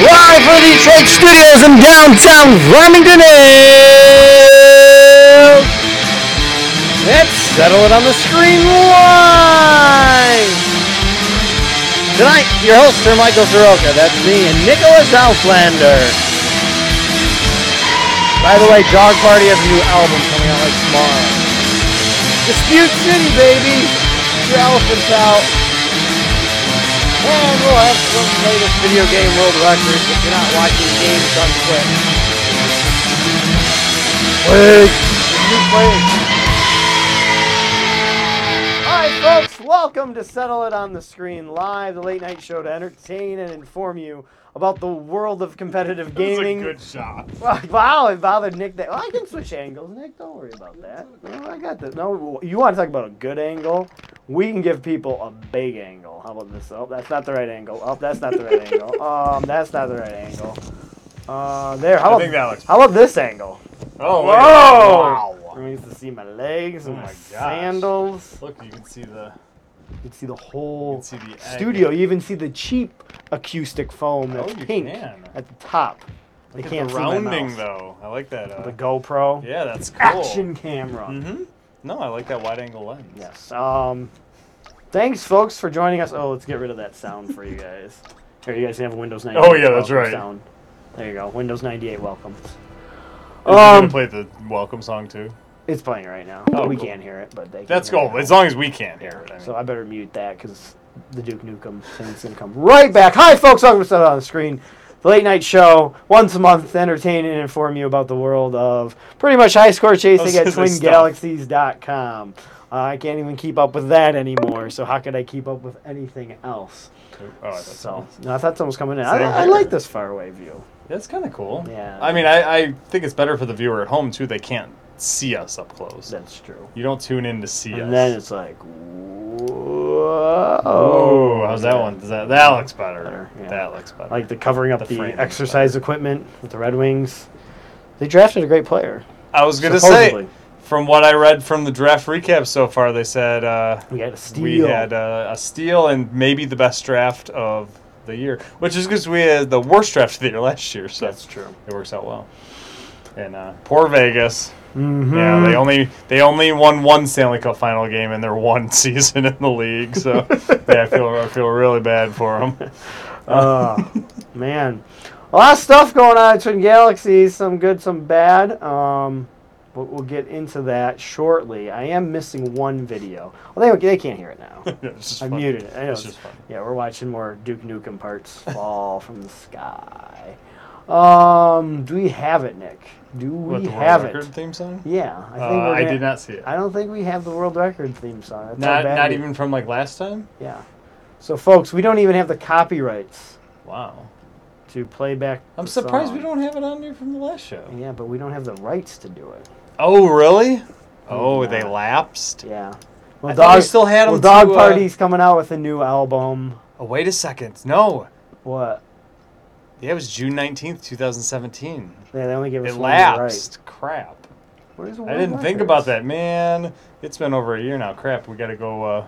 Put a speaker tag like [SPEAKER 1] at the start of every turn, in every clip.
[SPEAKER 1] Reality Check Studios in downtown Farmington Hills. Let's settle it on the screen live. Tonight, your hosts are Michael Soroka, that's me, and Nicholas Outlander. By the way, Dog Party has a new album coming out like tomorrow. Dispute City, baby. Get Your elephants out. And we'll have some latest video game world records if you're not watching games on Twitch. Wait. Keep playing. Alright, folks, welcome to Settle It on the Screen Live, the late night show to entertain and inform you about the world of competitive gaming.
[SPEAKER 2] That was a good shot.
[SPEAKER 1] Wow, Wow, it bothered Nick that. Well, I can switch angles, Nick. Don't worry about that. No, I got this. No, you want to talk about a good angle? We can give people a big angle. How about this? Oh, that's not the right angle. Oh, that's not the right angle. Um, that's not the right angle. Uh, there. How
[SPEAKER 2] I
[SPEAKER 1] about,
[SPEAKER 2] think that looks-
[SPEAKER 1] how about this angle?
[SPEAKER 2] Oh,
[SPEAKER 1] Whoa!
[SPEAKER 2] look at that. Wow.
[SPEAKER 1] Everyone needs to see my legs and
[SPEAKER 2] Oh
[SPEAKER 1] my,
[SPEAKER 2] my gosh.
[SPEAKER 1] sandals.
[SPEAKER 2] Look, you can see the.
[SPEAKER 1] You can see the whole
[SPEAKER 2] can see the egg.
[SPEAKER 1] studio. You even see the cheap acoustic foam that's
[SPEAKER 2] Oh, you
[SPEAKER 1] pink
[SPEAKER 2] can.
[SPEAKER 1] at the top. They
[SPEAKER 2] look at
[SPEAKER 1] can't
[SPEAKER 2] the
[SPEAKER 1] see my
[SPEAKER 2] rounding
[SPEAKER 1] mouse.
[SPEAKER 2] though. I like that. Uh,
[SPEAKER 1] The GoPro.
[SPEAKER 2] yeah, that's cool.
[SPEAKER 1] action camera.
[SPEAKER 2] Mm-hmm. No, I like that wide-angle lens.
[SPEAKER 1] Yes. Um, thanks, folks, for joining us. Oh, let's get rid of that sound for you guys. Here, you guys can have a Windows 98.
[SPEAKER 2] Oh, yeah, that's
[SPEAKER 1] welcome
[SPEAKER 2] right.
[SPEAKER 1] Sound. There you go. Windows 98 welcome.
[SPEAKER 2] Is he
[SPEAKER 1] Um,
[SPEAKER 2] gonna play the welcome song too.
[SPEAKER 1] It's playing right now.
[SPEAKER 2] Oh,
[SPEAKER 1] we
[SPEAKER 2] cool.
[SPEAKER 1] can't hear it, but they. Can
[SPEAKER 2] That's
[SPEAKER 1] hear
[SPEAKER 2] cool.
[SPEAKER 1] It.
[SPEAKER 2] As long as we can't hear it. I mean.
[SPEAKER 1] So I better mute that because the Duke Nukem thing's gonna come right back. Hi, folks. Welcome to Set It on the Screen, the late night show once a month to entertain and inform you about the world of pretty much high score chasing
[SPEAKER 2] Those
[SPEAKER 1] at
[SPEAKER 2] are the stuff.
[SPEAKER 1] twingalaxies.com. Uh, I can't even keep up with that anymore. So how could I keep up with anything else?
[SPEAKER 2] oh, I thought
[SPEAKER 1] So no, I thought someone was coming in.
[SPEAKER 2] Same
[SPEAKER 1] I, I
[SPEAKER 2] here.
[SPEAKER 1] like this faraway view.
[SPEAKER 2] that's kind of cool.
[SPEAKER 1] Yeah.
[SPEAKER 2] I mean, I, I think it's better for the viewer at home too. They can't see us up close.
[SPEAKER 1] That's true.
[SPEAKER 2] You don't tune in to see us.
[SPEAKER 1] And then it's like, whoa.
[SPEAKER 2] oh, how's that one? Does that that looks better.
[SPEAKER 1] Better, yeah.
[SPEAKER 2] That looks better.
[SPEAKER 1] like the covering up
[SPEAKER 2] The
[SPEAKER 1] the,
[SPEAKER 2] framing.
[SPEAKER 1] exercise equipment with the Red Wings. They drafted a great player.
[SPEAKER 2] I was gonna
[SPEAKER 1] Supposedly.
[SPEAKER 2] say, from what I read from the draft recap so far, they said uh,
[SPEAKER 1] We had a steal.
[SPEAKER 2] we had uh, a steal and maybe the best draft of the year, which is because we had the worst draft of the year last year. So
[SPEAKER 1] That's true.
[SPEAKER 2] It works out well. And uh, poor Vegas.
[SPEAKER 1] Mm-hmm.
[SPEAKER 2] Yeah, they only they only won one Stanley Cup final game in their one season in the league. So yeah, I feel I feel really bad for them.
[SPEAKER 1] oh, man. A lot of stuff going on between galaxies, some good, some bad. Um, but we'll get into that shortly. I am missing one video. Well, they, they can't hear it now. I muted it. I know.
[SPEAKER 2] It's just fun.
[SPEAKER 1] Yeah, we're watching more Duke Nukem parts fall from the sky. Um, do we have it, Nick? Do we
[SPEAKER 2] What, the world
[SPEAKER 1] have
[SPEAKER 2] record
[SPEAKER 1] it?
[SPEAKER 2] theme song?
[SPEAKER 1] Yeah, I think
[SPEAKER 2] Uh,
[SPEAKER 1] we're
[SPEAKER 2] I
[SPEAKER 1] gonna-
[SPEAKER 2] did not see it.
[SPEAKER 1] I don't think we have the world record theme song. That's how
[SPEAKER 2] Not
[SPEAKER 1] bad
[SPEAKER 2] not
[SPEAKER 1] we-
[SPEAKER 2] even from like last time.
[SPEAKER 1] Yeah. So, folks, we don't even have the copyrights
[SPEAKER 2] Wow.
[SPEAKER 1] to play back.
[SPEAKER 2] I'm
[SPEAKER 1] the
[SPEAKER 2] surprised we
[SPEAKER 1] song.
[SPEAKER 2] don't have it on there from the last show.
[SPEAKER 1] Yeah, but we don't have the rights to do it.
[SPEAKER 2] Oh, really? Oh,
[SPEAKER 1] Yeah.
[SPEAKER 2] they lapsed.
[SPEAKER 1] Yeah. Well,
[SPEAKER 2] I thought we still had
[SPEAKER 1] well,
[SPEAKER 2] 'em
[SPEAKER 1] Dog
[SPEAKER 2] to, uh,
[SPEAKER 1] Party's coming out with a new album.
[SPEAKER 2] Oh, wait a second. No.
[SPEAKER 1] What?
[SPEAKER 2] Yeah, it was June 19th, 2017.
[SPEAKER 1] Yeah, they only gave us
[SPEAKER 2] It
[SPEAKER 1] one of the
[SPEAKER 2] lapsed. Crap.
[SPEAKER 1] rights. Where's the
[SPEAKER 2] I
[SPEAKER 1] world
[SPEAKER 2] didn't think
[SPEAKER 1] records?
[SPEAKER 2] about that, man. It's been over a year now. Crap, we gotta go. Uh,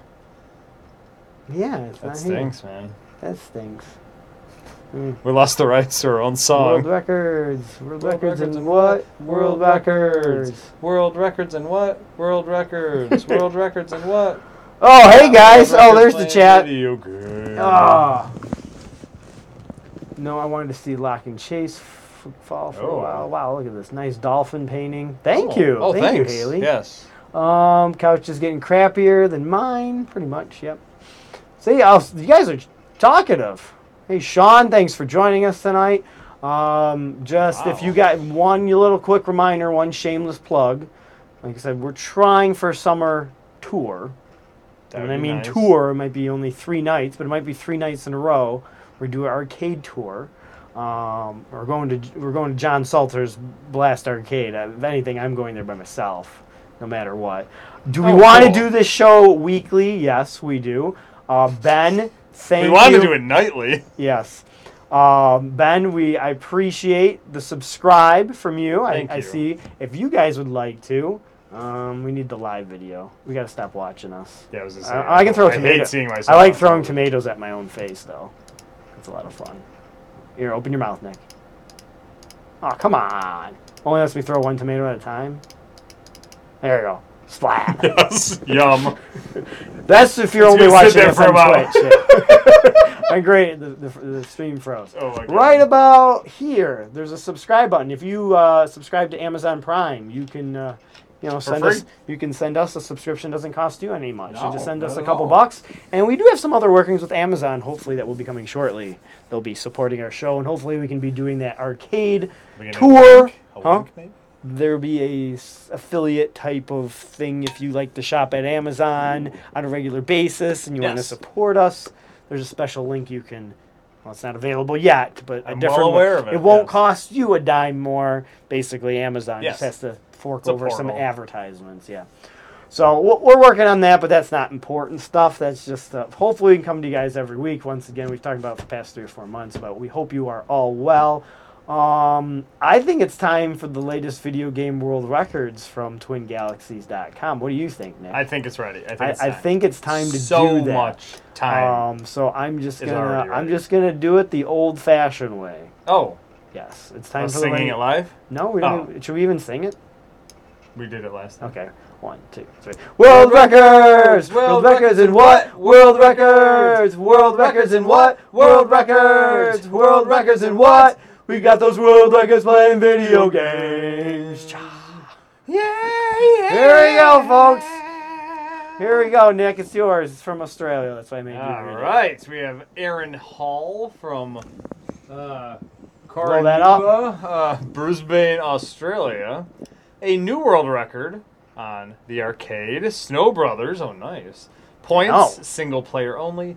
[SPEAKER 1] Yeah, it's
[SPEAKER 2] that
[SPEAKER 1] not here.
[SPEAKER 2] stinks, man.
[SPEAKER 1] That stinks. Hmm.
[SPEAKER 2] We lost the rights to our own
[SPEAKER 1] World
[SPEAKER 2] song.
[SPEAKER 1] records. World, records, and
[SPEAKER 2] and
[SPEAKER 1] what?
[SPEAKER 2] what? World records. World records and what? World records. World records and what?
[SPEAKER 1] Oh, hey guys.
[SPEAKER 2] World
[SPEAKER 1] Oh, there's
[SPEAKER 2] records
[SPEAKER 1] the
[SPEAKER 2] playing
[SPEAKER 1] chat.
[SPEAKER 2] Video game.
[SPEAKER 1] Ah. No, I wanted to see Lock and Chase f- fall for
[SPEAKER 2] Oh.
[SPEAKER 1] a while. Wow, look at this nice dolphin painting. Thank
[SPEAKER 2] Oh.
[SPEAKER 1] you.
[SPEAKER 2] Oh,
[SPEAKER 1] Thank
[SPEAKER 2] thanks.
[SPEAKER 1] you, Haley.
[SPEAKER 2] Yes.
[SPEAKER 1] Um, couch is getting crappier than mine, pretty much. Yep. See, I'll, you guys are talkative. Hey, Sean, thanks for joining us tonight. Um, just if
[SPEAKER 2] Wow.
[SPEAKER 1] you got one little quick reminder, one shameless plug. Like I said, we're trying for a summer tour.
[SPEAKER 2] That
[SPEAKER 1] and
[SPEAKER 2] would
[SPEAKER 1] I
[SPEAKER 2] be
[SPEAKER 1] mean
[SPEAKER 2] nice.
[SPEAKER 1] tour it might be only three nights, but it might be three nights in a row. We do an arcade tour. Um, we're going to we're going to John Salter's Blast Arcade. Uh, If anything, I'm going there by myself, no matter what. Do we
[SPEAKER 2] Oh,
[SPEAKER 1] want to
[SPEAKER 2] cool.
[SPEAKER 1] do this show weekly? Yes, we do. Uh, ben, thank
[SPEAKER 2] We wanted
[SPEAKER 1] you.
[SPEAKER 2] to do it nightly.
[SPEAKER 1] Yes. Um, ben, we I appreciate the subscribe from you. I,
[SPEAKER 2] Thank
[SPEAKER 1] I
[SPEAKER 2] you.
[SPEAKER 1] see. If you guys would like to, um, we need the live video. We got to stop watching us.
[SPEAKER 2] Yeah, I was gonna say.
[SPEAKER 1] I, I can throw
[SPEAKER 2] I
[SPEAKER 1] tomatoes.
[SPEAKER 2] hate seeing myself.
[SPEAKER 1] I like
[SPEAKER 2] on
[SPEAKER 1] throwing
[SPEAKER 2] television.
[SPEAKER 1] tomatoes at my own face, though. It's a lot of fun. Here, open your mouth, Nick. Oh, come on. Only lets me throw one tomato at a time. There you go. Splat.
[SPEAKER 2] Yes. Yum.
[SPEAKER 1] That's if you're only
[SPEAKER 2] gonna sit
[SPEAKER 1] watching
[SPEAKER 2] there
[SPEAKER 1] us
[SPEAKER 2] for
[SPEAKER 1] on
[SPEAKER 2] about-
[SPEAKER 1] Twitch. yeah. and great, the, the, the stream froze.
[SPEAKER 2] Oh my God.
[SPEAKER 1] Right about here, there's a subscribe button. If you uh, subscribe to Amazon Prime, you can, uh, you know, send
[SPEAKER 2] free?
[SPEAKER 1] us. You can send us a subscription. Doesn't cost you any much. you
[SPEAKER 2] No,
[SPEAKER 1] just send us
[SPEAKER 2] not
[SPEAKER 1] a
[SPEAKER 2] at
[SPEAKER 1] couple
[SPEAKER 2] all.
[SPEAKER 1] bucks, and we do have some other workings with Amazon. Hopefully, that will be coming shortly. They'll be supporting our show, and hopefully, we can be doing that arcade
[SPEAKER 2] We can do
[SPEAKER 1] tour.
[SPEAKER 2] a link, a
[SPEAKER 1] Huh?
[SPEAKER 2] link maybe?
[SPEAKER 1] there'll be a s- affiliate type of thing if you like to shop at Amazon on a regular basis and you want to
[SPEAKER 2] Yes.
[SPEAKER 1] support us. There's a special link you can. Well, it's not available yet, but a
[SPEAKER 2] I'm
[SPEAKER 1] different.
[SPEAKER 2] well
[SPEAKER 1] one-
[SPEAKER 2] aware of it,
[SPEAKER 1] won't
[SPEAKER 2] yes.
[SPEAKER 1] cost you a dime more. Basically, Amazon
[SPEAKER 2] Yes.
[SPEAKER 1] just has to fork
[SPEAKER 2] It's a
[SPEAKER 1] over some
[SPEAKER 2] portal.
[SPEAKER 1] advertisements. Yeah. So w- we're working on that, but that's not important stuff. That's just uh, hopefully we can come to you guys every week. Once again, we've talked about it for the past three or four months, but we hope you are all well. Um, I think it's time for the latest video game world records from TwinGalaxies.com. What do you think, Nick?
[SPEAKER 2] I think it's ready. I think.
[SPEAKER 1] I,
[SPEAKER 2] it's
[SPEAKER 1] I
[SPEAKER 2] time.
[SPEAKER 1] think it's time to
[SPEAKER 2] so
[SPEAKER 1] do that.
[SPEAKER 2] much time.
[SPEAKER 1] Um, so I'm just
[SPEAKER 2] is
[SPEAKER 1] gonna
[SPEAKER 2] already
[SPEAKER 1] I'm
[SPEAKER 2] ready.
[SPEAKER 1] just gonna do it the old-fashioned way.
[SPEAKER 2] oh,
[SPEAKER 1] Yes, it's
[SPEAKER 2] I
[SPEAKER 1] time
[SPEAKER 2] was
[SPEAKER 1] for the
[SPEAKER 2] singing it Oh.
[SPEAKER 1] late-
[SPEAKER 2] live.
[SPEAKER 1] No, we don't. Should we even sing it?
[SPEAKER 2] We did it last time.
[SPEAKER 1] Okay. One, two, three. World records! World records in what? World records! World records in what? World records! World records in what? We got those world records playing video games. Cha.
[SPEAKER 2] Yeah,
[SPEAKER 1] Here we go, folks. Here we go, Nick. It's yours. It's from Australia. That's why I made you
[SPEAKER 2] All
[SPEAKER 1] read it.
[SPEAKER 2] right, we have Aaron Hall from uh,
[SPEAKER 1] Roll that up.
[SPEAKER 2] Carnuba, uh, Brisbane, Australia. A new world record on the arcade. Snow Brothers, oh nice. Points,
[SPEAKER 1] Wow.
[SPEAKER 2] single player only,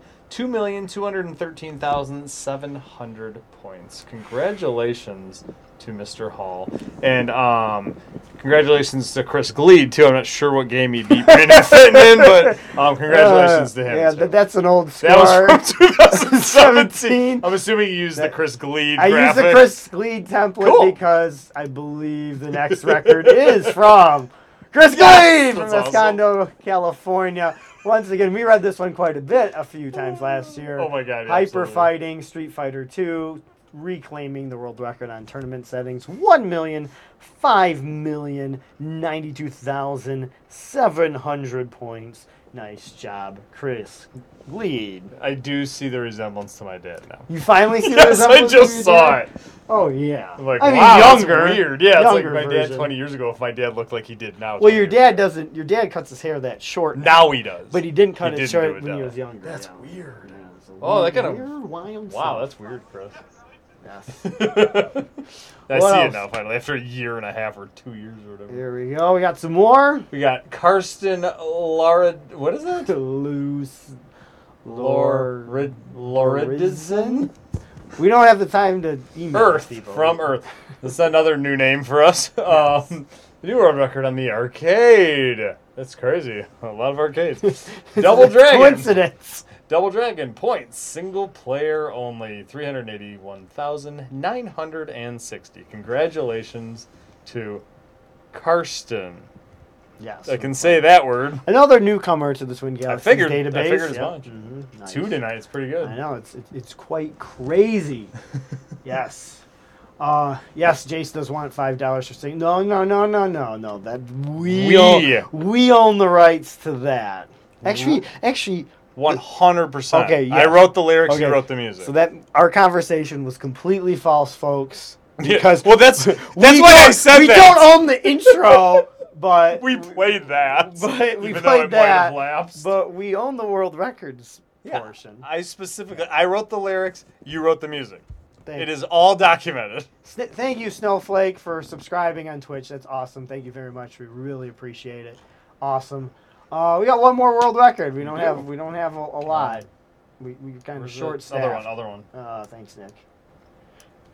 [SPEAKER 2] 2,213,700 points. Congratulations to Mr. Hall. And um, congratulations to Chris Gleed, too. I'm not sure what game he beat Brandon Fitton in, but um, congratulations
[SPEAKER 1] Uh,
[SPEAKER 2] to him.
[SPEAKER 1] Yeah,
[SPEAKER 2] too.
[SPEAKER 1] th- that's an old score.
[SPEAKER 2] That was from 2017.
[SPEAKER 1] 17.
[SPEAKER 2] I'm assuming you used the
[SPEAKER 1] That-
[SPEAKER 2] Chris Gleed
[SPEAKER 1] I used
[SPEAKER 2] graphic.
[SPEAKER 1] the Chris Gleed template
[SPEAKER 2] Cool.
[SPEAKER 1] because I believe the next record is from Chris Gleed
[SPEAKER 2] Yes,
[SPEAKER 1] from
[SPEAKER 2] that's awesome.
[SPEAKER 1] Escondo, California. Once again, we read this one quite a bit a few times last year.
[SPEAKER 2] Oh my God, yeah,
[SPEAKER 1] Hyper
[SPEAKER 2] absolutely.
[SPEAKER 1] Fighting Street Fighter 2 reclaiming the world record on tournament settings 1 million 5 million 92,700 points. Nice job, Chris Gleed.
[SPEAKER 2] I do see the resemblance to my dad now.
[SPEAKER 1] You finally see the
[SPEAKER 2] Yes, I
[SPEAKER 1] resemblance to
[SPEAKER 2] just
[SPEAKER 1] your
[SPEAKER 2] saw
[SPEAKER 1] dad?
[SPEAKER 2] it.
[SPEAKER 1] Oh yeah.
[SPEAKER 2] I'm like,
[SPEAKER 1] I mean,
[SPEAKER 2] wow, that's
[SPEAKER 1] younger.
[SPEAKER 2] weird. Yeah, it's like
[SPEAKER 1] younger
[SPEAKER 2] my
[SPEAKER 1] version.
[SPEAKER 2] dad 20 years ago. If my dad looked like he did now. it's
[SPEAKER 1] Well, your
[SPEAKER 2] weird.
[SPEAKER 1] dad doesn't. Your dad cuts his hair that short,
[SPEAKER 2] Now he does.
[SPEAKER 1] but he didn't cut
[SPEAKER 2] He
[SPEAKER 1] it
[SPEAKER 2] didn't do
[SPEAKER 1] short
[SPEAKER 2] it
[SPEAKER 1] when he
[SPEAKER 2] now.
[SPEAKER 1] was younger.
[SPEAKER 2] That's
[SPEAKER 1] yeah.
[SPEAKER 2] weird.
[SPEAKER 1] Yeah, it's a
[SPEAKER 2] Oh,
[SPEAKER 1] weird-
[SPEAKER 2] that kinda-
[SPEAKER 1] weird, wild
[SPEAKER 2] Wow, that's
[SPEAKER 1] stuff.
[SPEAKER 2] weird, Chris.
[SPEAKER 1] Yes.
[SPEAKER 2] I
[SPEAKER 1] What
[SPEAKER 2] see
[SPEAKER 1] else?
[SPEAKER 2] it now finally after a year and a half or two years or whatever.
[SPEAKER 1] Here we go. We got some more.
[SPEAKER 2] We got Karsten Lara. What is that?
[SPEAKER 1] Loose.
[SPEAKER 2] Lorid Loridizen?
[SPEAKER 1] We don't have the time to email
[SPEAKER 2] Earth
[SPEAKER 1] people.
[SPEAKER 2] from Earth. This is another new name for us. Um, the new world record on the arcade. That's crazy. A lot of arcades. Double Dragon.
[SPEAKER 1] Coincidence.
[SPEAKER 2] Double Dragon points. Single player only. Three hundred eighty-one thousand nine hundred and sixty. Congratulations to Karsten.
[SPEAKER 1] Yes.
[SPEAKER 2] I can say that word.
[SPEAKER 1] Another newcomer to the Twin Galaxies
[SPEAKER 2] figured- I
[SPEAKER 1] database.
[SPEAKER 2] figured as
[SPEAKER 1] Yep.
[SPEAKER 2] much.
[SPEAKER 1] Mhm. Nice.
[SPEAKER 2] Two tonight. It's pretty
[SPEAKER 1] I
[SPEAKER 2] good.
[SPEAKER 1] know it's it- it's quite crazy. yes. Uh, yes, Jace does want five dollars for saying no, no, no, no, no, no. That we
[SPEAKER 2] We.
[SPEAKER 1] own, we own the rights to that. Actually,
[SPEAKER 2] Mm-hmm.
[SPEAKER 1] actually,
[SPEAKER 2] One hundred percent.
[SPEAKER 1] Okay,
[SPEAKER 2] I
[SPEAKER 1] yes.
[SPEAKER 2] wrote the lyrics.
[SPEAKER 1] Okay,
[SPEAKER 2] You wrote the music.
[SPEAKER 1] so that our conversation was completely false, folks.
[SPEAKER 2] Yeah,
[SPEAKER 1] Because
[SPEAKER 2] well, that's that's
[SPEAKER 1] we
[SPEAKER 2] why I
[SPEAKER 1] don't-
[SPEAKER 2] said
[SPEAKER 1] we
[SPEAKER 2] that.
[SPEAKER 1] don't own the intro, but
[SPEAKER 2] we played that,
[SPEAKER 1] But we
[SPEAKER 2] even though
[SPEAKER 1] played
[SPEAKER 2] it might have
[SPEAKER 1] that,
[SPEAKER 2] lapsed.
[SPEAKER 1] but we own the world records
[SPEAKER 2] Yeah,
[SPEAKER 1] portion.
[SPEAKER 2] I specifically, I wrote the lyrics. You wrote the music.
[SPEAKER 1] Thank
[SPEAKER 2] It is all documented.
[SPEAKER 1] Sn- Thank you, Snowflake, for subscribing on Twitch. That's awesome. Thank you very much. We really appreciate it. Awesome. Uh, we got one more world record. We don't
[SPEAKER 2] do.
[SPEAKER 1] have we don't have a, a lot. We we kind of
[SPEAKER 2] Where's
[SPEAKER 1] short
[SPEAKER 2] the- Other one.
[SPEAKER 1] staffed.
[SPEAKER 2] Other one.
[SPEAKER 1] Uh, thanks, Nick.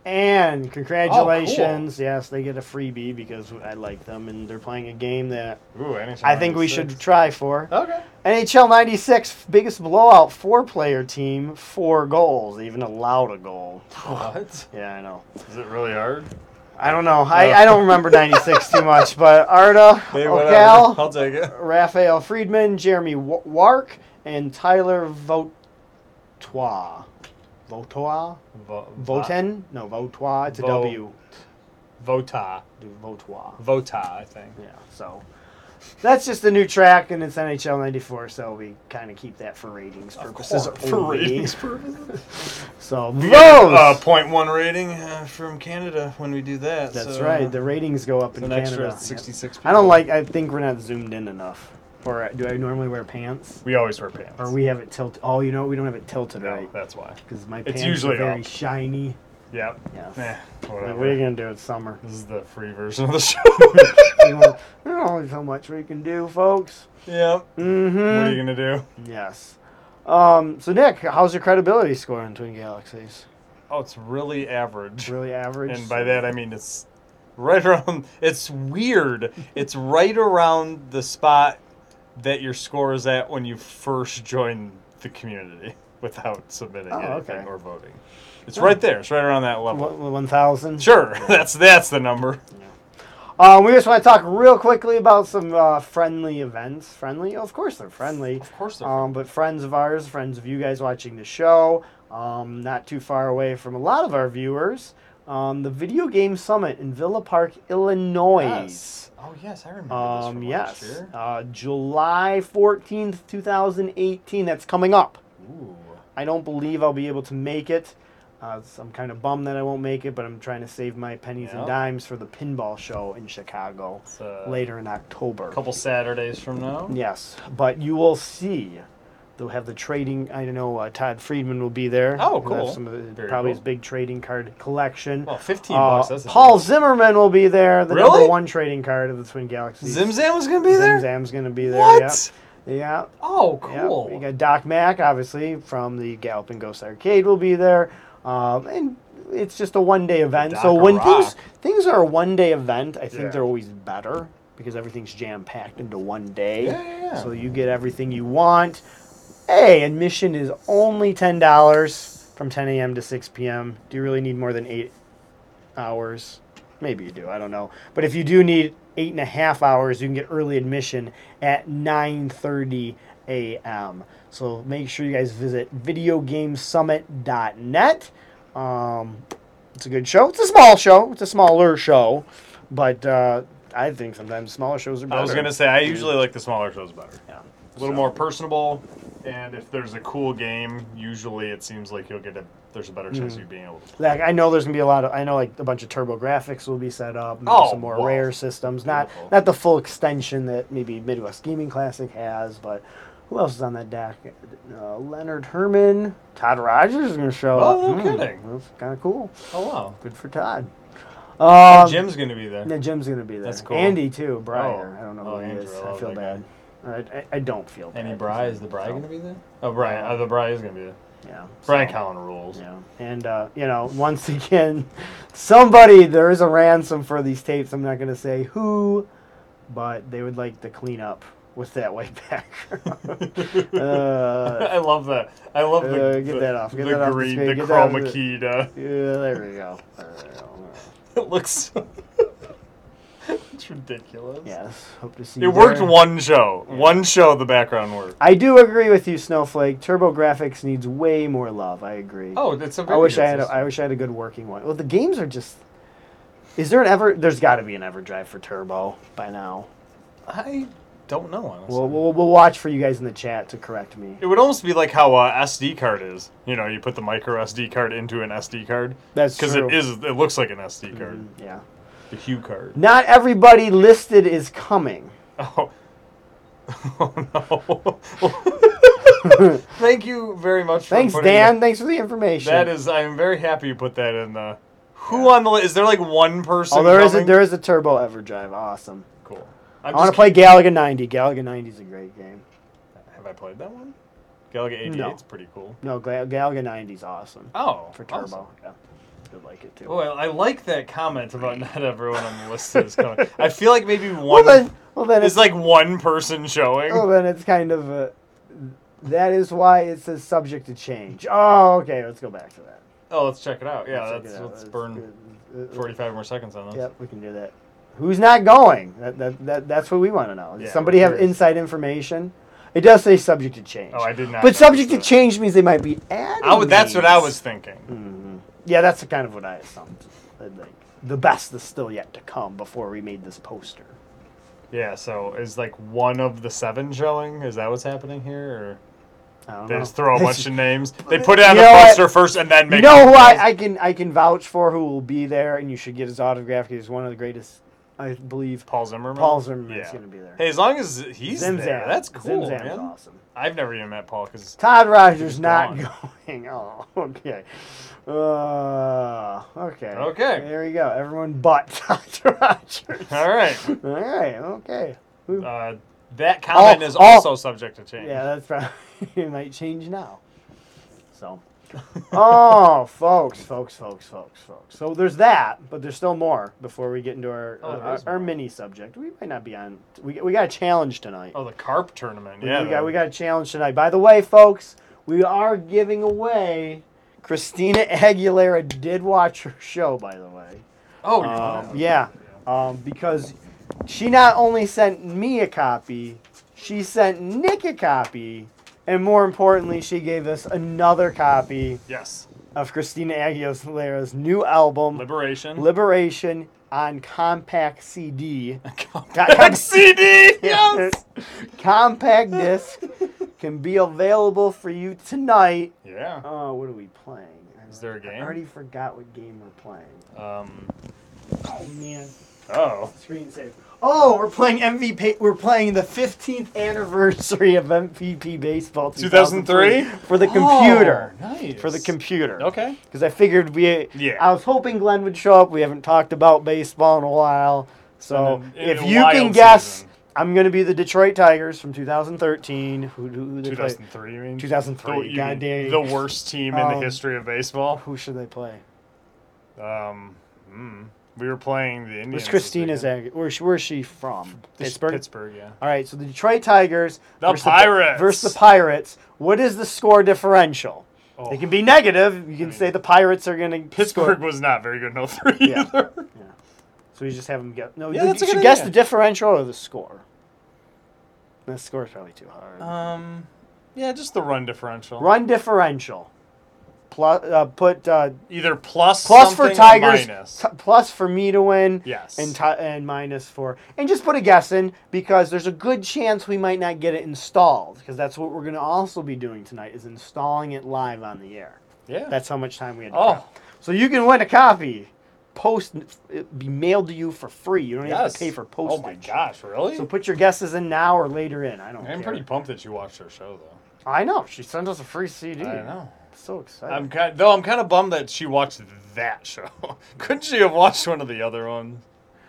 [SPEAKER 1] And
[SPEAKER 2] Oh,
[SPEAKER 1] congratulations. Yes, they get a freebie because I like them and they're playing a game that
[SPEAKER 2] Ooh, NHL
[SPEAKER 1] I think we should
[SPEAKER 2] 96.
[SPEAKER 1] try for.
[SPEAKER 2] Okay.
[SPEAKER 1] NHL 96 biggest blowout four player team, four goals. They even allowed a goal.
[SPEAKER 2] What?
[SPEAKER 1] Yeah, I know.
[SPEAKER 2] Is it really hard?
[SPEAKER 1] I don't know. I, I don't remember 96 too much, but Arda,
[SPEAKER 2] Oh. Hey, whatever.
[SPEAKER 1] Ocal,
[SPEAKER 2] I'll take it.
[SPEAKER 1] Raphael Friedman, Jeremy W- Wark, and Tyler Votois. Votois?
[SPEAKER 2] Vo-
[SPEAKER 1] Voten? No, Votois. It's a
[SPEAKER 2] Vo-
[SPEAKER 1] W.
[SPEAKER 2] Vota.
[SPEAKER 1] Duvotois.
[SPEAKER 2] Vota, I think.
[SPEAKER 1] Yeah, so that's just the new track, and it's NHL '94, so we kind of keep that for ratings purposes.
[SPEAKER 2] For
[SPEAKER 1] only.
[SPEAKER 2] ratings purposes.
[SPEAKER 1] So
[SPEAKER 2] We
[SPEAKER 1] those.
[SPEAKER 2] get, Uh, 0.1 rating uh, from Canada when we do that.
[SPEAKER 1] that's
[SPEAKER 2] so, uh,
[SPEAKER 1] right. The ratings go up
[SPEAKER 2] it's
[SPEAKER 1] in
[SPEAKER 2] an
[SPEAKER 1] Canada.
[SPEAKER 2] extra
[SPEAKER 1] Yep.
[SPEAKER 2] 66
[SPEAKER 1] I don't
[SPEAKER 2] people.
[SPEAKER 1] like. I think we're not zoomed in enough. Or do I normally wear pants?
[SPEAKER 2] We always wear pants.
[SPEAKER 1] Or we have it tilted? Oh, you know we don't have it tilted
[SPEAKER 2] No,
[SPEAKER 1] right
[SPEAKER 2] that's why.
[SPEAKER 1] because my
[SPEAKER 2] It's
[SPEAKER 1] pants
[SPEAKER 2] usually
[SPEAKER 1] are very
[SPEAKER 2] up.
[SPEAKER 1] shiny.
[SPEAKER 2] Yep.
[SPEAKER 1] Yes.
[SPEAKER 2] Eh,
[SPEAKER 1] Like,
[SPEAKER 2] whatever.
[SPEAKER 1] what are you gonna do? It's summer.
[SPEAKER 2] This is the free version of the show.
[SPEAKER 1] you know, there's only so much we can do, folks.
[SPEAKER 2] yep.
[SPEAKER 1] Mm-hmm.
[SPEAKER 2] What are you gonna do?
[SPEAKER 1] Yes. Um, so Nick, how's your credibility score in Twin Galaxies?
[SPEAKER 2] Oh, it's really average.
[SPEAKER 1] Really average.
[SPEAKER 2] and by that I mean it's right around. It's weird. It's right around the spot that your score is at when you first join the community without submitting
[SPEAKER 1] Oh,
[SPEAKER 2] anything
[SPEAKER 1] okay. Hmm.
[SPEAKER 2] or voting. It's right there. It's right around that level.
[SPEAKER 1] one thousand.
[SPEAKER 2] Sure, that's that's the number.
[SPEAKER 1] Um, we just want to talk real quickly about some uh, friendly events. Friendly, of course they're friendly.
[SPEAKER 2] Of course, they're
[SPEAKER 1] Um, but friends of ours, friends of you guys watching the show, um, not too far away from a lot of our viewers, um, the Video Game Summit in Villa Park, Illinois.
[SPEAKER 2] Yes. Oh yes, I remember this
[SPEAKER 1] Um,
[SPEAKER 2] from last
[SPEAKER 1] yes.
[SPEAKER 2] year.
[SPEAKER 1] Uh, July 14th, 2018. That's coming up.
[SPEAKER 2] Ooh.
[SPEAKER 1] I don't believe I'll be able to make it. Uh, so I'm kind of bummed that I won't make it, but I'm trying to save my pennies and
[SPEAKER 2] Yeah.
[SPEAKER 1] dimes for the pinball show in Chicago
[SPEAKER 2] It's, uh,
[SPEAKER 1] later in October.
[SPEAKER 2] A couple Saturdays from now.
[SPEAKER 1] Yes, but you will see. They'll have the trading. I don't know. Uh, Todd Friedman will be there.
[SPEAKER 2] Oh,
[SPEAKER 1] He'll have
[SPEAKER 2] cool.
[SPEAKER 1] some of the,
[SPEAKER 2] Very
[SPEAKER 1] probably
[SPEAKER 2] cool.
[SPEAKER 1] his big trading card collection.
[SPEAKER 2] Well, fifteen
[SPEAKER 1] Uh,
[SPEAKER 2] bucks. That's a
[SPEAKER 1] Paul
[SPEAKER 2] deal.
[SPEAKER 1] Zimmerman will be there. The number
[SPEAKER 2] Really?
[SPEAKER 1] one trading card of the Twin Galaxies.
[SPEAKER 2] Zimzam was gonna be there.
[SPEAKER 1] Zam's gonna be there.
[SPEAKER 2] What?
[SPEAKER 1] Yeah. yeah.
[SPEAKER 2] Oh,
[SPEAKER 1] Yeah,
[SPEAKER 2] cool.
[SPEAKER 1] we got Doc Mack, obviously, from the Galloping Ghost Arcade will be there. Um, and it's just a one day event.
[SPEAKER 2] Doc
[SPEAKER 1] So when things
[SPEAKER 2] Rock.
[SPEAKER 1] things are a one day event, I think
[SPEAKER 2] Yeah.
[SPEAKER 1] they're always better because everything's jam packed into one day.
[SPEAKER 2] Yeah, yeah, yeah.
[SPEAKER 1] So you get everything you want. Hey, admission is only ten dollars from ten AM to six PM. Do you really need more than eight hours. Maybe you do. I don't know. But if you do need eight and a half hours, you can get early admission at 9:30 a.m. So make sure you guys visit videogamesummit.net. Um, it's a good show. It's a small show. It's a smaller show, but uh, I think sometimes smaller shows are better.
[SPEAKER 2] I was gonna say I usually like the smaller shows better.
[SPEAKER 1] Yeah.
[SPEAKER 2] A little
[SPEAKER 1] So-
[SPEAKER 2] more personable, and if there's a cool game, usually it seems like you'll get a. There's a better
[SPEAKER 1] Mm.
[SPEAKER 2] chance of you being able to.
[SPEAKER 1] Like I know there's gonna be a lot of I know like a bunch of turbo graphics will be set up. Maybe
[SPEAKER 2] Oh,
[SPEAKER 1] some more
[SPEAKER 2] wow.
[SPEAKER 1] rare systems. Not
[SPEAKER 2] Beautiful.
[SPEAKER 1] not the full extension that maybe Midwest Gaming Classic has, but who else is on that deck? Uh, Leonard Herman, Todd Rogers is gonna show up.
[SPEAKER 2] Oh, no
[SPEAKER 1] Hmm,
[SPEAKER 2] kidding.
[SPEAKER 1] That's kind of cool.
[SPEAKER 2] Oh wow!
[SPEAKER 1] Good for Todd. Um,
[SPEAKER 2] Jim's gonna be there.
[SPEAKER 1] yeah, Jim's gonna be there.
[SPEAKER 2] That's cool.
[SPEAKER 1] Andy too, Breyer.
[SPEAKER 2] Oh.
[SPEAKER 1] I don't know
[SPEAKER 2] Oh,
[SPEAKER 1] who he
[SPEAKER 2] Andrew,
[SPEAKER 1] is.
[SPEAKER 2] I
[SPEAKER 1] I
[SPEAKER 2] love
[SPEAKER 1] feel
[SPEAKER 2] that
[SPEAKER 1] bad. I, I, I don't feel bad.
[SPEAKER 2] Any Bry is the Bry
[SPEAKER 1] So,
[SPEAKER 2] gonna be there? Oh, Bry.
[SPEAKER 1] No.
[SPEAKER 2] Uh, the Bry is gonna be there.
[SPEAKER 1] Yeah.
[SPEAKER 2] Brian
[SPEAKER 1] so-
[SPEAKER 2] Callen rules.
[SPEAKER 1] Yeah, and uh, you know, once again, somebody there is a ransom for these tapes. I'm not going to say who, but they would like to clean up with that white background. uh,
[SPEAKER 2] I love that. I love the,
[SPEAKER 1] Uh, get
[SPEAKER 2] the-
[SPEAKER 1] that off. Get
[SPEAKER 2] the
[SPEAKER 1] that off the
[SPEAKER 2] green,
[SPEAKER 1] screen.
[SPEAKER 2] the
[SPEAKER 1] Get that off
[SPEAKER 2] chroma
[SPEAKER 1] the-
[SPEAKER 2] keyed. Uh,
[SPEAKER 1] yeah, there we go. There we go.
[SPEAKER 2] it looks. it's ridiculous.
[SPEAKER 1] Yes, hope to see.
[SPEAKER 2] It
[SPEAKER 1] you
[SPEAKER 2] worked
[SPEAKER 1] there.
[SPEAKER 2] one show. One show. The background worked.
[SPEAKER 1] I do agree with you, Snowflake. Turbo Graphics needs way more love. I agree.
[SPEAKER 2] Oh, it's a.
[SPEAKER 1] I
[SPEAKER 2] very
[SPEAKER 1] wish
[SPEAKER 2] good
[SPEAKER 1] I had. A,
[SPEAKER 2] system.
[SPEAKER 1] I wish I had a good working one. Well, the games are just. Is there an ever? There's got to be an EverDrive for Turbo by now.
[SPEAKER 2] I don't know. Honestly.
[SPEAKER 1] We'll, we'll, we'll watch for you guys in the chat to correct me.
[SPEAKER 2] It would almost be like how uh, SD card is. You know, you put the micro SD card into an SD card
[SPEAKER 1] That's
[SPEAKER 2] because
[SPEAKER 1] true. Mm,
[SPEAKER 2] it is. It looks like an SD card,
[SPEAKER 1] Yeah.
[SPEAKER 2] Mm. the Hue card.
[SPEAKER 1] Not everybody listed is coming.
[SPEAKER 2] Oh, oh no! Thank you very much. For
[SPEAKER 1] Thanks,
[SPEAKER 2] putting
[SPEAKER 1] Dan.
[SPEAKER 2] that-
[SPEAKER 1] Thanks for the information.
[SPEAKER 2] That is. I'm very happy you put that in the. Who on the list? Is there like one person?
[SPEAKER 1] Oh, there is a
[SPEAKER 2] coming?
[SPEAKER 1] there is a turbo EverDrive. Awesome.
[SPEAKER 2] Cool.
[SPEAKER 1] i
[SPEAKER 2] I'm
[SPEAKER 1] want to
[SPEAKER 2] just
[SPEAKER 1] play Galaga 90. Galaga 90 is a great game.
[SPEAKER 2] curi- Have I played that one? Galaga 88's
[SPEAKER 1] No.
[SPEAKER 2] pretty cool.
[SPEAKER 1] No, Gal- Galaga 90 is awesome
[SPEAKER 2] Oh,
[SPEAKER 1] for turbo.
[SPEAKER 2] awesome.
[SPEAKER 1] Yeah, would like it too.
[SPEAKER 2] Oh, I, I like that comment about not everyone on the list is coming. I feel like maybe
[SPEAKER 1] well
[SPEAKER 2] one.
[SPEAKER 1] then, well then
[SPEAKER 2] It's
[SPEAKER 1] it's Oh.
[SPEAKER 2] like one person showing.
[SPEAKER 1] well then it's kind of uh that is why it says subject to change. Oh, okay. Let's go back to that.
[SPEAKER 2] Oh, let's check it out. Yeah,
[SPEAKER 1] check
[SPEAKER 2] let's,
[SPEAKER 1] it out.
[SPEAKER 2] let's
[SPEAKER 1] That's
[SPEAKER 2] burn
[SPEAKER 1] good. Uh, uh,
[SPEAKER 2] 45 more seconds on this.
[SPEAKER 1] Yep, we can do that. Who's not going? That, that, that, that's what we want to know. Does
[SPEAKER 2] Yeah,
[SPEAKER 1] somebody
[SPEAKER 2] we're
[SPEAKER 1] have
[SPEAKER 2] curious.
[SPEAKER 1] inside information? It does say subject to change.
[SPEAKER 2] Oh, I did not.
[SPEAKER 1] but subject to
[SPEAKER 2] notice that.
[SPEAKER 1] change Hmm. means they might be adding.
[SPEAKER 2] I would, that's what I
[SPEAKER 1] names.
[SPEAKER 2] was thinking.
[SPEAKER 1] Mhm. Yeah, that's kind of what I assumed. I'd like. the best is still yet to come before we made this poster.
[SPEAKER 2] Yeah, so is like one of the seven showing? Is that what's happening here?
[SPEAKER 1] I don't
[SPEAKER 2] Or they
[SPEAKER 1] know.
[SPEAKER 2] just throw a bunch of names? They put it
[SPEAKER 1] Oh.
[SPEAKER 2] on
[SPEAKER 1] You
[SPEAKER 2] the
[SPEAKER 1] know what?
[SPEAKER 2] poster first and then make
[SPEAKER 1] You know who I, I can I can vouch for who will be there, and you should get his autograph. 'cause He's one of the greatest, I believe.
[SPEAKER 2] Paul Zimmerman?
[SPEAKER 1] Paul Zimmerman's
[SPEAKER 2] Yeah.
[SPEAKER 1] going to be there.
[SPEAKER 2] Hey, as long as he's
[SPEAKER 1] Zimzam.
[SPEAKER 2] there, that's cool,
[SPEAKER 1] Zimzam's
[SPEAKER 2] man.
[SPEAKER 1] awesome.
[SPEAKER 2] I've never even met Paul because
[SPEAKER 1] Todd Rogers not
[SPEAKER 2] gone.
[SPEAKER 1] going. Oh, okay. Uh, okay.
[SPEAKER 2] Okay.
[SPEAKER 1] There we go. Everyone but Todd Rogers.
[SPEAKER 2] all right,
[SPEAKER 1] All right. Okay. Who-
[SPEAKER 2] uh, that comment
[SPEAKER 1] All-
[SPEAKER 2] is
[SPEAKER 1] all-
[SPEAKER 2] also subject to change.
[SPEAKER 1] Oh, Yeah, that's probably it might change now. So, oh, folks, folks, folks, folks, folks. So there's that, but there's still more before we get into our
[SPEAKER 2] Oh,
[SPEAKER 1] uh,
[SPEAKER 2] there
[SPEAKER 1] our,
[SPEAKER 2] is
[SPEAKER 1] our
[SPEAKER 2] more.
[SPEAKER 1] mini subject. We might not be on. We we got a challenge tonight.
[SPEAKER 2] Oh, the carp tournament.
[SPEAKER 1] We-
[SPEAKER 2] Yeah,
[SPEAKER 1] we got
[SPEAKER 2] the-
[SPEAKER 1] we got a challenge tonight. By the way, folks, we are giving away. Christina Aguilera did watch her show, by the way.
[SPEAKER 2] Oh,
[SPEAKER 1] Um, yeah, um, because she not only sent me a copy, she sent Nick a copy, and more importantly, she gave us another copy
[SPEAKER 2] Yes,
[SPEAKER 1] of Christina Aguilera's new album,
[SPEAKER 2] liberation.
[SPEAKER 1] Liberation, on compact CD.
[SPEAKER 2] Compact CD. Yes.
[SPEAKER 1] compact disc can be available for you tonight.
[SPEAKER 2] Yeah.
[SPEAKER 1] Oh, what are we playing?
[SPEAKER 2] Is there a game?
[SPEAKER 1] I already forgot what game we're playing.
[SPEAKER 2] Um.
[SPEAKER 1] Oh man.
[SPEAKER 2] Oh.
[SPEAKER 1] screensaver. Oh, we're playing MVP. We're playing the 15th anniversary of MVP baseball.
[SPEAKER 2] 2003?
[SPEAKER 1] for the computer.
[SPEAKER 2] Oh, nice.
[SPEAKER 1] For the computer.
[SPEAKER 2] Okay.
[SPEAKER 1] Because I figured we.
[SPEAKER 2] Yeah.
[SPEAKER 1] I was hoping Glenn would show up. We haven't talked about baseball in a while, so
[SPEAKER 2] And in- in
[SPEAKER 1] if
[SPEAKER 2] a
[SPEAKER 1] you
[SPEAKER 2] wild
[SPEAKER 1] can guess,
[SPEAKER 2] season.
[SPEAKER 1] I'm going to be the Detroit Tigers from 2013. Who, who, who they play?
[SPEAKER 2] 2003. You mean?
[SPEAKER 1] 2003,
[SPEAKER 2] The, you
[SPEAKER 1] God
[SPEAKER 2] mean
[SPEAKER 1] dang.
[SPEAKER 2] the worst team in the
[SPEAKER 1] Um,
[SPEAKER 2] history of baseball.
[SPEAKER 1] Who should they play?
[SPEAKER 2] Um. Mm, we were playing the Indians.
[SPEAKER 1] Where's
[SPEAKER 2] this
[SPEAKER 1] Christina's?
[SPEAKER 2] weekend.
[SPEAKER 1] Ag- where's where's she from?
[SPEAKER 2] This-
[SPEAKER 1] Pittsburgh.
[SPEAKER 2] Pittsburgh. Yeah.
[SPEAKER 1] All right, so the Detroit Tigers
[SPEAKER 2] The
[SPEAKER 1] versus
[SPEAKER 2] Pirates.
[SPEAKER 1] versus the Pirates. What is the score differential?
[SPEAKER 2] Oh.
[SPEAKER 1] It can be negative. You can say the Pirates are going to
[SPEAKER 2] Pittsburgh
[SPEAKER 1] Score.
[SPEAKER 2] was not very good in 03
[SPEAKER 1] Yeah.
[SPEAKER 2] either.
[SPEAKER 1] Yeah. So you just have them get. No,
[SPEAKER 2] Yeah,
[SPEAKER 1] you-
[SPEAKER 2] that's
[SPEAKER 1] you
[SPEAKER 2] a
[SPEAKER 1] should
[SPEAKER 2] good
[SPEAKER 1] guess the
[SPEAKER 2] idea.
[SPEAKER 1] differential or the score. The score is probably too hard.
[SPEAKER 2] Um, yeah, just the run differential.
[SPEAKER 1] Run differential. Plus, uh, put uh,
[SPEAKER 2] Either plus
[SPEAKER 1] plus for
[SPEAKER 2] something or
[SPEAKER 1] Tigers,
[SPEAKER 2] minus.
[SPEAKER 1] t- plus for me to win.
[SPEAKER 2] Yes.
[SPEAKER 1] And ti and minus for and just put a guess in because there's a good chance we might not get it installed because that's what we're going to also be doing tonight is installing it live on the air.
[SPEAKER 2] yeah.
[SPEAKER 1] That's how much time we had. To
[SPEAKER 2] Oh.
[SPEAKER 1] prep. So you can win a copy. Post it be mailed to you for free. You don't even have
[SPEAKER 2] Yes.
[SPEAKER 1] to pay for postage.
[SPEAKER 2] Oh my gosh, really?
[SPEAKER 1] So put your guesses in now or later in. I don't
[SPEAKER 2] I'm
[SPEAKER 1] care.
[SPEAKER 2] pretty pumped that you watched our show though.
[SPEAKER 1] I know. She sent us a free CD.
[SPEAKER 2] I know.
[SPEAKER 1] So excited.
[SPEAKER 2] I'm kind though I'm kind of bummed that she watched that show. Couldn't she have watched one of the other ones?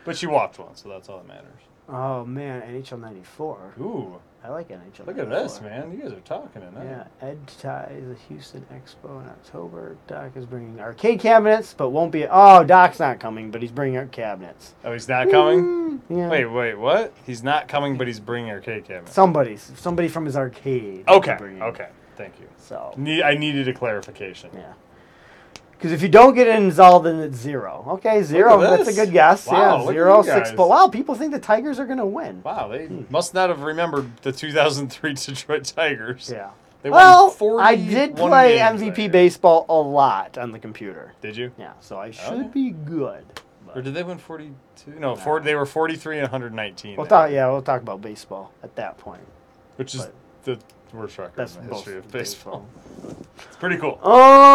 [SPEAKER 2] But she watched one, so that's all that matters.
[SPEAKER 1] oh man, NHL '94.
[SPEAKER 2] Ooh,
[SPEAKER 1] I like NHL.
[SPEAKER 2] look at this,
[SPEAKER 1] 94.
[SPEAKER 2] man! You guys are talking tonight.
[SPEAKER 1] Yeah, Ed Tie is at Houston Expo in October. Doc is bringing arcade cabinets, but won't be. Oh, Doc's not coming, but he's bringing up cabinets.
[SPEAKER 2] Oh, he's not coming.
[SPEAKER 1] Yeah.
[SPEAKER 2] Wait, wait, what? He's not coming, but he's bringing arcade cabinet.
[SPEAKER 1] Somebody, somebody from his arcade. will
[SPEAKER 2] Okay,
[SPEAKER 1] be bringing it.
[SPEAKER 2] okay, thank you.
[SPEAKER 1] So,
[SPEAKER 2] Ne- I needed a clarification.
[SPEAKER 1] yeah. Because if you don't get it in Zal, then it's zero. Okay, zero. That's a
[SPEAKER 2] this.
[SPEAKER 1] good guess.
[SPEAKER 2] Wow, look
[SPEAKER 1] yeah,
[SPEAKER 2] at
[SPEAKER 1] zero,
[SPEAKER 2] you
[SPEAKER 1] six.
[SPEAKER 2] guys.
[SPEAKER 1] But wow, people think the Tigers are going to win.
[SPEAKER 2] Wow, they
[SPEAKER 1] Hmm.
[SPEAKER 2] must not have remembered the 2003 Detroit Tigers.
[SPEAKER 1] Yeah.
[SPEAKER 2] They won
[SPEAKER 1] Well,
[SPEAKER 2] 41
[SPEAKER 1] I did play
[SPEAKER 2] games
[SPEAKER 1] MVP
[SPEAKER 2] that year.
[SPEAKER 1] baseball a lot on the computer.
[SPEAKER 2] Did you?
[SPEAKER 1] Yeah, so I should
[SPEAKER 2] Okay.
[SPEAKER 1] be good. but-
[SPEAKER 2] Or did they win 42? No, four, they were 43 and 119.
[SPEAKER 1] We'll
[SPEAKER 2] that
[SPEAKER 1] talk.
[SPEAKER 2] year,
[SPEAKER 1] Yeah, we'll talk about baseball at that point.
[SPEAKER 2] Which is the worst record
[SPEAKER 1] That's
[SPEAKER 2] in the
[SPEAKER 1] both
[SPEAKER 2] history of baseball. It's pretty cool.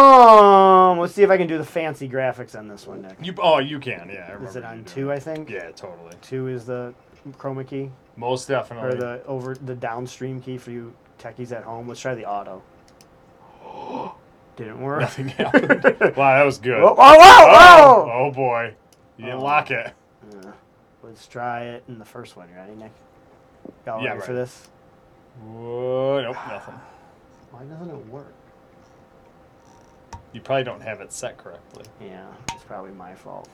[SPEAKER 1] Um, let's see if I can do the fancy graphics on this one, Nick.
[SPEAKER 2] You, oh, you can, yeah.
[SPEAKER 1] Is
[SPEAKER 2] I remember
[SPEAKER 1] it on
[SPEAKER 2] you
[SPEAKER 1] two?
[SPEAKER 2] doing
[SPEAKER 1] I think.
[SPEAKER 2] it. Yeah, totally.
[SPEAKER 1] Two is the chroma key
[SPEAKER 2] Most
[SPEAKER 1] or
[SPEAKER 2] definitely.
[SPEAKER 1] the over the downstream key for you techies at home. Let's try the auto. Didn't work.
[SPEAKER 2] Nothing happened. wow, that was good.
[SPEAKER 1] Whoa! Whoa! Whoa!
[SPEAKER 2] Oh, oh boy. You didn't
[SPEAKER 1] Oh.
[SPEAKER 2] lock it.
[SPEAKER 1] whoa! Uh, let's try it in the first one. You ready, Nick? Y'all
[SPEAKER 2] Yeah,
[SPEAKER 1] ready for
[SPEAKER 2] right.
[SPEAKER 1] this?
[SPEAKER 2] Whoa, nope, nothing.
[SPEAKER 1] Why doesn't it work?
[SPEAKER 2] You probably don't have it set correctly.
[SPEAKER 1] Yeah, it's probably my fault.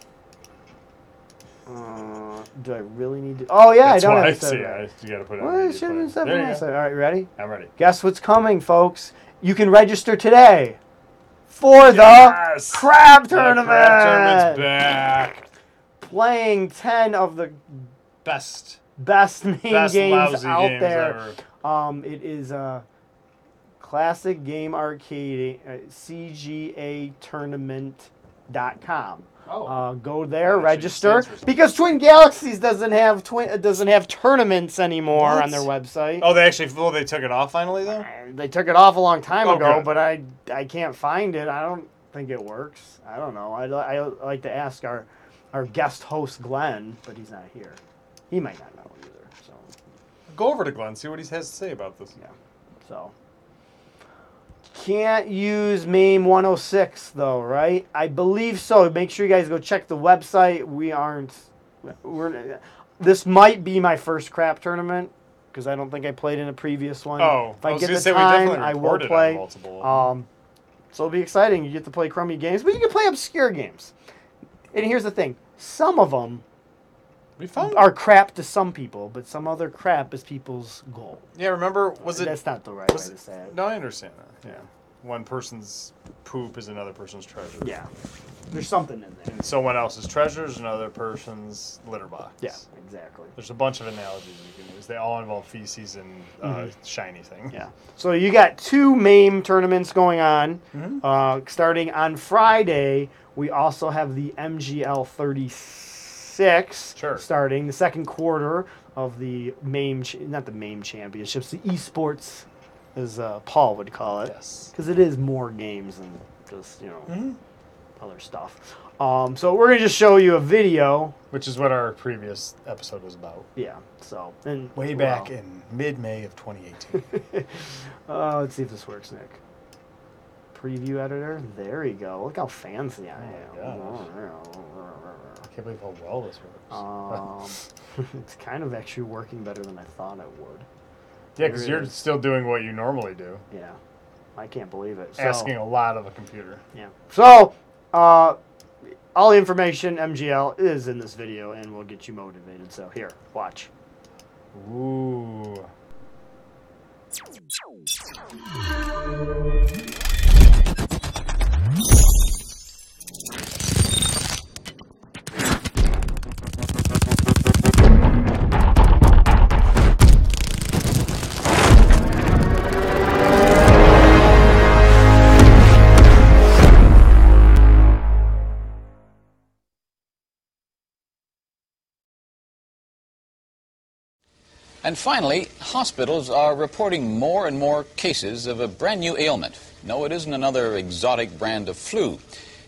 [SPEAKER 1] Uh, do I really need to? Oh yeah,
[SPEAKER 2] That's
[SPEAKER 1] I don't
[SPEAKER 2] why
[SPEAKER 1] have
[SPEAKER 2] I
[SPEAKER 1] to set
[SPEAKER 2] see.
[SPEAKER 1] it right.
[SPEAKER 2] I, you got to put it on.
[SPEAKER 1] Well,
[SPEAKER 2] media
[SPEAKER 1] it should have been
[SPEAKER 2] player.
[SPEAKER 1] seven
[SPEAKER 2] There you
[SPEAKER 1] last
[SPEAKER 2] go.
[SPEAKER 1] time. All right, you ready?
[SPEAKER 2] I'm ready.
[SPEAKER 1] Guess what's coming, folks? You can register today for the
[SPEAKER 2] Yes!
[SPEAKER 1] crab
[SPEAKER 2] The
[SPEAKER 1] tournament.
[SPEAKER 2] crab tournament's back.
[SPEAKER 1] Playing ten of the
[SPEAKER 2] Best,
[SPEAKER 1] best main
[SPEAKER 2] best
[SPEAKER 1] games
[SPEAKER 2] lousy
[SPEAKER 1] out
[SPEAKER 2] games
[SPEAKER 1] there.
[SPEAKER 2] ever.
[SPEAKER 1] Um, it is a classic game arcade uh, CGA tournament twingalaxies.com.
[SPEAKER 2] Oh.
[SPEAKER 1] Uh, go there,
[SPEAKER 2] That actually
[SPEAKER 1] register
[SPEAKER 2] stands for something.
[SPEAKER 1] because Twin Galaxies doesn't have twin uh, doesn't have tournaments anymore
[SPEAKER 2] What?
[SPEAKER 1] on their website.
[SPEAKER 2] Oh, they actually well, they took it off finally though.
[SPEAKER 1] Uh, They took it off a long time
[SPEAKER 2] Oh,
[SPEAKER 1] ago,
[SPEAKER 2] good.
[SPEAKER 1] but I I can't find it. I don't think it works. I don't know. I'd, li- I like to ask our our guest host Glenn, but he's not here. He might not know either. So
[SPEAKER 2] Go over to Glenn, see what he has to say about this.
[SPEAKER 1] Yeah. so can't use MAME 106 though, right? I believe so. Make sure you guys go check the website. We aren't. We're. This might be my first crap tournament because I don't think I played in a previous one.
[SPEAKER 2] Oh,
[SPEAKER 1] if
[SPEAKER 2] I
[SPEAKER 1] I,
[SPEAKER 2] was
[SPEAKER 1] get
[SPEAKER 2] gonna
[SPEAKER 1] the
[SPEAKER 2] say we
[SPEAKER 1] time,
[SPEAKER 2] definitely
[SPEAKER 1] I will
[SPEAKER 2] reported on
[SPEAKER 1] play.
[SPEAKER 2] multiple of them.
[SPEAKER 1] Um, so it'll be exciting. You get to play crummy games, but you can play obscure games. And here's the thing: some of them
[SPEAKER 2] We found.
[SPEAKER 1] are crap to some people, but some other crap is people's goal.
[SPEAKER 2] yeah, remember was it?
[SPEAKER 1] That's not the right way
[SPEAKER 2] was
[SPEAKER 1] to
[SPEAKER 2] it-
[SPEAKER 1] say it.
[SPEAKER 2] No, I understand that. Yeah, one person's poop is another person's treasure.
[SPEAKER 1] Yeah. There's something in there.
[SPEAKER 2] and someone else's treasure is another person's litter box.
[SPEAKER 1] Yeah, exactly.
[SPEAKER 2] There's a bunch of analogies you can use. They all involve feces and uh, shiny things.
[SPEAKER 1] Yeah. So you got two MAME tournaments going on. Uh, starting on Friday, we also have the MGL 36
[SPEAKER 2] Sure.
[SPEAKER 1] starting the second quarter of the MAME, ch- not the MAME championships, the esports, as uh, Paul would call it.
[SPEAKER 2] Yes.
[SPEAKER 1] because it is more games than just you know
[SPEAKER 2] Mm-hmm.
[SPEAKER 1] other stuff. Um, so we're gonna just show you a video.
[SPEAKER 2] Which is what our previous episode was about.
[SPEAKER 1] Yeah. So and
[SPEAKER 2] Way back
[SPEAKER 1] well,
[SPEAKER 2] in mid May of 2018.
[SPEAKER 1] Uh, let's see if this works, Nick. Preview editor. There you go. Look how fancy I
[SPEAKER 2] my I
[SPEAKER 1] am.
[SPEAKER 2] can't believe how well this works.
[SPEAKER 1] Um, it's kind of actually working better than I thought it would.
[SPEAKER 2] yeah, because
[SPEAKER 1] there
[SPEAKER 2] you're
[SPEAKER 1] is.
[SPEAKER 2] still doing what you normally do,
[SPEAKER 1] Yeah, I can't believe it. So,
[SPEAKER 2] asking a lot of a computer.
[SPEAKER 1] Yeah. So, uh, all the information MGL is in this video, and we'll get you motivated. So here, watch.
[SPEAKER 2] Ooh.
[SPEAKER 3] And finally, hospitals are reporting more and more cases of a brand new ailment. No, it isn't another exotic brand of flu.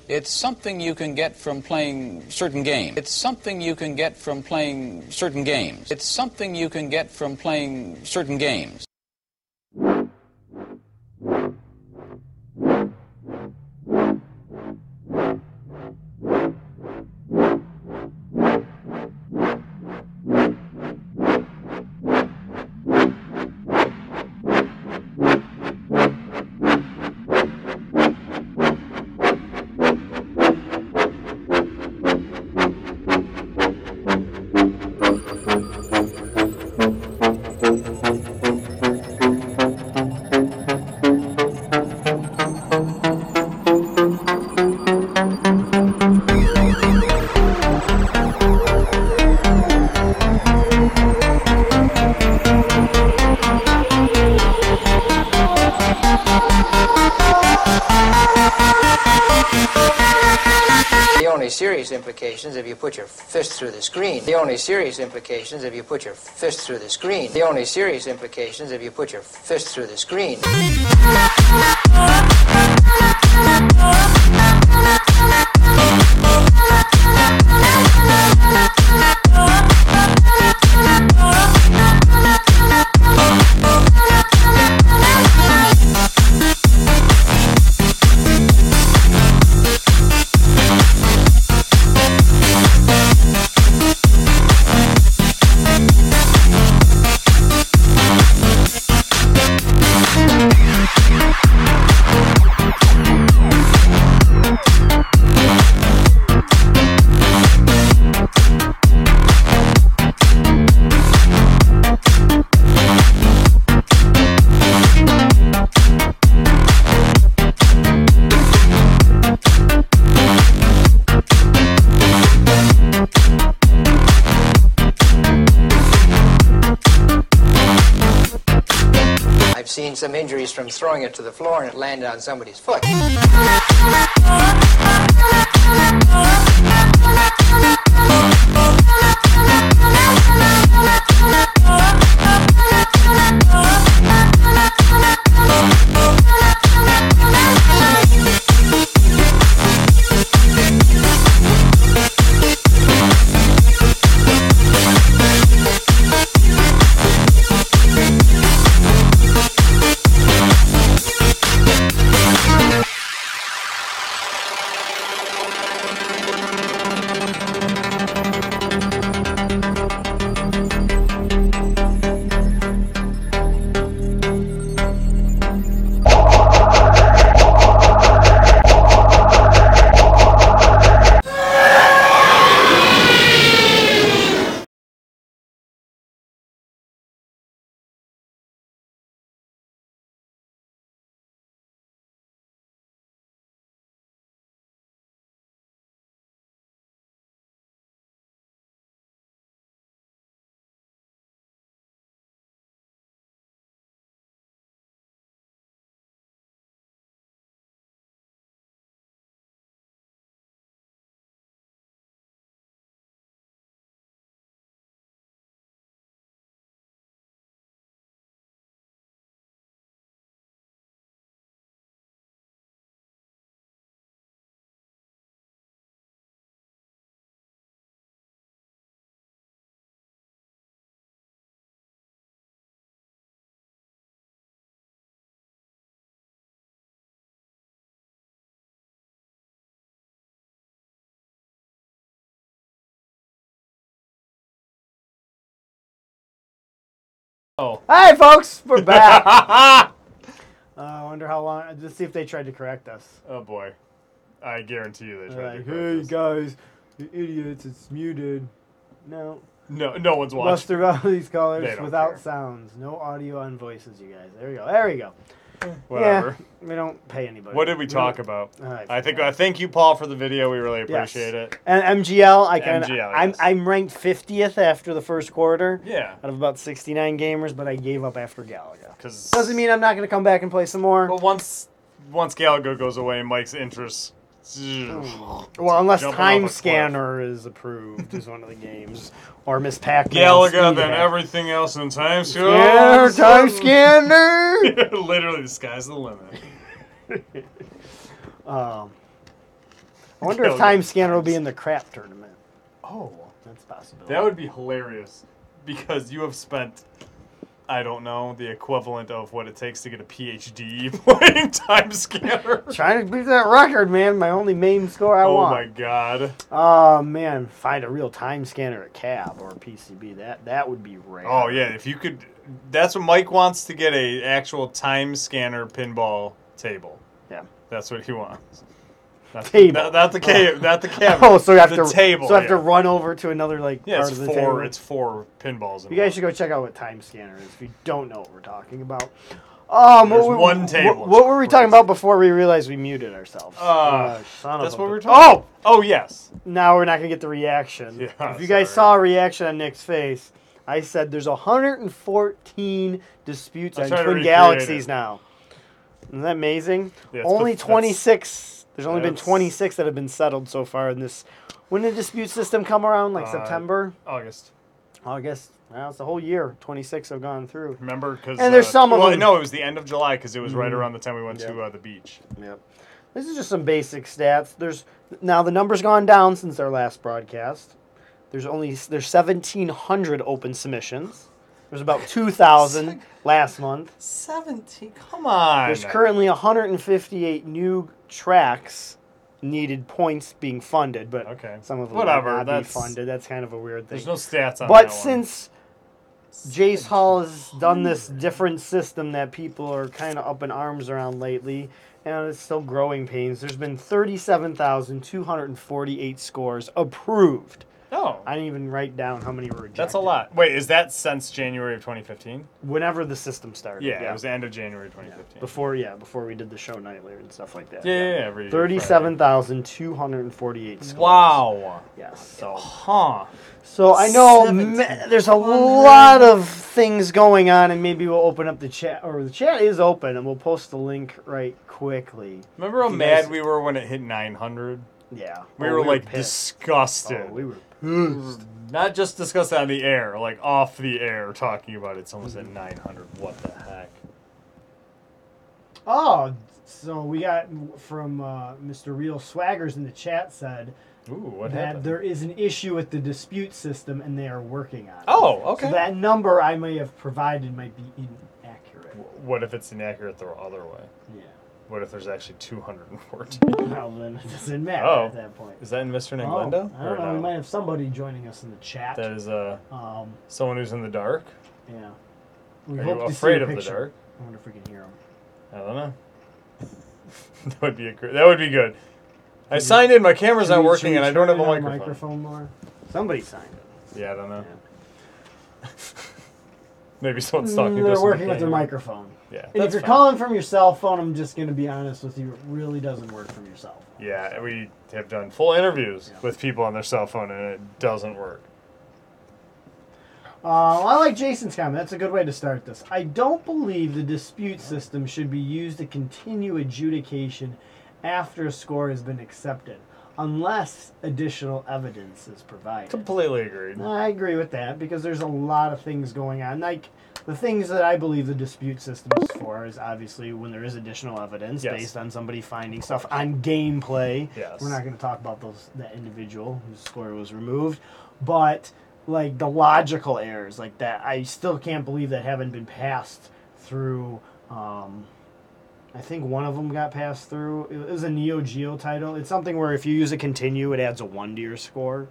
[SPEAKER 3] It's something you can get from playing certain games. It's something you can get from playing certain games. It's something you can get from playing certain games.
[SPEAKER 4] The only serious implications if you put your fist through the screen. The only serious implications if you put your fist through the screen. The only serious implications if you put your fist through the screen. I've seen some injuries from throwing it to the floor and it landed on somebody's foot.
[SPEAKER 2] Oh.
[SPEAKER 1] Hi, folks. We're back. uh, I wonder how long. Just see if they tried to correct us.
[SPEAKER 2] Oh boy, I guarantee you they
[SPEAKER 1] They're
[SPEAKER 2] tried
[SPEAKER 1] like, hey
[SPEAKER 2] to correct us.
[SPEAKER 1] guys, you idiots, it's muted. No.
[SPEAKER 2] No, no one's watched.
[SPEAKER 1] Buster Rhymes
[SPEAKER 2] They
[SPEAKER 1] colors
[SPEAKER 2] don't
[SPEAKER 1] without
[SPEAKER 2] care.
[SPEAKER 1] sounds. No audio on voices, you guys. There we go. There we go.
[SPEAKER 2] Whatever.
[SPEAKER 1] Yeah, we don't pay anybody.
[SPEAKER 2] What did we talk
[SPEAKER 1] don't-
[SPEAKER 2] about?
[SPEAKER 1] I
[SPEAKER 2] I think
[SPEAKER 1] forgot.
[SPEAKER 2] I thank you, Paul, for the video. We really
[SPEAKER 1] Yes.
[SPEAKER 2] appreciate it.
[SPEAKER 1] And MGL, I can.
[SPEAKER 2] MGL,
[SPEAKER 1] I'm
[SPEAKER 2] yes.
[SPEAKER 1] I'm ranked 50th after the first quarter.
[SPEAKER 2] Yeah,
[SPEAKER 1] Out of about 69 gamers, but I gave up after Galaga.
[SPEAKER 2] because
[SPEAKER 1] Doesn't mean I'm not going to come back and play some more.
[SPEAKER 2] But once once Galago goes away, Mike's interest.
[SPEAKER 1] Well, unless
[SPEAKER 2] jumping off a
[SPEAKER 1] Time
[SPEAKER 2] cliff.
[SPEAKER 1] Scanner is approved as one of the games, or Miss Pac.
[SPEAKER 2] Galaga, then everything else in time.
[SPEAKER 1] Oh, Yeah, Time Scanner.
[SPEAKER 2] Literally, the sky's the limit.
[SPEAKER 1] um, I wonder if
[SPEAKER 2] Galaga.
[SPEAKER 1] Time Scanner will be in the crap tournament.
[SPEAKER 2] Oh,
[SPEAKER 1] That's possible.
[SPEAKER 2] that would be hilarious because you have spent. I don't know the equivalent of what it takes to get a PhD playing Time Scanner.
[SPEAKER 1] Trying to beat that record, man. My only main score I
[SPEAKER 2] Oh my
[SPEAKER 1] want.
[SPEAKER 2] god.
[SPEAKER 1] Oh man, find a real time scanner at cab or PCB. That that would be rare.
[SPEAKER 2] Oh yeah, if you could that's what Mike wants to get a actual time scanner pinball table.
[SPEAKER 1] Yeah.
[SPEAKER 2] That's what he wants. Not,
[SPEAKER 1] Table.
[SPEAKER 2] Not, not the cave, not the cabin.
[SPEAKER 1] Oh, so you have
[SPEAKER 2] the
[SPEAKER 1] to
[SPEAKER 2] table.
[SPEAKER 1] So I have to
[SPEAKER 2] yeah.
[SPEAKER 1] run over to another like
[SPEAKER 2] Yeah,
[SPEAKER 1] part
[SPEAKER 2] it's
[SPEAKER 1] of the
[SPEAKER 2] four.
[SPEAKER 1] table.
[SPEAKER 2] It's four pinballs. In
[SPEAKER 1] You guys
[SPEAKER 2] one.
[SPEAKER 1] should go check out what Time Scanner is if you don't know what we're talking about. Um,
[SPEAKER 2] There's
[SPEAKER 1] what, were-
[SPEAKER 2] one
[SPEAKER 1] what-
[SPEAKER 2] table.
[SPEAKER 1] What, were we talking about before we realized we muted ourselves? Oh,
[SPEAKER 2] Uh,
[SPEAKER 1] son
[SPEAKER 2] That's
[SPEAKER 1] of a
[SPEAKER 2] what we were
[SPEAKER 1] bitch.
[SPEAKER 2] talking. Oh, oh yes.
[SPEAKER 1] Oh, now we're not gonna get the reaction.
[SPEAKER 2] Yeah,
[SPEAKER 1] if you guys
[SPEAKER 2] sorry.
[SPEAKER 1] saw a reaction on Nick's face, I said there's 114 disputes
[SPEAKER 2] I'm
[SPEAKER 1] on
[SPEAKER 2] trying to
[SPEAKER 1] Twin
[SPEAKER 2] recreate
[SPEAKER 1] Galaxies
[SPEAKER 2] it.
[SPEAKER 1] now. Isn't that amazing?
[SPEAKER 2] Yeah, it's
[SPEAKER 1] only
[SPEAKER 2] path- that's-
[SPEAKER 1] 26. There's only been
[SPEAKER 2] that's-
[SPEAKER 1] 26 that have been settled so far in this. When did the dispute system come around? Like
[SPEAKER 2] Uh,
[SPEAKER 1] September,
[SPEAKER 2] August.
[SPEAKER 1] August. Well, it's a whole year. 26 have gone through.
[SPEAKER 2] Remember, because
[SPEAKER 1] And there's some of
[SPEAKER 2] well,
[SPEAKER 1] them- Mm-hmm.
[SPEAKER 2] No, it was the end of July because it was right around the time we went to
[SPEAKER 1] Yeah.
[SPEAKER 2] uh, the beach.
[SPEAKER 1] Yep. This is just some basic stats. There's now the number's gone down since our last broadcast. There's only there's 1700 open submissions. There's about 2000 last month.
[SPEAKER 2] Seventeen. Come on.
[SPEAKER 1] There's currently 158 new tracks needed points being funded, but
[SPEAKER 2] Okay.
[SPEAKER 1] some of them
[SPEAKER 2] Whatever,
[SPEAKER 1] might not
[SPEAKER 2] that's-
[SPEAKER 1] be funded. That's kind of a weird thing.
[SPEAKER 2] There's no stats on.
[SPEAKER 1] But
[SPEAKER 2] that one.
[SPEAKER 1] since Jace Hall has done this different system that people are kind of up in arms around lately, and it's still growing pains, there's been 37,248 scores approved.
[SPEAKER 2] oh,
[SPEAKER 1] I didn't even write down how many were rejected.
[SPEAKER 2] that's a lot. Wait, is that since January of 2015?
[SPEAKER 1] Whenever the system started.
[SPEAKER 2] Yeah, it was the end of January 2015.
[SPEAKER 1] Before, yeah, before we did the show nightly and stuff like that.
[SPEAKER 2] Yeah, yeah, yeah, every
[SPEAKER 1] Thirty-seven thousand two hundred and forty-eight.
[SPEAKER 2] Friday.
[SPEAKER 1] Scores.
[SPEAKER 2] Wow.
[SPEAKER 1] Yes.
[SPEAKER 2] So, huh.
[SPEAKER 1] So I know
[SPEAKER 2] Seventeen
[SPEAKER 1] ma- there's a lot of things going on, and maybe we'll open up the chat, or the chat is open, and we'll post the link right quickly.
[SPEAKER 2] Remember how
[SPEAKER 1] You
[SPEAKER 2] mad
[SPEAKER 1] guys-
[SPEAKER 2] we were when it hit 900?
[SPEAKER 1] Yeah,
[SPEAKER 2] We
[SPEAKER 1] Oh,
[SPEAKER 2] were like
[SPEAKER 1] pissed.
[SPEAKER 2] disgusted.
[SPEAKER 1] Oh, we were.
[SPEAKER 2] Not just disgusted on the air, like off the air talking about it's almost at 900. What the heck?
[SPEAKER 1] Oh, so we got from uh, Mr. Real Swaggers in the chat said
[SPEAKER 2] Ooh, what
[SPEAKER 1] that
[SPEAKER 2] happened?
[SPEAKER 1] there is an issue with the dispute system, and they are working on it.
[SPEAKER 2] oh, okay.
[SPEAKER 1] So that number I may have provided might be inaccurate.
[SPEAKER 2] what if it's inaccurate the other way?
[SPEAKER 1] Yeah.
[SPEAKER 2] What if there's actually 214?
[SPEAKER 1] Well, then it doesn't matter
[SPEAKER 2] Oh.
[SPEAKER 1] at that point.
[SPEAKER 2] Is that in Mr.
[SPEAKER 1] Oh, I
[SPEAKER 2] Naglinda?
[SPEAKER 1] don't know. We might have somebody joining us in the chat.
[SPEAKER 2] That is uh,
[SPEAKER 1] Um,
[SPEAKER 2] someone who's in the dark.
[SPEAKER 1] yeah. We
[SPEAKER 2] Are
[SPEAKER 1] hope
[SPEAKER 2] you
[SPEAKER 1] to see
[SPEAKER 2] afraid
[SPEAKER 1] a
[SPEAKER 2] of the
[SPEAKER 1] picture.
[SPEAKER 2] dark?
[SPEAKER 1] I wonder if we can hear him.
[SPEAKER 2] I don't know. that would be a gr- that would be good. I signed in. My camera's
[SPEAKER 1] Should
[SPEAKER 2] not
[SPEAKER 1] we-
[SPEAKER 2] working,
[SPEAKER 1] should
[SPEAKER 2] and
[SPEAKER 1] we
[SPEAKER 2] I don't have
[SPEAKER 1] turn
[SPEAKER 2] a
[SPEAKER 1] on
[SPEAKER 2] microphone.
[SPEAKER 1] uh, microphone more. Somebody signed it.
[SPEAKER 2] Yeah, I don't know.
[SPEAKER 1] Yeah.
[SPEAKER 2] Maybe someone's talking.
[SPEAKER 1] Mm,
[SPEAKER 2] to us
[SPEAKER 1] They're
[SPEAKER 2] in
[SPEAKER 1] working with their
[SPEAKER 2] camera.
[SPEAKER 1] microphone.
[SPEAKER 2] Yeah,
[SPEAKER 1] And if
[SPEAKER 2] that's
[SPEAKER 1] you're
[SPEAKER 2] fine.
[SPEAKER 1] calling from your cell phone, I'm just going to be honest with you, it really doesn't work from your cell phone.
[SPEAKER 2] Yeah, we have done full interviews
[SPEAKER 1] Yeah.
[SPEAKER 2] with people on their cell phone, and it doesn't work.
[SPEAKER 1] Uh, I like Jason's comment. That's a good way to start this. I don't believe the dispute system should be used to continue adjudication after a score has been accepted, unless additional evidence is provided.
[SPEAKER 2] Completely agreed.
[SPEAKER 1] No, I agree with that because there's a lot of things going on. Like the things that I believe the dispute system is for is obviously when there is additional evidence
[SPEAKER 2] Yes.
[SPEAKER 1] based on somebody finding stuff on gameplay.
[SPEAKER 2] Yes.
[SPEAKER 1] We're not going to talk about those that individual whose score was removed, but like the logical errors like that I still can't believe that haven't been passed through um, I think one of them got passed through. It was a Neo Geo title. It's something where if you use a continue, it adds a one to your score.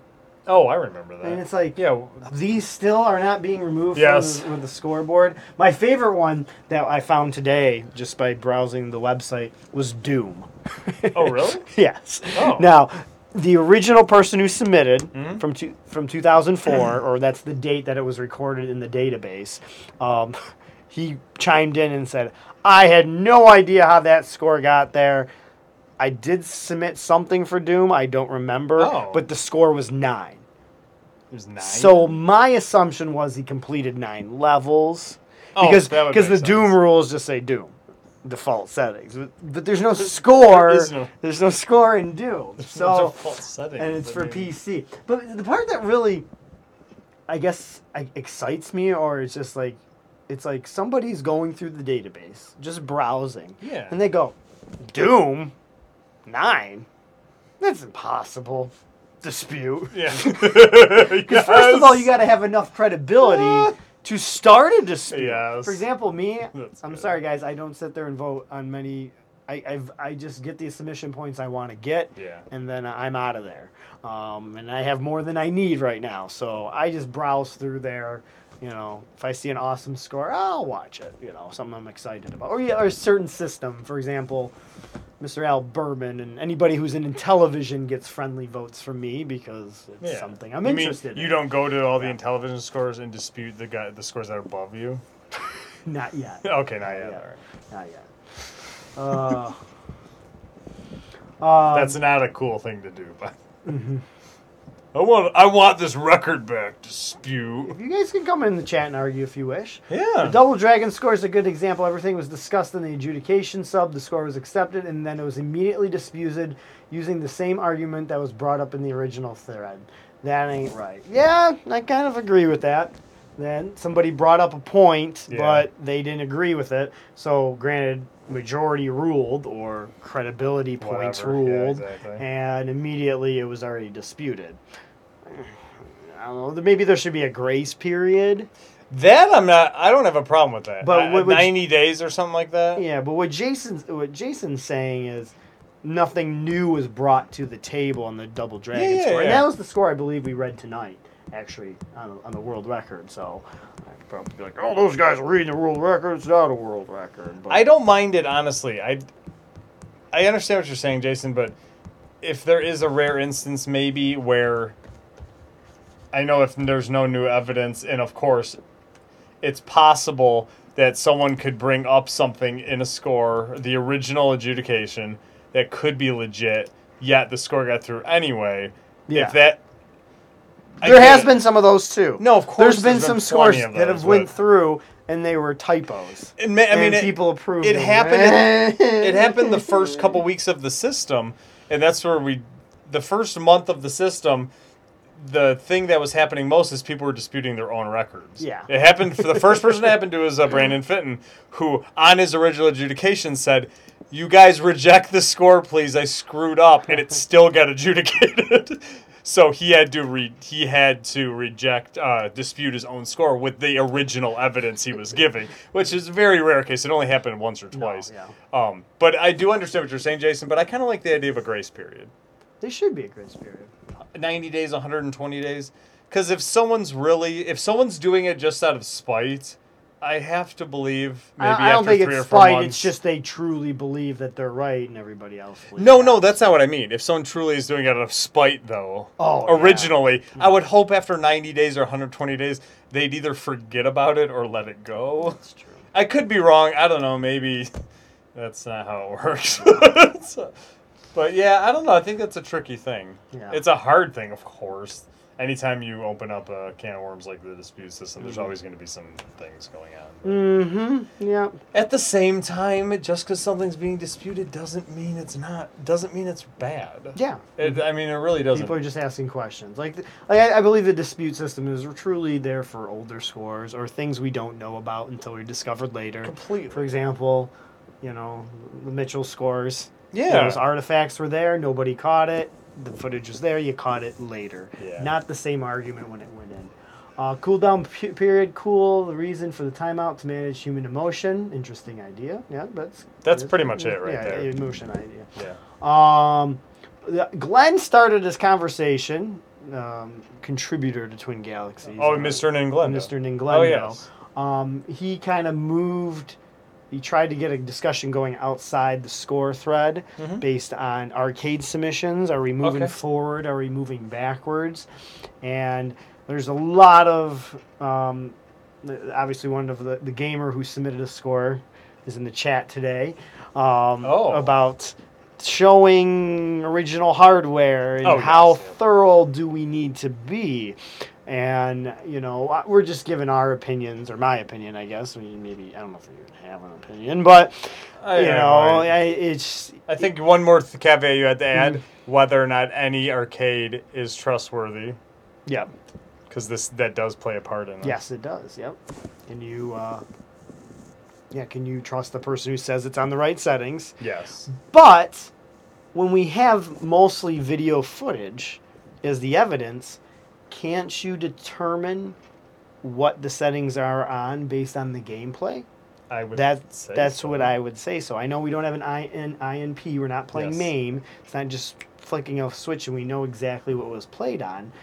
[SPEAKER 2] Oh, I remember that.
[SPEAKER 1] And it's like,
[SPEAKER 2] yeah, w-
[SPEAKER 1] these still are not being removed
[SPEAKER 2] Yes.
[SPEAKER 1] from the, with the scoreboard. My favorite one that I found today, just by browsing the website, was Doom.
[SPEAKER 2] oh really?
[SPEAKER 1] Yes.
[SPEAKER 2] Oh. Mm-hmm.
[SPEAKER 1] Now, the original person who submitted from two, from 2004, or that's the date that it was recorded in the database, um, he chimed in and said, "I had no idea how that score got there. I did submit something for Doom. I don't remember,
[SPEAKER 2] Oh.
[SPEAKER 1] but the score was nine.
[SPEAKER 2] It was nine.
[SPEAKER 1] So my assumption was he completed nine levels
[SPEAKER 2] Oh,
[SPEAKER 1] because
[SPEAKER 2] that would
[SPEAKER 1] because the
[SPEAKER 2] make
[SPEAKER 1] Doom
[SPEAKER 2] sense.
[SPEAKER 1] rules just say Doom default settings, but, but there's no score.
[SPEAKER 2] is no-
[SPEAKER 1] There's no score in Doom. So
[SPEAKER 2] default settings,
[SPEAKER 1] and it's
[SPEAKER 2] I
[SPEAKER 1] for
[SPEAKER 2] mean.
[SPEAKER 1] PC. But the part that really, I guess, I, excites me, or it's just like, it's like somebody's going through the database, just browsing,
[SPEAKER 2] Yeah.
[SPEAKER 1] and they go, Doom, nine, that's impossible. Dispute.
[SPEAKER 2] yeah.
[SPEAKER 1] Because first of all, you got to have enough credibility to start a dispute.
[SPEAKER 2] Yes.
[SPEAKER 1] For example, me,
[SPEAKER 2] That's
[SPEAKER 1] I'm
[SPEAKER 2] good.
[SPEAKER 1] sorry guys, I don't sit there and vote on many. I I've, I just get the submission points I want to get,
[SPEAKER 2] Yeah.
[SPEAKER 1] and then I'm out of there. Um, and I have more than I need right now, so I just browse through there. You know, if I see an awesome score, I'll watch it. You know, something I'm excited about, or yeah, or a certain system. For example, Mr. Al Berman and anybody who's in television gets friendly votes from me because it's
[SPEAKER 2] Yeah.
[SPEAKER 1] something I'm
[SPEAKER 2] You mean
[SPEAKER 1] interested in.
[SPEAKER 2] You don't go to all the Intellivision scores and dispute the guy, the scores that are above you.
[SPEAKER 1] Not yet.
[SPEAKER 2] Okay, not yet.
[SPEAKER 1] Yeah.
[SPEAKER 2] all right.
[SPEAKER 1] Not yet. Uh, Um,
[SPEAKER 2] That's not a cool thing to do, but.
[SPEAKER 1] Mm-hmm.
[SPEAKER 2] I want I want this record back dispute.
[SPEAKER 1] you guys can come in the chat and argue if you wish. The
[SPEAKER 2] Yeah.
[SPEAKER 1] Double Dragon score is a good example. Everything was discussed in the adjudication sub. The score was accepted, and then it was immediately disputed using the same argument that was brought up in the original thread. That ain't right. Yeah, I kind of agree with that. Then somebody brought up a point,
[SPEAKER 2] Yeah.
[SPEAKER 1] but they didn't agree with it. So, granted, majority ruled or credibility points
[SPEAKER 2] Whatever. Yeah,
[SPEAKER 1] ruled,
[SPEAKER 2] exactly.
[SPEAKER 1] and immediately it was already disputed. I don't know. Maybe there should be a grace period.
[SPEAKER 2] That I'm not. I don't have a problem with that.
[SPEAKER 1] But
[SPEAKER 2] I-
[SPEAKER 1] what would-
[SPEAKER 2] ninety days or something like that.
[SPEAKER 1] Yeah, but what Jason's what Jason's saying is nothing new was brought to the table on the Double Dragon
[SPEAKER 2] Yeah, yeah,
[SPEAKER 1] score, and
[SPEAKER 2] yeah.
[SPEAKER 1] that was the score I believe we read tonight, actually on, on the world record. So I'd probably be like, "Oh, those guys are reading the world record. It's not a world record." But
[SPEAKER 2] I don't mind it honestly. I I understand what you're saying, Jason, but if there is a rare instance maybe where I know if there's no new evidence and of course it's possible that someone could bring up something in a score, the original adjudication that could be legit, yet the score got through anyway.
[SPEAKER 1] Yeah.
[SPEAKER 2] If that I
[SPEAKER 1] there has
[SPEAKER 2] get it.
[SPEAKER 1] been some of those too.
[SPEAKER 2] No, of
[SPEAKER 1] There's
[SPEAKER 2] course
[SPEAKER 1] been
[SPEAKER 2] there's
[SPEAKER 1] some
[SPEAKER 2] been
[SPEAKER 1] scores
[SPEAKER 2] plenty of
[SPEAKER 1] that
[SPEAKER 2] those,
[SPEAKER 1] have went
[SPEAKER 2] but-
[SPEAKER 1] through and they were typos.
[SPEAKER 2] It may- I mean,
[SPEAKER 1] and
[SPEAKER 2] it-
[SPEAKER 1] people approved.
[SPEAKER 2] it
[SPEAKER 1] them.
[SPEAKER 2] happened at- it happened the first couple weeks of the system, and that's where we, the first month of the system, the thing that was happening most is people were disputing their own records.
[SPEAKER 1] Yeah.
[SPEAKER 2] it happened. For the first person it happened to was uh, Brandon Fitton, who on his original adjudication said. You guys reject the score, please. I screwed up, and it still got adjudicated. so he had to re- he had to reject uh, dispute his own score with the original evidence he was giving, which is a very rare case. It only happened once or twice.
[SPEAKER 1] yeah.
[SPEAKER 2] Um, but I do understand what you're saying, Jason. But I kind of like the idea of a grace period.
[SPEAKER 1] There should be a grace period.
[SPEAKER 2] 90 days, 120 days. Because if someone's really, if someone's doing it just out of spite, I have to believe maybe
[SPEAKER 1] I, I don't
[SPEAKER 2] after
[SPEAKER 1] think
[SPEAKER 2] three
[SPEAKER 1] it's
[SPEAKER 2] or four
[SPEAKER 1] spite.
[SPEAKER 2] months.
[SPEAKER 1] It's just they truly believe that they're right and everybody else. believes
[SPEAKER 2] no,
[SPEAKER 1] that.
[SPEAKER 2] no, that's not what I mean. If someone truly is doing it out of spite, though,
[SPEAKER 1] Oh, yeah.
[SPEAKER 2] originally, I would hope after 90 days or 120 days, they'd either forget about it or let it go.
[SPEAKER 1] That's true.
[SPEAKER 2] I could be wrong. I don't know. Maybe that's not how it works. So- but yeah, I don't know. I think that's a tricky thing.
[SPEAKER 1] Yeah.
[SPEAKER 2] It's a hard thing, of course. Anytime you open up a can of worms like the dispute system, there's always going to be some things going on.
[SPEAKER 1] Yeah.
[SPEAKER 2] Mm. At the same time, just because something's being disputed doesn't mean it's not doesn't mean it's bad.
[SPEAKER 1] Yeah.
[SPEAKER 2] It, I mean, it really doesn't.
[SPEAKER 1] People are just asking questions. Like, th- like I, I believe the dispute system is truly there for older scores or things we don't know about until we're discovered later.
[SPEAKER 2] Completely.
[SPEAKER 1] For example, you know, the Mitchell scores.
[SPEAKER 2] Yeah.
[SPEAKER 1] Those artifacts were there. Nobody caught it. The footage was there. You caught it later.
[SPEAKER 2] Yeah.
[SPEAKER 1] Not the same argument when it went in. Uh, cool down pe- period. Cool. The reason for the timeout to manage human emotion. Interesting idea. Yeah, that's
[SPEAKER 2] That's pretty much it right
[SPEAKER 1] yeah,
[SPEAKER 2] there.
[SPEAKER 1] Emotion idea.
[SPEAKER 2] yeah.
[SPEAKER 1] Um, the- Glenn started this conversation um, contributor to Twin Galaxies.
[SPEAKER 2] Oh,
[SPEAKER 1] or
[SPEAKER 2] Mr. Ninglendo.
[SPEAKER 1] Mr. Ninglendo.
[SPEAKER 2] Oh, yes.
[SPEAKER 1] Um, he kind of moved. He tried to get a discussion going outside the score thread based on arcade submissions. Are we moving
[SPEAKER 2] Mm-hmm. Okay.
[SPEAKER 1] forward? Are we moving backwards? And there's a lot of um, obviously one of the, the gamer who submitted a score is in the chat today um,
[SPEAKER 2] Oh.
[SPEAKER 1] about showing original hardware and
[SPEAKER 2] Oh, yes,
[SPEAKER 1] how
[SPEAKER 2] yeah.
[SPEAKER 1] thorough do we need to be and you know I- we're just giving our opinions or my opinion i guess I mean, maybe i don't know if we even have an opinion but
[SPEAKER 2] I-
[SPEAKER 1] you
[SPEAKER 2] I-
[SPEAKER 1] know
[SPEAKER 2] I-
[SPEAKER 1] I, it's
[SPEAKER 2] I think one more th- caveat you had to
[SPEAKER 1] Mm.
[SPEAKER 2] add whether or not any arcade is trustworthy,
[SPEAKER 1] yeah
[SPEAKER 2] because this that does play a part in it.
[SPEAKER 1] yes it does yep can you uh, yeah can you trust the person who says it's on the right settings
[SPEAKER 2] Yes.
[SPEAKER 1] But when we have mostly video footage as the evidence, can't you determine what the settings are on based on the gameplay?
[SPEAKER 2] I would.
[SPEAKER 1] That's
[SPEAKER 2] say
[SPEAKER 1] that's
[SPEAKER 2] so.
[SPEAKER 1] what I would say. So I know we don't have an IN, INP. We're not playing
[SPEAKER 2] Yes.
[SPEAKER 1] MAME. It's not just flicking a switch and we know exactly what was played on.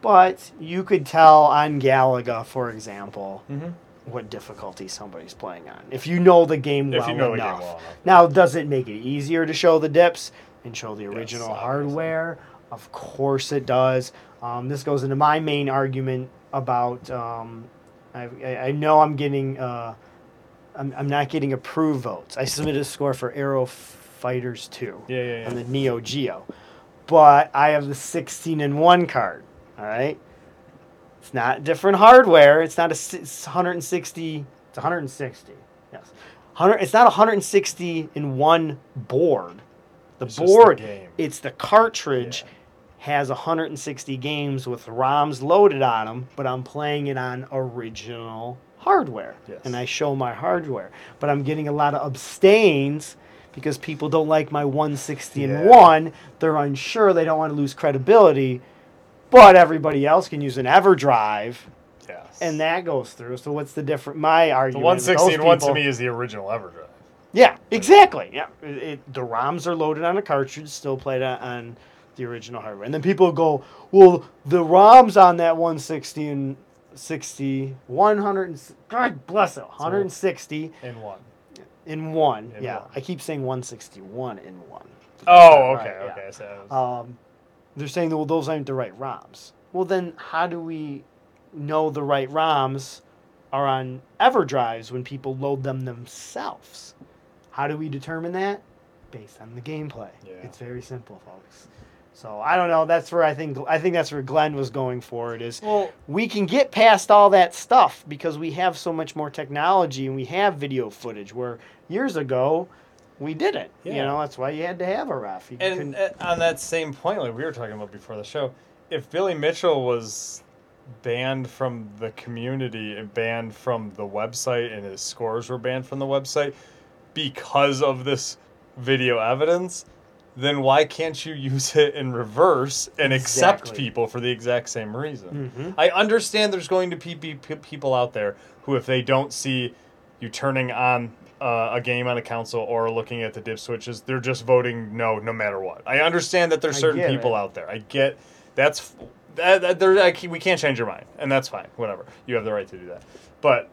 [SPEAKER 1] But you could tell on Galaga, for example,
[SPEAKER 2] Mm-hmm.
[SPEAKER 1] what difficulty somebody's playing on. If you know the game
[SPEAKER 2] If
[SPEAKER 1] well
[SPEAKER 2] you know the game
[SPEAKER 1] enough.
[SPEAKER 2] well enough.
[SPEAKER 1] Now, does it make it easier to show the dips and show the original
[SPEAKER 2] obviously.
[SPEAKER 1] hardware? Of course it does. Um, this goes into my main argument about. Um, I, I I know I'm getting. Uh, I'm, I'm not getting approved votes. I submitted a score for Arrow Fighters 2
[SPEAKER 2] Yeah, yeah, yeah.
[SPEAKER 1] on the Neo Geo, but I have the 16 and 1 card. All right. It's not different hardware. It's not a si- it's 160. It's 160. Yes. 100, it's not 160 in one board. The
[SPEAKER 2] It's just the
[SPEAKER 1] board,
[SPEAKER 2] game.
[SPEAKER 1] it's the cartridge, has 160 games with ROMs loaded on them, but I'm playing it on original hardware.
[SPEAKER 2] Yes.
[SPEAKER 1] And I show my hardware. But I'm getting a lot of abstains because people don't like my 160 and
[SPEAKER 2] Yeah.
[SPEAKER 1] 1. They're unsure. They don't want to lose credibility. But everybody else can use an EverDrive,
[SPEAKER 2] Yes.
[SPEAKER 1] and that goes through. So what's the different? My
[SPEAKER 2] the
[SPEAKER 1] argument. with
[SPEAKER 2] one sixteen
[SPEAKER 1] those
[SPEAKER 2] one to
[SPEAKER 1] people-
[SPEAKER 2] me is the original EverDrive.
[SPEAKER 1] Yeah, exactly. Yeah, It- it- the ROMs are loaded on a cartridge, still played on, on the original hardware, and then people go, "Well, the ROMs on that 160 and 60, 100, and s- God bless it, 160
[SPEAKER 2] In one.
[SPEAKER 1] in one."
[SPEAKER 2] In
[SPEAKER 1] yeah,
[SPEAKER 2] one.
[SPEAKER 1] I keep saying 161 in one.
[SPEAKER 2] Oh,
[SPEAKER 1] Right,
[SPEAKER 2] okay,
[SPEAKER 1] yeah.
[SPEAKER 2] okay. So that was-
[SPEAKER 1] Um, they're saying that well, those aren't the right ROMs. Well, then how do we know the right ROMs are on EverDrives when people load them themselves? How do we determine that? Based on the gameplay.
[SPEAKER 2] Yeah.
[SPEAKER 1] It's very simple, folks. So I don't know. That's where I think I think that's where Glenn was going for it is
[SPEAKER 2] well,
[SPEAKER 1] we can get past all that stuff because we have so much more technology and we have video footage where years ago we didn't. You
[SPEAKER 2] Yeah.
[SPEAKER 1] know, that's why you had to have a ref. You couldn't-
[SPEAKER 2] and uh, on that same point, like we were talking about before the show, if Billy Mitchell was banned from the community and banned from the website, and his scores were banned from the website because of this video evidence, then why can't you use it in reverse and accept
[SPEAKER 1] Exactly. Mm-hmm.
[SPEAKER 2] people for the exact same reason? I understand there's going to be pe- pe- people out there who, if they don't see you turning on uh, a game on a console or looking at the dip switches, they're just voting no, no matter what. I understand that there's
[SPEAKER 1] I
[SPEAKER 2] certain
[SPEAKER 1] get
[SPEAKER 2] people
[SPEAKER 1] it.
[SPEAKER 2] out there. I get that's f- that, that there, I, c- we can't change your mind, and that's fine. Whatever, you have the right to do that. But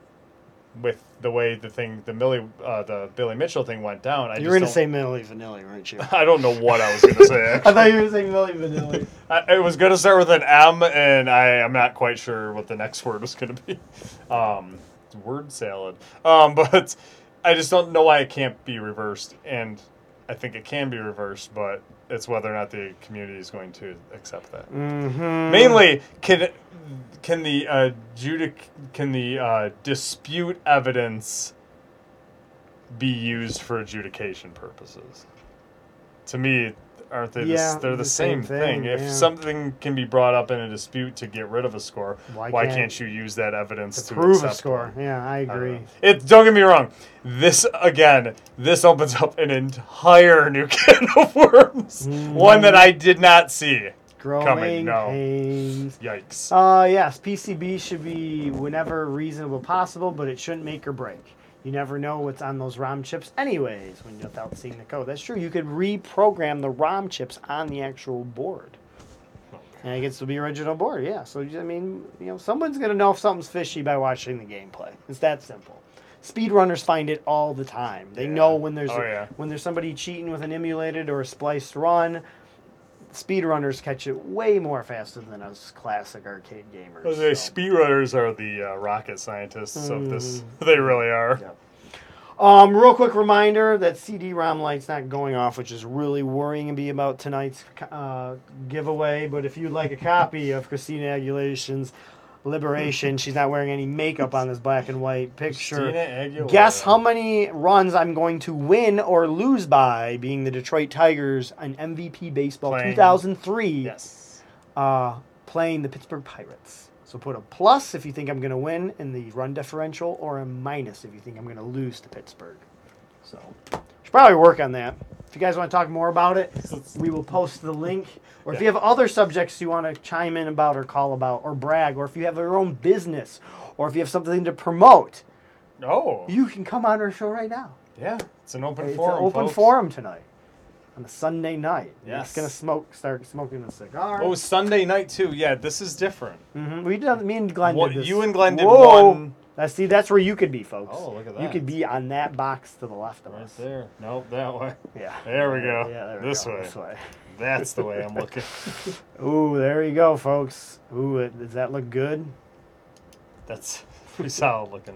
[SPEAKER 2] with the way the thing, the Millie, uh, the Billy Mitchell thing went down, I
[SPEAKER 1] You
[SPEAKER 2] just
[SPEAKER 1] were gonna
[SPEAKER 2] don't-
[SPEAKER 1] say Millie Vanilli, weren't you?
[SPEAKER 2] I don't know what I was gonna say.
[SPEAKER 1] I
[SPEAKER 2] actually.
[SPEAKER 1] thought you were saying Millie Vanilli.
[SPEAKER 2] I, it was gonna start with an M, and I am not quite sure what the next word was gonna be. Um, word salad. Um, but I just don't know why it can't be reversed, and I think it can be reversed, but it's whether or not the community is going to accept that. Mainly, can can the uh, judic can the uh, dispute evidence be used for adjudication purposes? To me, aren't they? the,
[SPEAKER 1] Yeah,
[SPEAKER 2] s- they're the, same, thing. If
[SPEAKER 1] yeah.
[SPEAKER 2] something can be brought up in a dispute to get rid of a score, why,
[SPEAKER 1] Why
[SPEAKER 2] can't,
[SPEAKER 1] can't-
[SPEAKER 2] you use that evidence to,
[SPEAKER 1] Prove a
[SPEAKER 2] accept
[SPEAKER 1] score. Yeah, I
[SPEAKER 2] I don't
[SPEAKER 1] agree.
[SPEAKER 2] know. It don't get me wrong. This again, this opens up an entire new can of worms.
[SPEAKER 1] Mm.
[SPEAKER 2] One that I did not see
[SPEAKER 1] Growing
[SPEAKER 2] coming. No,
[SPEAKER 1] pains.
[SPEAKER 2] yikes.
[SPEAKER 1] Uh, yes, PCB should be whenever reasonable possible, but it shouldn't make or break. You never know what's on those ROM chips, anyways, when without seeing the code. That's true. You could reprogram the ROM chips on the actual board. And it gets to be original board, yeah. So I mean, you know, someone's gonna know if something's fishy by watching the gameplay. It's that simple. Speedrunners find it all the time. They know when there's
[SPEAKER 2] Oh, yeah.
[SPEAKER 1] when there's somebody cheating with an emulated or a spliced run. Speedrunners catch it way more faster than us classic arcade gamers.
[SPEAKER 2] Those are-
[SPEAKER 1] so.
[SPEAKER 2] speedrunners are the uh, rocket scientists of this. They really are.
[SPEAKER 1] Hmm. Yeah. Um, real quick reminder that CD-ROM light's not going off, which is really worrying to be about tonight's uh, giveaway. But if you'd like a copy of Christina Aguilera's Liberation, she's not wearing any makeup on this black and white picture.
[SPEAKER 2] Christina Aguilera.
[SPEAKER 1] Guess how many runs I'm going to win or lose by being the Detroit Tigers on MVP Baseball
[SPEAKER 2] Playing.
[SPEAKER 1] 2003
[SPEAKER 2] Yes.
[SPEAKER 1] uh, playing the Pittsburgh Pirates. So put a plus if you think I'm going to win in the run differential, or a minus if you think I'm going to lose to Pittsburgh. So should probably work on that. If you guys want to talk more about it, we will post the link. Or if you have other subjects you want to chime in about, or call about, or brag, or if you have your own business, or if you have something to promote,
[SPEAKER 2] Oh.
[SPEAKER 1] you can come on our show right now.
[SPEAKER 2] yeah. It's an open
[SPEAKER 1] It's
[SPEAKER 2] forum.
[SPEAKER 1] an open
[SPEAKER 2] folks.
[SPEAKER 1] forum tonight on a Sunday night.
[SPEAKER 2] Yes.
[SPEAKER 1] It's gonna smoke. Start smoking a cigar.
[SPEAKER 2] Oh, Sunday night too. Yeah, this is different.
[SPEAKER 1] Mhm. We did. Me and Glenn
[SPEAKER 2] What-
[SPEAKER 1] did this.
[SPEAKER 2] you and Glenn did one-
[SPEAKER 1] Uh, see, that's where you could be, folks.
[SPEAKER 2] Oh, look at
[SPEAKER 1] You
[SPEAKER 2] that.
[SPEAKER 1] could be on that box to the left of
[SPEAKER 2] Right
[SPEAKER 1] us.
[SPEAKER 2] there. Nope, that way.
[SPEAKER 1] Yeah.
[SPEAKER 2] There we go.
[SPEAKER 1] Yeah, there we
[SPEAKER 2] this
[SPEAKER 1] go.
[SPEAKER 2] way.
[SPEAKER 1] This way.
[SPEAKER 2] That's the way I'm looking.
[SPEAKER 1] Ooh, there you go, folks. Ooh, it, does that look good?
[SPEAKER 2] That's pretty solid looking.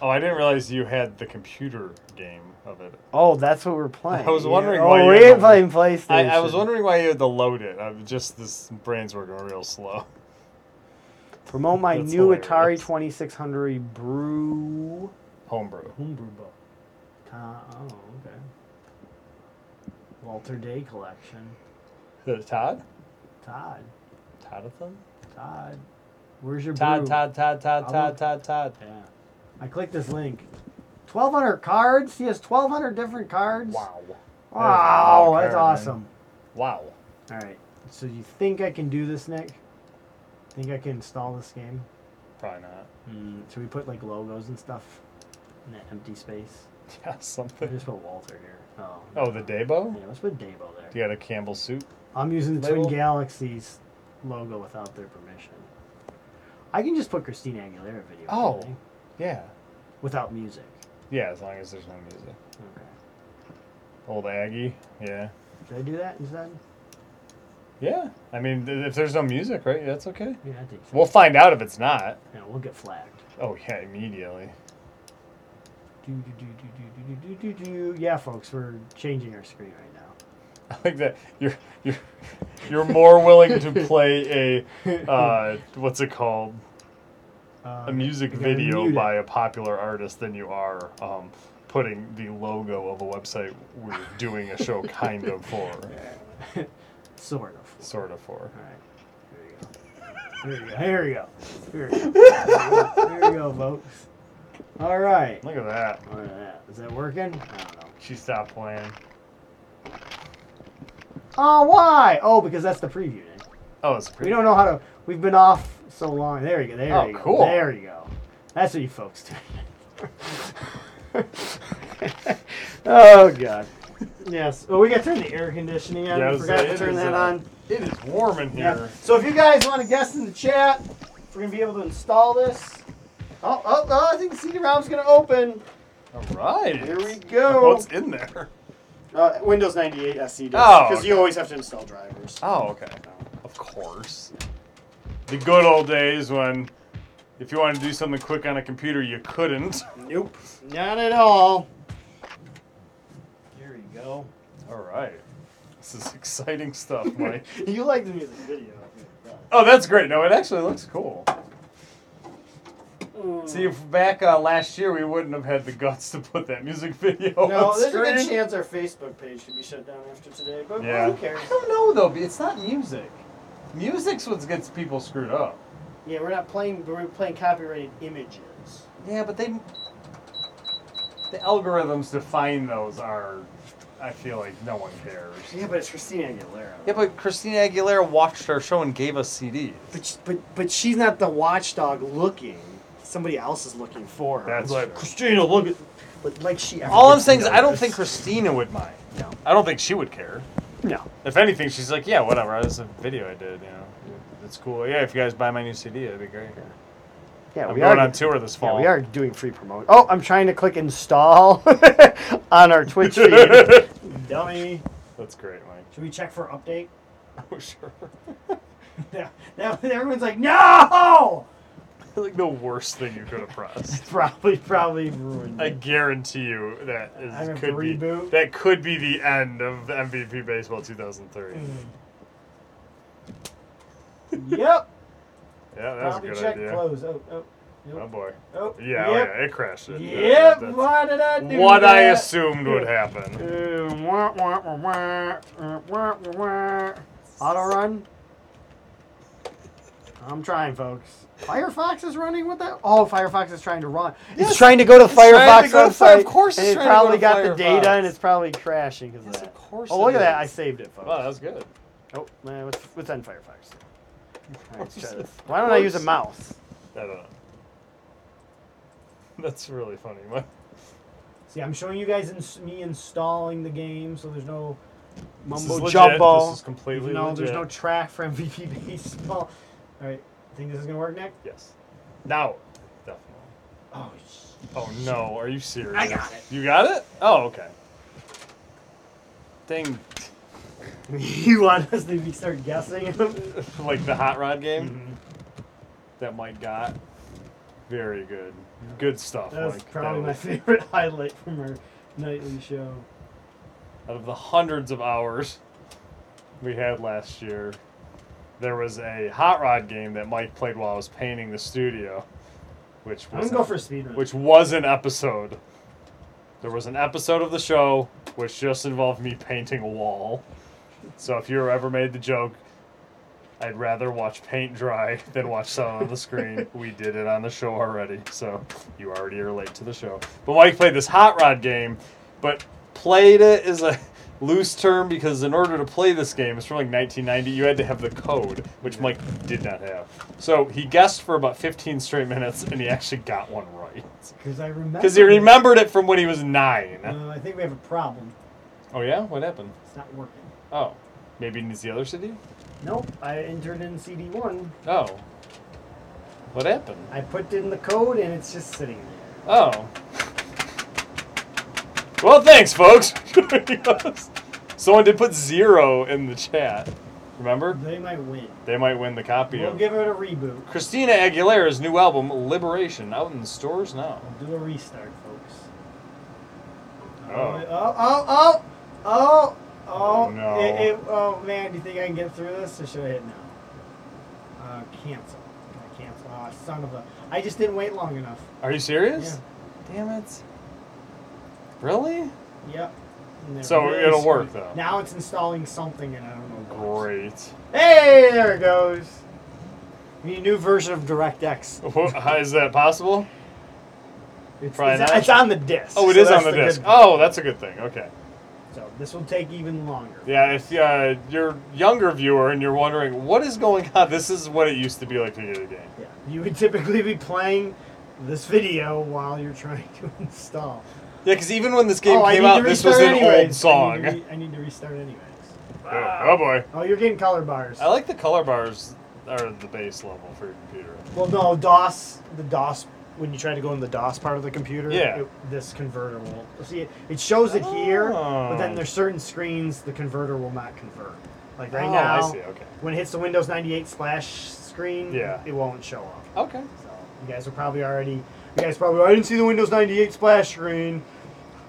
[SPEAKER 2] Oh, I didn't realize you had the computer game of it.
[SPEAKER 1] Oh, that's what we're playing.
[SPEAKER 2] I was wondering
[SPEAKER 1] Yeah.
[SPEAKER 2] why
[SPEAKER 1] Oh,
[SPEAKER 2] you
[SPEAKER 1] we
[SPEAKER 2] had
[SPEAKER 1] ain't
[SPEAKER 2] the-
[SPEAKER 1] playing PlayStation.
[SPEAKER 2] I, I was wondering why you had to load it. I'm just this brain's working real slow.
[SPEAKER 1] Promote my
[SPEAKER 2] That's
[SPEAKER 1] new Atari
[SPEAKER 2] hilarious.
[SPEAKER 1] 2600 Brew.
[SPEAKER 2] Homebrew.
[SPEAKER 1] Homebrew book. oh, okay. Walter Day collection.
[SPEAKER 2] Is it Todd?
[SPEAKER 1] Todd.
[SPEAKER 2] Toddathon?
[SPEAKER 1] Todd. Where's your
[SPEAKER 2] Todd,
[SPEAKER 1] brew?
[SPEAKER 2] Todd, Todd, Todd,
[SPEAKER 1] I'm
[SPEAKER 2] Todd,
[SPEAKER 1] a-
[SPEAKER 2] Todd, Todd.
[SPEAKER 1] Yeah. I clicked this link. 1,200 cards? He has 1,200 different cards?
[SPEAKER 2] Wow.
[SPEAKER 1] Wow, that's
[SPEAKER 2] Card, man.
[SPEAKER 1] awesome.
[SPEAKER 2] Wow.
[SPEAKER 1] All right. So you think I can do this, Nick? Think I can install this game?
[SPEAKER 2] Probably not.
[SPEAKER 1] Should we put like logos and stuff in that empty space?
[SPEAKER 2] Yeah,
[SPEAKER 1] I
[SPEAKER 2] something.
[SPEAKER 1] just put Walter here. Oh.
[SPEAKER 2] Oh, the Dabo?
[SPEAKER 1] Yeah, let's put Dabo there.
[SPEAKER 2] You got a Campbell soup?
[SPEAKER 1] I'm using the Twin
[SPEAKER 2] Label?
[SPEAKER 1] Galaxies logo without their permission. I can just put Christina Aguilera video.
[SPEAKER 2] Oh.
[SPEAKER 1] can't I?
[SPEAKER 2] Yeah.
[SPEAKER 1] Without music.
[SPEAKER 2] Yeah, as long as there's no music.
[SPEAKER 1] Okay.
[SPEAKER 2] Old Aggie. Yeah.
[SPEAKER 1] Should I do that instead?
[SPEAKER 2] Yeah. I mean, th- if there's no music, right? That's okay.
[SPEAKER 1] Yeah, I think so.
[SPEAKER 2] We'll find out if it's not.
[SPEAKER 1] yeah, we'll get flagged.
[SPEAKER 2] Oh, yeah, immediately.
[SPEAKER 1] Do, do, do, do, do, do, do, do, do. Yeah, folks, we're changing our screen right now.
[SPEAKER 2] I like that you're you're you're more willing to play a uh, what's it called
[SPEAKER 1] Um,
[SPEAKER 2] a music
[SPEAKER 1] we're gonna
[SPEAKER 2] video
[SPEAKER 1] mute it.
[SPEAKER 2] by a popular artist than you are um, putting the logo of a website we're doing a show kind of for
[SPEAKER 1] Sort of.
[SPEAKER 2] sort of for
[SPEAKER 1] All right. Here we go. Here we go. Here we go. Here we go, folks. All right.
[SPEAKER 2] look at that
[SPEAKER 1] Look at that. Is that working? I don't know.
[SPEAKER 2] she stopped playing
[SPEAKER 1] Oh, why? Oh, because that's the preview. Nick.
[SPEAKER 2] oh it's
[SPEAKER 1] We
[SPEAKER 2] pretty
[SPEAKER 1] don't know how to. We've been off so long. There you go. There
[SPEAKER 2] Oh,
[SPEAKER 1] you go.
[SPEAKER 2] cool.
[SPEAKER 1] There you go. That's what you folks do. oh God. Yes. Well, we got to turn the air conditioning on.
[SPEAKER 2] Yeah, I
[SPEAKER 1] we
[SPEAKER 2] was
[SPEAKER 1] forgot
[SPEAKER 2] saying,
[SPEAKER 1] to
[SPEAKER 2] it
[SPEAKER 1] turn
[SPEAKER 2] is,
[SPEAKER 1] that
[SPEAKER 2] uh,
[SPEAKER 1] on.
[SPEAKER 2] it is warm in
[SPEAKER 1] Yeah.
[SPEAKER 2] here
[SPEAKER 1] So if you guys want to guess in the chat, if we're gonna be able to install this. Oh, oh, oh! I think the CD-ROM's gonna open.
[SPEAKER 2] all right
[SPEAKER 1] Here we go.
[SPEAKER 2] what's in there
[SPEAKER 1] Uh, Windows 98 SC
[SPEAKER 2] Oh,
[SPEAKER 1] because you always have to install drivers.
[SPEAKER 2] Oh, okay. Of course. The good old days when if you wanted to do something quick on a computer, you couldn't.
[SPEAKER 1] Nope. Not at all. Here we go.
[SPEAKER 2] All right. This is exciting stuff, Mike.
[SPEAKER 1] You like the music video.
[SPEAKER 2] oh, that's great. No, it actually looks cool.
[SPEAKER 1] Mm.
[SPEAKER 2] See, if back uh, last year we wouldn't have had the guts to put that music video
[SPEAKER 1] No,
[SPEAKER 2] on
[SPEAKER 1] there's a
[SPEAKER 2] screen.
[SPEAKER 1] good chance our Facebook page could be shut down after today, but
[SPEAKER 2] Yeah.
[SPEAKER 1] who cares?
[SPEAKER 2] I don't know though. but It's not music. Music's what gets people screwed up.
[SPEAKER 1] Yeah, we're not playing. We're playing copyrighted images.
[SPEAKER 2] Yeah, but they the algorithms define those are I feel like no one cares.
[SPEAKER 1] Yeah, but it's Christina Aguilera.
[SPEAKER 2] Yeah, but Christina Aguilera watched our show and gave us CDs.
[SPEAKER 1] But, sh- but but she's not the watchdog looking. Somebody else is looking for her.
[SPEAKER 2] That's
[SPEAKER 1] like
[SPEAKER 2] true.
[SPEAKER 1] Christina. Look at. But like she. ever
[SPEAKER 2] All I'm
[SPEAKER 1] gets
[SPEAKER 2] saying is I don't
[SPEAKER 1] noticed.
[SPEAKER 2] think Christina would mind.
[SPEAKER 1] No.
[SPEAKER 2] I don't think she would care.
[SPEAKER 5] No.
[SPEAKER 2] If anything, she's like, yeah, whatever. That's a video I did. You know, it's cool. Yeah, if you guys buy my new CD, that'd be great.
[SPEAKER 5] Yeah,
[SPEAKER 2] I'm
[SPEAKER 5] we
[SPEAKER 2] going
[SPEAKER 5] are
[SPEAKER 2] on tour this
[SPEAKER 5] Yeah,
[SPEAKER 2] fall.
[SPEAKER 5] we are doing free promotion. Oh, I'm trying to click install on our Twitch feed.
[SPEAKER 1] Dummy.
[SPEAKER 2] That's great, Mike.
[SPEAKER 1] Should we check for update?
[SPEAKER 2] Oh sure.
[SPEAKER 1] Yeah. That, everyone's like, no!
[SPEAKER 2] like the worst thing you could have pressed.
[SPEAKER 1] Probably, probably ruined.
[SPEAKER 2] I
[SPEAKER 1] it.
[SPEAKER 2] guarantee you that is,
[SPEAKER 1] I have to
[SPEAKER 2] could be
[SPEAKER 1] reboot?
[SPEAKER 2] that could be the end of MVP Baseball 2003.
[SPEAKER 1] Mm. yep.
[SPEAKER 2] Yeah, that was a
[SPEAKER 1] Probably
[SPEAKER 2] good
[SPEAKER 1] check
[SPEAKER 2] idea.
[SPEAKER 1] close. Oh, oh,
[SPEAKER 2] Oh
[SPEAKER 1] nope.
[SPEAKER 2] boy.
[SPEAKER 1] oh.
[SPEAKER 2] Yeah,
[SPEAKER 1] Yep.
[SPEAKER 2] oh, yeah, it crashed. It. Yeah,
[SPEAKER 1] Yep.
[SPEAKER 2] that's
[SPEAKER 1] Why did I do
[SPEAKER 2] what I
[SPEAKER 1] that?
[SPEAKER 2] assumed would happen.
[SPEAKER 5] Auto run. I'm trying, folks. Firefox is running with that. Oh, Firefox is trying to run. It's trying to go to
[SPEAKER 2] trying to
[SPEAKER 5] Firefox
[SPEAKER 2] go to Fi-
[SPEAKER 5] website.
[SPEAKER 2] of course
[SPEAKER 5] and
[SPEAKER 2] it's
[SPEAKER 5] it
[SPEAKER 2] trying to go
[SPEAKER 5] probably
[SPEAKER 2] to
[SPEAKER 5] got the data,
[SPEAKER 2] Firefox.
[SPEAKER 5] and it's probably crashing because
[SPEAKER 2] Yes,
[SPEAKER 5] of that.
[SPEAKER 2] of course
[SPEAKER 5] Oh, look
[SPEAKER 2] it
[SPEAKER 5] at that!
[SPEAKER 2] is.
[SPEAKER 5] I saved it, folks.
[SPEAKER 2] Wow, that was good.
[SPEAKER 5] oh, man, let's, let's end Firefox. All right, let's try this. Why don't I use a mouse?
[SPEAKER 2] I don't know. That's really funny. Mike.
[SPEAKER 1] See, I'm showing you guys ins- me installing the game, so there's no
[SPEAKER 2] is
[SPEAKER 5] Mumbo
[SPEAKER 2] legit.
[SPEAKER 5] jumbo.
[SPEAKER 2] This is completely
[SPEAKER 1] no, there's no
[SPEAKER 2] legit.
[SPEAKER 1] track for MVP baseball. All right, think this is gonna work, Nick?
[SPEAKER 2] Yes. Now. Definitely.
[SPEAKER 1] Oh, sh-
[SPEAKER 2] Oh no, are you serious?
[SPEAKER 1] I got it.
[SPEAKER 2] You got it? Oh, okay. Dang.
[SPEAKER 1] you want us to be- start guessing?
[SPEAKER 2] like the hot rod game
[SPEAKER 1] Mm-hmm.
[SPEAKER 2] that Mike got. Very good. Good stuff.
[SPEAKER 1] That's
[SPEAKER 2] Mike.
[SPEAKER 1] probably
[SPEAKER 2] That
[SPEAKER 1] my
[SPEAKER 2] was-
[SPEAKER 1] favorite highlight from our nightly show.
[SPEAKER 2] out of the hundreds of hours we had last year, there was a hot rod game that Mike played while I was painting the studio, which
[SPEAKER 1] I'm
[SPEAKER 2] was
[SPEAKER 1] gonna go for a speed run.
[SPEAKER 2] which was an episode. There was an episode of the show which just involved me painting a wall. So if you ever made the joke, I'd rather watch paint dry than watch someone on the screen. We did it on the show already, so you already are late to the show. But Mike played this hot rod game, but played it is a loose term because in order to play this game, it's from like 1990, you had to have the code, which Mike did not have. So he guessed for about 15 straight minutes, and he actually got one right.
[SPEAKER 1] Because I remember.
[SPEAKER 2] Because he
[SPEAKER 1] it.
[SPEAKER 2] remembered it from when he was nine.
[SPEAKER 1] Uh, I think we have a problem.
[SPEAKER 2] Oh, yeah? What happened?
[SPEAKER 1] It's not working.
[SPEAKER 2] Oh, maybe he needs the other city?
[SPEAKER 1] Nope. I entered in CD one.
[SPEAKER 2] Oh. What happened?
[SPEAKER 1] I put in the code, and it's just sitting there.
[SPEAKER 2] Oh. Well, thanks, folks. Someone did put zero in the chat. Remember?
[SPEAKER 1] They might win.
[SPEAKER 2] They might win the copy
[SPEAKER 1] We'll
[SPEAKER 2] of
[SPEAKER 1] give it a reboot.
[SPEAKER 2] Christina Aguilera's new album, Liberation, out in stores now.
[SPEAKER 1] Do a restart, folks.
[SPEAKER 2] Oh.
[SPEAKER 1] Oh, oh, oh, oh, oh.
[SPEAKER 2] Oh, no.
[SPEAKER 1] It, it, oh, man, do you think I can get through this or should I hit no? Uh, cancel. Can I cancel? Ah, son of a. I just didn't wait long enough.
[SPEAKER 2] Are you serious? Damn it. Really?
[SPEAKER 1] Yep. And they're
[SPEAKER 2] So it'll
[SPEAKER 1] screwed.
[SPEAKER 2] work, though.
[SPEAKER 1] Now it's installing something and I don't know. what.
[SPEAKER 2] Great.
[SPEAKER 1] Hey, there it goes. We need a new version of DirectX.
[SPEAKER 2] Wha- How is that possible?
[SPEAKER 1] It's,
[SPEAKER 2] Probably
[SPEAKER 1] it's,
[SPEAKER 2] not.
[SPEAKER 1] it's on the disk.
[SPEAKER 2] Oh, it
[SPEAKER 1] so
[SPEAKER 2] is
[SPEAKER 1] that's
[SPEAKER 2] on the
[SPEAKER 1] good
[SPEAKER 2] disc.
[SPEAKER 1] part.
[SPEAKER 2] Oh, that's a good thing. Okay.
[SPEAKER 1] So this will take even longer.
[SPEAKER 2] Yeah, if uh, you're younger viewer and you're wondering what is going on, this is what it used to be like to get a game.
[SPEAKER 1] Yeah, you would typically be playing this video while you're trying to install. Oh,
[SPEAKER 2] Yeah, because even when this game
[SPEAKER 1] I
[SPEAKER 2] came
[SPEAKER 1] need to
[SPEAKER 2] out, this was
[SPEAKER 1] restart
[SPEAKER 2] an
[SPEAKER 1] anyways.
[SPEAKER 2] old song.
[SPEAKER 1] I need, to re- I need to restart anyways.
[SPEAKER 2] Oh, oh boy.
[SPEAKER 1] Oh, you're getting color bars.
[SPEAKER 2] I like the color bars are the base level for your computer.
[SPEAKER 1] well, no, DOS, the DOS, when you try to go in the DOS part of the computer,
[SPEAKER 2] Yeah.
[SPEAKER 1] it- this converter will. See, it, it shows it here, but
[SPEAKER 2] Oh.
[SPEAKER 1] then there's certain screens the converter will not convert. Like right
[SPEAKER 2] Oh,
[SPEAKER 1] now,
[SPEAKER 2] I see. Okay.
[SPEAKER 1] when it hits the Windows 98 splash screen,
[SPEAKER 2] Yeah.
[SPEAKER 1] it won't show up.
[SPEAKER 2] Okay.
[SPEAKER 1] So you guys are probably already. You guys probably. I didn't see the Windows 98 splash screen.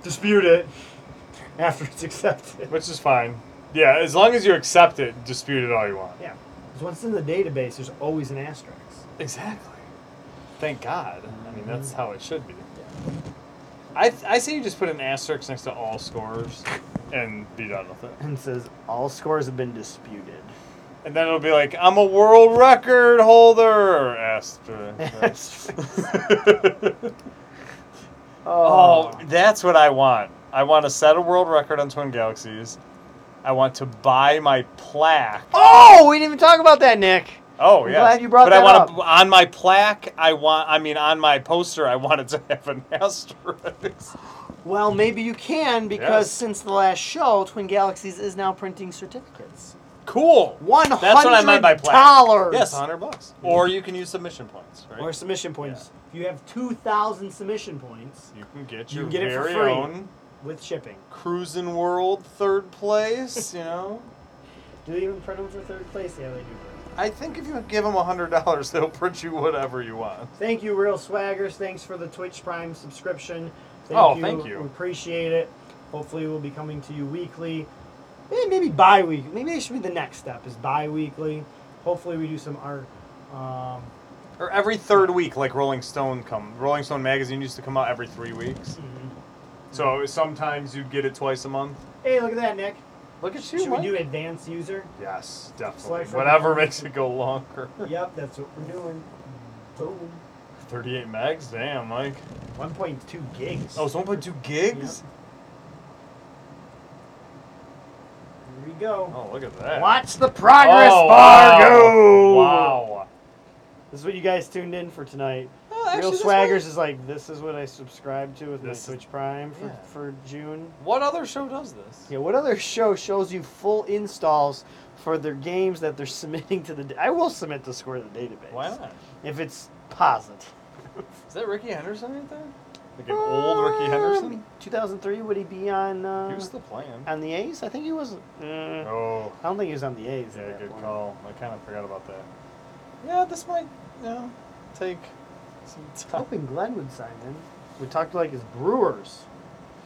[SPEAKER 1] Dispute it after it's accepted.
[SPEAKER 2] Which is fine. Yeah, as long as you accept it, dispute it all you want.
[SPEAKER 1] Yeah, because once it's in the database, there's always an asterisk.
[SPEAKER 2] Exactly. Thank God. I
[SPEAKER 1] Mm-hmm.
[SPEAKER 2] mean, that's how it should be. I, I say you just put an asterisk next to all scores and be done with it.
[SPEAKER 5] And says all scores have been disputed.
[SPEAKER 2] And then it'll be like, I'm a world record holder. Asterisk. oh, that's what I want. I want to set a world record on Twin Galaxies. I want to buy my plaque.
[SPEAKER 5] Oh, we didn't even talk about that, Nick.
[SPEAKER 2] Oh
[SPEAKER 5] I'm
[SPEAKER 2] yeah,
[SPEAKER 5] glad you brought
[SPEAKER 2] but I
[SPEAKER 5] that
[SPEAKER 2] want to on my plaque. I want. I mean, on my poster, I wanted to have an asterisk.
[SPEAKER 1] Well, maybe you can because
[SPEAKER 2] Yes.
[SPEAKER 1] since the last show, Twin Galaxies is now printing certificates.
[SPEAKER 2] Cool.
[SPEAKER 1] One hundred
[SPEAKER 2] That's what I meant by
[SPEAKER 1] dollars.
[SPEAKER 2] Yes, 100 bucks. Or you can use submission points, right?
[SPEAKER 1] Or submission points. If you have two thousand submission points
[SPEAKER 2] you can get
[SPEAKER 1] You
[SPEAKER 2] your
[SPEAKER 1] can get it for
[SPEAKER 2] very
[SPEAKER 1] free.
[SPEAKER 2] own
[SPEAKER 1] with shipping,
[SPEAKER 2] Cruisin' World third place, you know?
[SPEAKER 1] do they even print them for third place? Yeah, they do.
[SPEAKER 2] I think if you give them $100, they'll print you whatever you want.
[SPEAKER 1] Thank you, Real Swaggers. Thanks for the Twitch Prime subscription. Thank
[SPEAKER 2] Oh,
[SPEAKER 1] you.
[SPEAKER 2] thank you.
[SPEAKER 1] We appreciate it. Hopefully, we'll be coming to you weekly. Maybe, maybe bi-weekly. Maybe it should be the next step is bi-weekly. Hopefully, we do some art. Um,
[SPEAKER 2] Or every third week, like Rolling Stone come. Rolling Stone magazine used to come out every three weeks.
[SPEAKER 1] Mm-hmm.
[SPEAKER 2] So sometimes you'd get it twice a month.
[SPEAKER 1] hey, look at that, Nick.
[SPEAKER 2] Look at you,
[SPEAKER 1] Should we
[SPEAKER 2] Mike.
[SPEAKER 1] do advanced user?
[SPEAKER 2] Yes,
[SPEAKER 1] Slide
[SPEAKER 2] definitely.
[SPEAKER 1] for
[SPEAKER 2] Whatever
[SPEAKER 1] the-
[SPEAKER 2] makes it go longer.
[SPEAKER 1] Yep, that's what we're doing. Boom.
[SPEAKER 2] 38 megs? Damn, Mike.
[SPEAKER 1] 1.2 gigs.
[SPEAKER 2] Oh, it's 1.2 gigs?
[SPEAKER 1] Here we go.
[SPEAKER 2] Oh, look at that.
[SPEAKER 1] Watch the progress
[SPEAKER 2] Oh,
[SPEAKER 1] bar
[SPEAKER 2] wow.
[SPEAKER 1] go.
[SPEAKER 2] Wow.
[SPEAKER 1] This is what you guys tuned in for tonight.
[SPEAKER 2] Well, Oh, actually,
[SPEAKER 1] Real
[SPEAKER 2] this
[SPEAKER 1] Swaggers is like, this is what I subscribe to with
[SPEAKER 2] This is-
[SPEAKER 1] my Twitch Prime for,
[SPEAKER 2] yeah.
[SPEAKER 1] for June.
[SPEAKER 2] What other show does this?
[SPEAKER 1] Yeah, what other show shows you full installs for their games that they're submitting to the? da- I will submit the score to the database.
[SPEAKER 2] Why not?
[SPEAKER 1] If it's positive.
[SPEAKER 2] Is that Ricky Henderson right there? Like an old Ricky Henderson?
[SPEAKER 1] Um, 2003. Would he be on? Uh,
[SPEAKER 2] He was the plan.
[SPEAKER 1] on the A's? I think he was. Uh,
[SPEAKER 2] Oh,
[SPEAKER 1] I don't think he was on the A's. at
[SPEAKER 2] yeah,
[SPEAKER 1] that
[SPEAKER 2] good
[SPEAKER 1] point.
[SPEAKER 2] call. I kind of forgot about that. Yeah, this might, you know, take some
[SPEAKER 1] I'm
[SPEAKER 2] time.
[SPEAKER 1] hoping Glenn would sign in. We talked like his Brewers.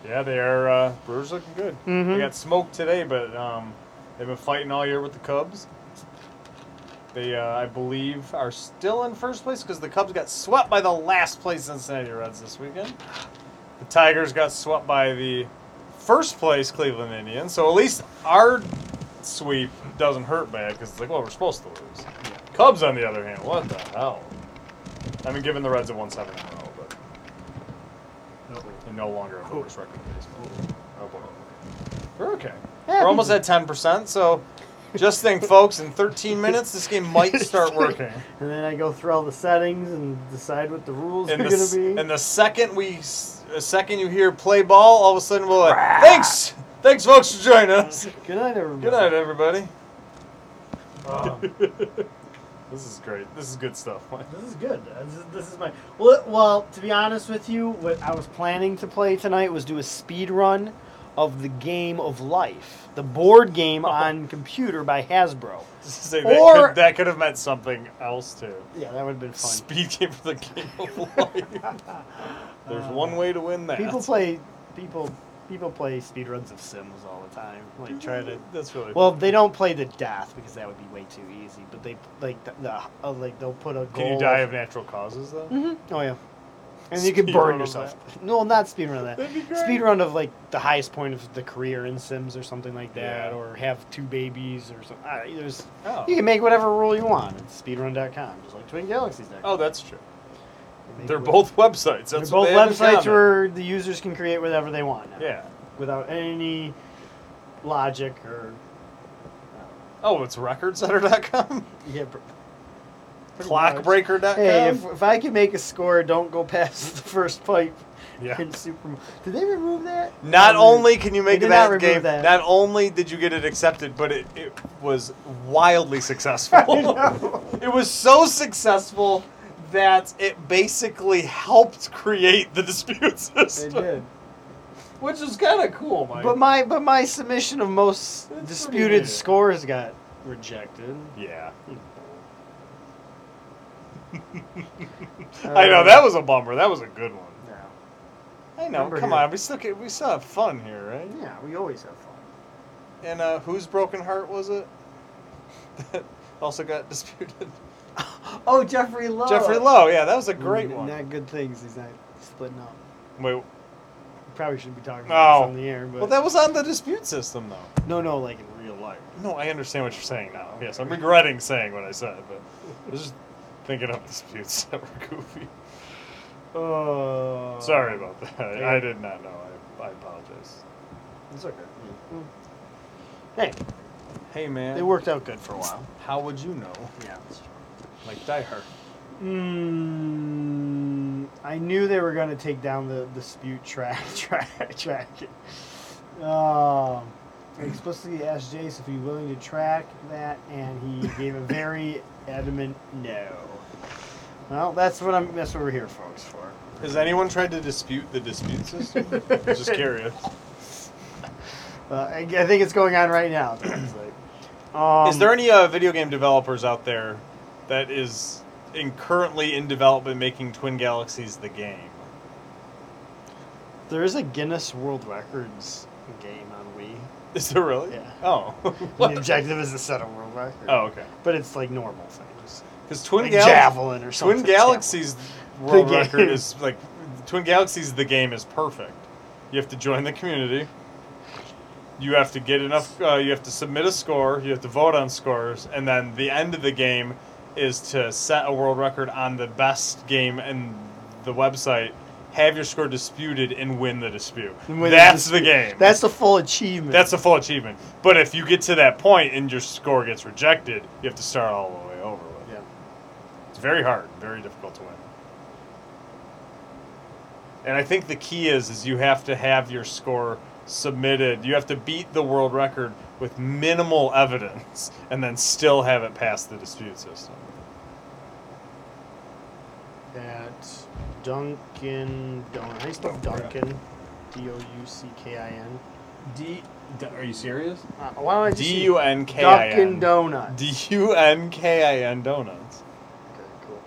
[SPEAKER 2] Yeah, they are. Uh, Brewers looking good.
[SPEAKER 1] Mhm.
[SPEAKER 2] They got smoked today, but um, they've been fighting all year with the Cubs. They, uh, I believe, are still in first place because the Cubs got swept by the last place Cincinnati Reds this weekend. The Tigers got swept by the first place Cleveland Indians. So at least our sweep doesn't hurt bad because it's like, well, we're supposed to lose. Cubs, on the other hand, what the hell? I mean, given the Reds have won seven in a row, but they're no longer have the worst record in baseball. Oh boy. We're okay.
[SPEAKER 1] Yeah,
[SPEAKER 2] We're almost at 10%, so just think, folks, in 13 minutes, this game might start working.
[SPEAKER 1] And then I go through all the settings and decide what the rules
[SPEAKER 2] And
[SPEAKER 1] are
[SPEAKER 2] the,
[SPEAKER 1] going
[SPEAKER 2] s-
[SPEAKER 1] to be.
[SPEAKER 2] and the second we, s- a second you hear play ball, all of a sudden we'll, uh, thanks! Thanks, folks, for joining us.
[SPEAKER 1] Good night, everybody.
[SPEAKER 2] Good night, everybody. this is great. This is good stuff, Mike.
[SPEAKER 1] This is good. This is, this is my well, well. To be honest with you, what I was planning to play tonight was do a speed run of the game of life, the board game
[SPEAKER 2] Oh.
[SPEAKER 1] on computer by Hasbro.
[SPEAKER 2] Just to say, that,
[SPEAKER 1] Or-
[SPEAKER 2] could, that could have meant something else, too.
[SPEAKER 1] Yeah, that would have been fun.
[SPEAKER 2] Speed game for the game of life. There's one way to win that.
[SPEAKER 1] People play people people play speed runs of Sims all the time. Like try to.
[SPEAKER 2] That's really
[SPEAKER 1] Well, they don't play the death because that would be way too easy. But they like the, the uh, like they'll put a goal.
[SPEAKER 2] Can you die of natural causes though?
[SPEAKER 1] Oh yeah. And you can
[SPEAKER 2] Speed
[SPEAKER 1] burn
[SPEAKER 2] run of
[SPEAKER 1] yourself. No, not speed run of that.
[SPEAKER 2] That'd be great.
[SPEAKER 1] Speed run of like the highest point of the career in Sims or something like that,
[SPEAKER 2] Yeah.
[SPEAKER 1] or have two babies or something. I, there's
[SPEAKER 2] Oh.
[SPEAKER 1] you can make whatever rule you want. It's speedrun.com, just like twingalaxies.com.
[SPEAKER 2] Oh, that's true.
[SPEAKER 1] Make
[SPEAKER 2] Oh, They're
[SPEAKER 1] what-
[SPEAKER 2] both websites.
[SPEAKER 1] they're
[SPEAKER 2] That's what
[SPEAKER 1] both
[SPEAKER 2] they have in
[SPEAKER 1] websites
[SPEAKER 2] common.
[SPEAKER 1] where the users can create whatever they want. now,
[SPEAKER 2] Yeah.
[SPEAKER 1] Without any logic or
[SPEAKER 2] Oh, it's recordsetter.com.
[SPEAKER 1] yeah. pr-
[SPEAKER 2] Clockbreaker.com.
[SPEAKER 1] Hey, if, if I can make a score, don't go past the first pipe.
[SPEAKER 2] Yeah.
[SPEAKER 1] In Super, did they remove that?
[SPEAKER 2] Not
[SPEAKER 1] Or-
[SPEAKER 2] only can you make
[SPEAKER 1] did
[SPEAKER 2] that
[SPEAKER 1] not remove
[SPEAKER 2] game,
[SPEAKER 1] that.
[SPEAKER 2] not only did you get it accepted, but it, it was wildly successful. it was so successful that it basically helped create the dispute
[SPEAKER 1] They
[SPEAKER 2] system.
[SPEAKER 1] did.
[SPEAKER 2] Which is kind of cool, Mike.
[SPEAKER 1] But my but my submission of most
[SPEAKER 2] pretty
[SPEAKER 1] disputed
[SPEAKER 2] good.
[SPEAKER 1] scores got rejected.
[SPEAKER 2] yeah. I know that was a bummer. That was a good one.
[SPEAKER 1] Yeah.
[SPEAKER 2] I know.
[SPEAKER 1] Remember
[SPEAKER 2] come
[SPEAKER 1] here.
[SPEAKER 2] on, we still get, we still have fun here, right?
[SPEAKER 1] Yeah, we always have fun.
[SPEAKER 2] And uh, whose broken heart was it? That also got disputed.
[SPEAKER 1] Oh, Jeffrey Lowe.
[SPEAKER 2] Jeffrey Lowe. Yeah, that was a great one.
[SPEAKER 1] Mm, Not good things. He's not splitting up.
[SPEAKER 2] Wait.
[SPEAKER 1] We probably shouldn't be talking about
[SPEAKER 2] Oh.
[SPEAKER 1] this on the air, but
[SPEAKER 2] Well, that was on the dispute system, though.
[SPEAKER 1] no, no, like in real life.
[SPEAKER 2] No, I understand what you're saying now. Yes, I'm regretting saying what I said, but I was just thinking of disputes that were goofy.
[SPEAKER 1] Oh.
[SPEAKER 2] Sorry about that. I, I did not know. I, I apologize.
[SPEAKER 1] It's okay.
[SPEAKER 2] Mm.
[SPEAKER 1] Hey,
[SPEAKER 2] Hey, man.
[SPEAKER 1] it worked out good for a while.
[SPEAKER 2] How would you know?
[SPEAKER 1] Yeah.
[SPEAKER 2] Like Die Hard.
[SPEAKER 1] Mmm. Um, I knew they were going to take down the dispute track track track. Um, I explicitly asked Jace if he'd willing to track that, and he gave a very adamant no. Well, that's what I'm. That's what we're here, folks, for.
[SPEAKER 2] Has anyone tried to dispute the dispute system? I'm Just curious.
[SPEAKER 1] Uh, I, I think it's going on right now. it sounds like. um,
[SPEAKER 2] Is there any uh, video game developers out there that is in currently in development making Twin Galaxies the game?
[SPEAKER 1] there is a Guinness World Records game on Wii.
[SPEAKER 2] Is there really?
[SPEAKER 1] Yeah.
[SPEAKER 2] Oh.
[SPEAKER 1] And The objective is to set a world record.
[SPEAKER 2] oh, okay.
[SPEAKER 1] But it's like normal things.
[SPEAKER 2] Because Twin
[SPEAKER 1] Like
[SPEAKER 2] Galaxies,
[SPEAKER 1] javelin or something.
[SPEAKER 2] Twin Galaxies world
[SPEAKER 1] game.
[SPEAKER 2] record is like Twin Galaxies the game is perfect. You have to join the community. You have to get enough. Uh, you have to submit a score. You have to vote on scores, and then the end of the game is to set a world record on the best game in the website. Have your score disputed and win the dispute.
[SPEAKER 1] And win the
[SPEAKER 2] That's the,
[SPEAKER 1] dispute.
[SPEAKER 2] game.
[SPEAKER 1] That's the full achievement.
[SPEAKER 2] That's a full achievement. But if you get to that point and your score gets rejected, you have to start all the way over with.
[SPEAKER 1] Yeah.
[SPEAKER 2] It's very hard, very difficult to win. And I think the key is is you have to have your score submitted. You have to beat the world record with minimal evidence and then still have it pass the dispute system.
[SPEAKER 1] at Dunkin' Donut. How do you
[SPEAKER 2] Oh,
[SPEAKER 1] spell Dunkin'? D O U C K I N.
[SPEAKER 6] D, d- are you serious?
[SPEAKER 1] Uh, Why don't I just
[SPEAKER 2] D
[SPEAKER 1] see
[SPEAKER 2] U N K I
[SPEAKER 1] Dunkin'
[SPEAKER 2] N.
[SPEAKER 1] Donut?
[SPEAKER 2] D U N K I N donuts.
[SPEAKER 1] Okay, cool.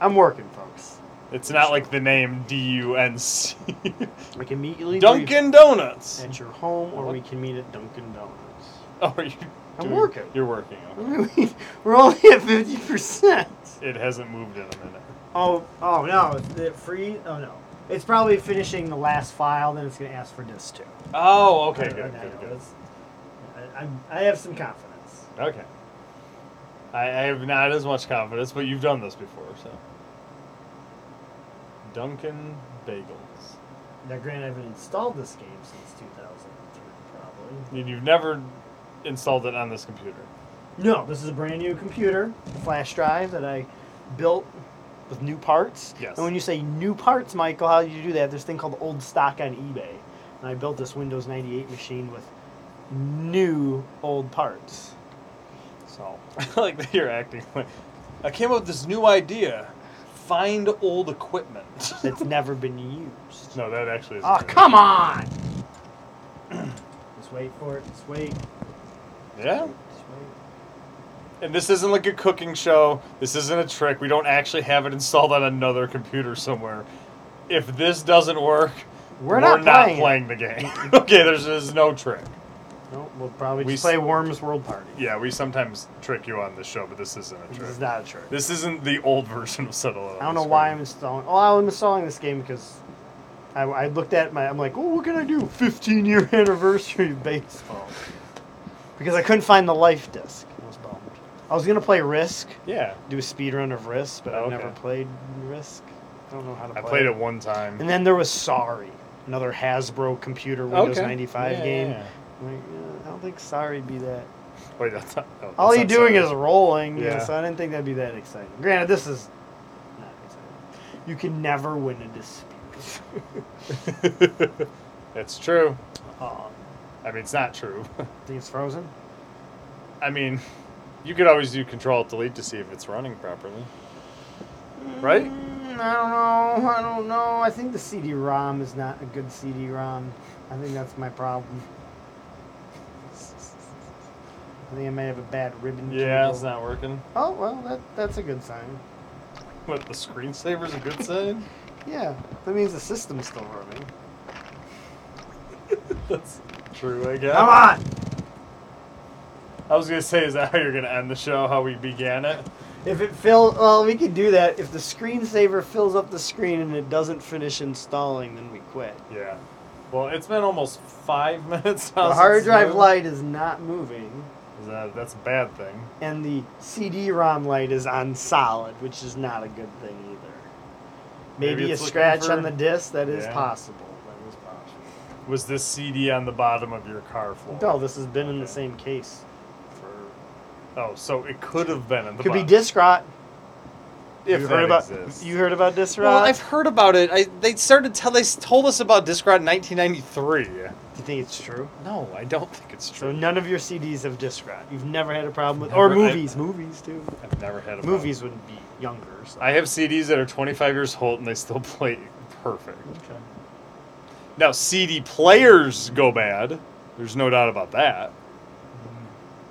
[SPEAKER 1] I'm working, folks.
[SPEAKER 2] It's not like the name D U N C.
[SPEAKER 1] Like immediately
[SPEAKER 2] Dunkin' Donuts.
[SPEAKER 1] at your home, or we can meet at Dunkin' Donuts.
[SPEAKER 2] Oh, are you?
[SPEAKER 1] I'm working.
[SPEAKER 2] You're working. Okay.
[SPEAKER 1] We're only at fifty percent.
[SPEAKER 2] It hasn't moved in a minute.
[SPEAKER 1] Oh, oh no! Is it free? Oh no! It's probably finishing the last file. Then it's gonna ask for disk two.
[SPEAKER 2] Oh, okay,
[SPEAKER 1] I-
[SPEAKER 2] good,
[SPEAKER 1] I know,
[SPEAKER 2] good, good.
[SPEAKER 1] that's- I, I'm- I have some confidence.
[SPEAKER 2] Okay. I, I have not as much confidence, but you've done this before, so. Dunkin' Bagels.
[SPEAKER 1] Now, granted, I haven't installed this game since 2003, probably.
[SPEAKER 2] And you've never installed it on this computer.
[SPEAKER 1] No, this is a brand new computer, flash drive that I built with new parts.
[SPEAKER 2] Yes.
[SPEAKER 1] And when you say new parts, Michael, how do you do that? There's a thing called old stock on eBay. And I built this Windows 98 machine with new old parts.
[SPEAKER 2] So. I like that you're acting like. I came up with this new idea. Find old equipment.
[SPEAKER 1] That's never been used.
[SPEAKER 2] no, that actually is.
[SPEAKER 1] Oh, come on! Just wait for it. Just wait. Just
[SPEAKER 2] Yeah?
[SPEAKER 1] wait.
[SPEAKER 2] And this isn't like a cooking show. This isn't a trick. We don't actually have it installed on another computer somewhere. If this doesn't work,
[SPEAKER 1] We're not playing it.
[SPEAKER 2] the game. okay, there's, there's no trick.
[SPEAKER 1] Nope, we'll probably
[SPEAKER 2] We
[SPEAKER 1] just
[SPEAKER 2] s-
[SPEAKER 1] play Worms World Party.
[SPEAKER 2] Yeah, we sometimes trick you on this show, but this isn't a
[SPEAKER 1] This is
[SPEAKER 2] trick.
[SPEAKER 1] not a trick.
[SPEAKER 2] This isn't the old version of Settle. It on
[SPEAKER 1] I don't know
[SPEAKER 2] This
[SPEAKER 1] why I'm
[SPEAKER 2] Game.
[SPEAKER 1] installing. Oh, I'm installing this game because I, I looked at my. I'm like, oh, what can I do? 15 year anniversary of baseball. Because I couldn't find the life disc. I was bummed. I was gonna play Risk,
[SPEAKER 2] Yeah,
[SPEAKER 1] do a speedrun of Risk, but I've
[SPEAKER 2] Oh, Okay.
[SPEAKER 1] never played Risk. I don't know how to
[SPEAKER 2] I
[SPEAKER 1] play.
[SPEAKER 2] played it one time.
[SPEAKER 1] And then there was Sorry, another Hasbro computer Windows
[SPEAKER 2] Okay.
[SPEAKER 1] 95
[SPEAKER 2] Yeah,
[SPEAKER 1] game.
[SPEAKER 2] yeah,
[SPEAKER 1] I'm like, "Uh, I don't think Sorry be that.
[SPEAKER 2] yeah. Wait, that's not. no,
[SPEAKER 1] All
[SPEAKER 2] that's
[SPEAKER 1] you're
[SPEAKER 2] not
[SPEAKER 1] doing
[SPEAKER 2] Settle.
[SPEAKER 1] is rolling, yeah.
[SPEAKER 2] Yeah.
[SPEAKER 1] so I didn't think that'd be that exciting. Granted, this is not exciting. You can never win a dispute.
[SPEAKER 2] It's true.
[SPEAKER 1] Um,
[SPEAKER 2] I mean, it's not true.
[SPEAKER 1] I think it's frozen.
[SPEAKER 2] I mean, you could always do Control Delete to see if it's running properly. Right?
[SPEAKER 1] Mm, I don't know. I don't know. I think the CD-ROM is not a good CD-ROM. I think that's my problem. I think I may have a bad ribbon.
[SPEAKER 2] Yeah,
[SPEAKER 1] cable.
[SPEAKER 2] it's not working.
[SPEAKER 1] Oh well, that that's a good sign.
[SPEAKER 2] What the screensaver's a good sign?
[SPEAKER 1] Yeah, that means the system's still running.
[SPEAKER 2] That's true, I guess.
[SPEAKER 1] Come on!
[SPEAKER 2] I was gonna say, is that how you're gonna end the show? How we began it?
[SPEAKER 1] If it fills, well, we could do that. If the screensaver fills up the screen and it doesn't finish installing, then we quit.
[SPEAKER 2] Yeah. Well, it's been almost five minutes.
[SPEAKER 1] The
[SPEAKER 2] now since
[SPEAKER 1] hard
[SPEAKER 2] it's
[SPEAKER 1] drive
[SPEAKER 2] moved.
[SPEAKER 1] light is not moving,
[SPEAKER 2] Is that, that's a bad thing.
[SPEAKER 1] and the CD-ROM light is on solid, which is not a good thing either.
[SPEAKER 2] Maybe
[SPEAKER 1] Maybe, a
[SPEAKER 2] it's looking
[SPEAKER 1] scratch
[SPEAKER 2] for-
[SPEAKER 1] on the disc. That is
[SPEAKER 2] Yeah.
[SPEAKER 1] possible. That is possible.
[SPEAKER 2] Was this CD on the bottom of your car floor?
[SPEAKER 1] No, this has been in the
[SPEAKER 2] Okay.
[SPEAKER 1] same case. For
[SPEAKER 2] Oh, so it could have been in the
[SPEAKER 1] could be
[SPEAKER 2] bottom.
[SPEAKER 1] disc rot.
[SPEAKER 7] If
[SPEAKER 8] you
[SPEAKER 7] that
[SPEAKER 8] heard about
[SPEAKER 7] exists.
[SPEAKER 8] you heard about Disrod?
[SPEAKER 2] Well, I've heard about it. I, they started tell they told us about Discrod in 1993.
[SPEAKER 8] Do you think it's true?
[SPEAKER 2] No, I don't think it's
[SPEAKER 8] So
[SPEAKER 2] true.
[SPEAKER 8] none of your CDs have Disrod. You've never had a problem with or
[SPEAKER 2] Never- I-
[SPEAKER 8] movies, movies too.
[SPEAKER 2] I've never had a problem.
[SPEAKER 8] Movies wouldn't be younger. So.
[SPEAKER 2] I have CDs that are 25 years old and they still play perfect.
[SPEAKER 8] Okay.
[SPEAKER 2] Now CD players go bad. There's no doubt about that.
[SPEAKER 8] Mm-hmm.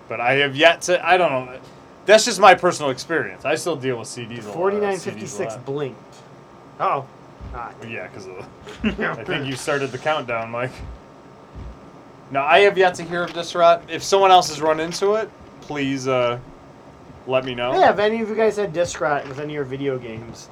[SPEAKER 2] But I have yet to. I don't know. That's just my personal experience. I still deal with CDs. a lot, CDs
[SPEAKER 8] 4956
[SPEAKER 2] a lot.
[SPEAKER 8] blinked. Oh. Ah,
[SPEAKER 2] Yeah, because I think you started the countdown, Mike. No, I have yet to hear of Disrot. If someone else has run into it, please uh, let me know.
[SPEAKER 8] Yeah, if any of you guys had disc rot with any of your video games,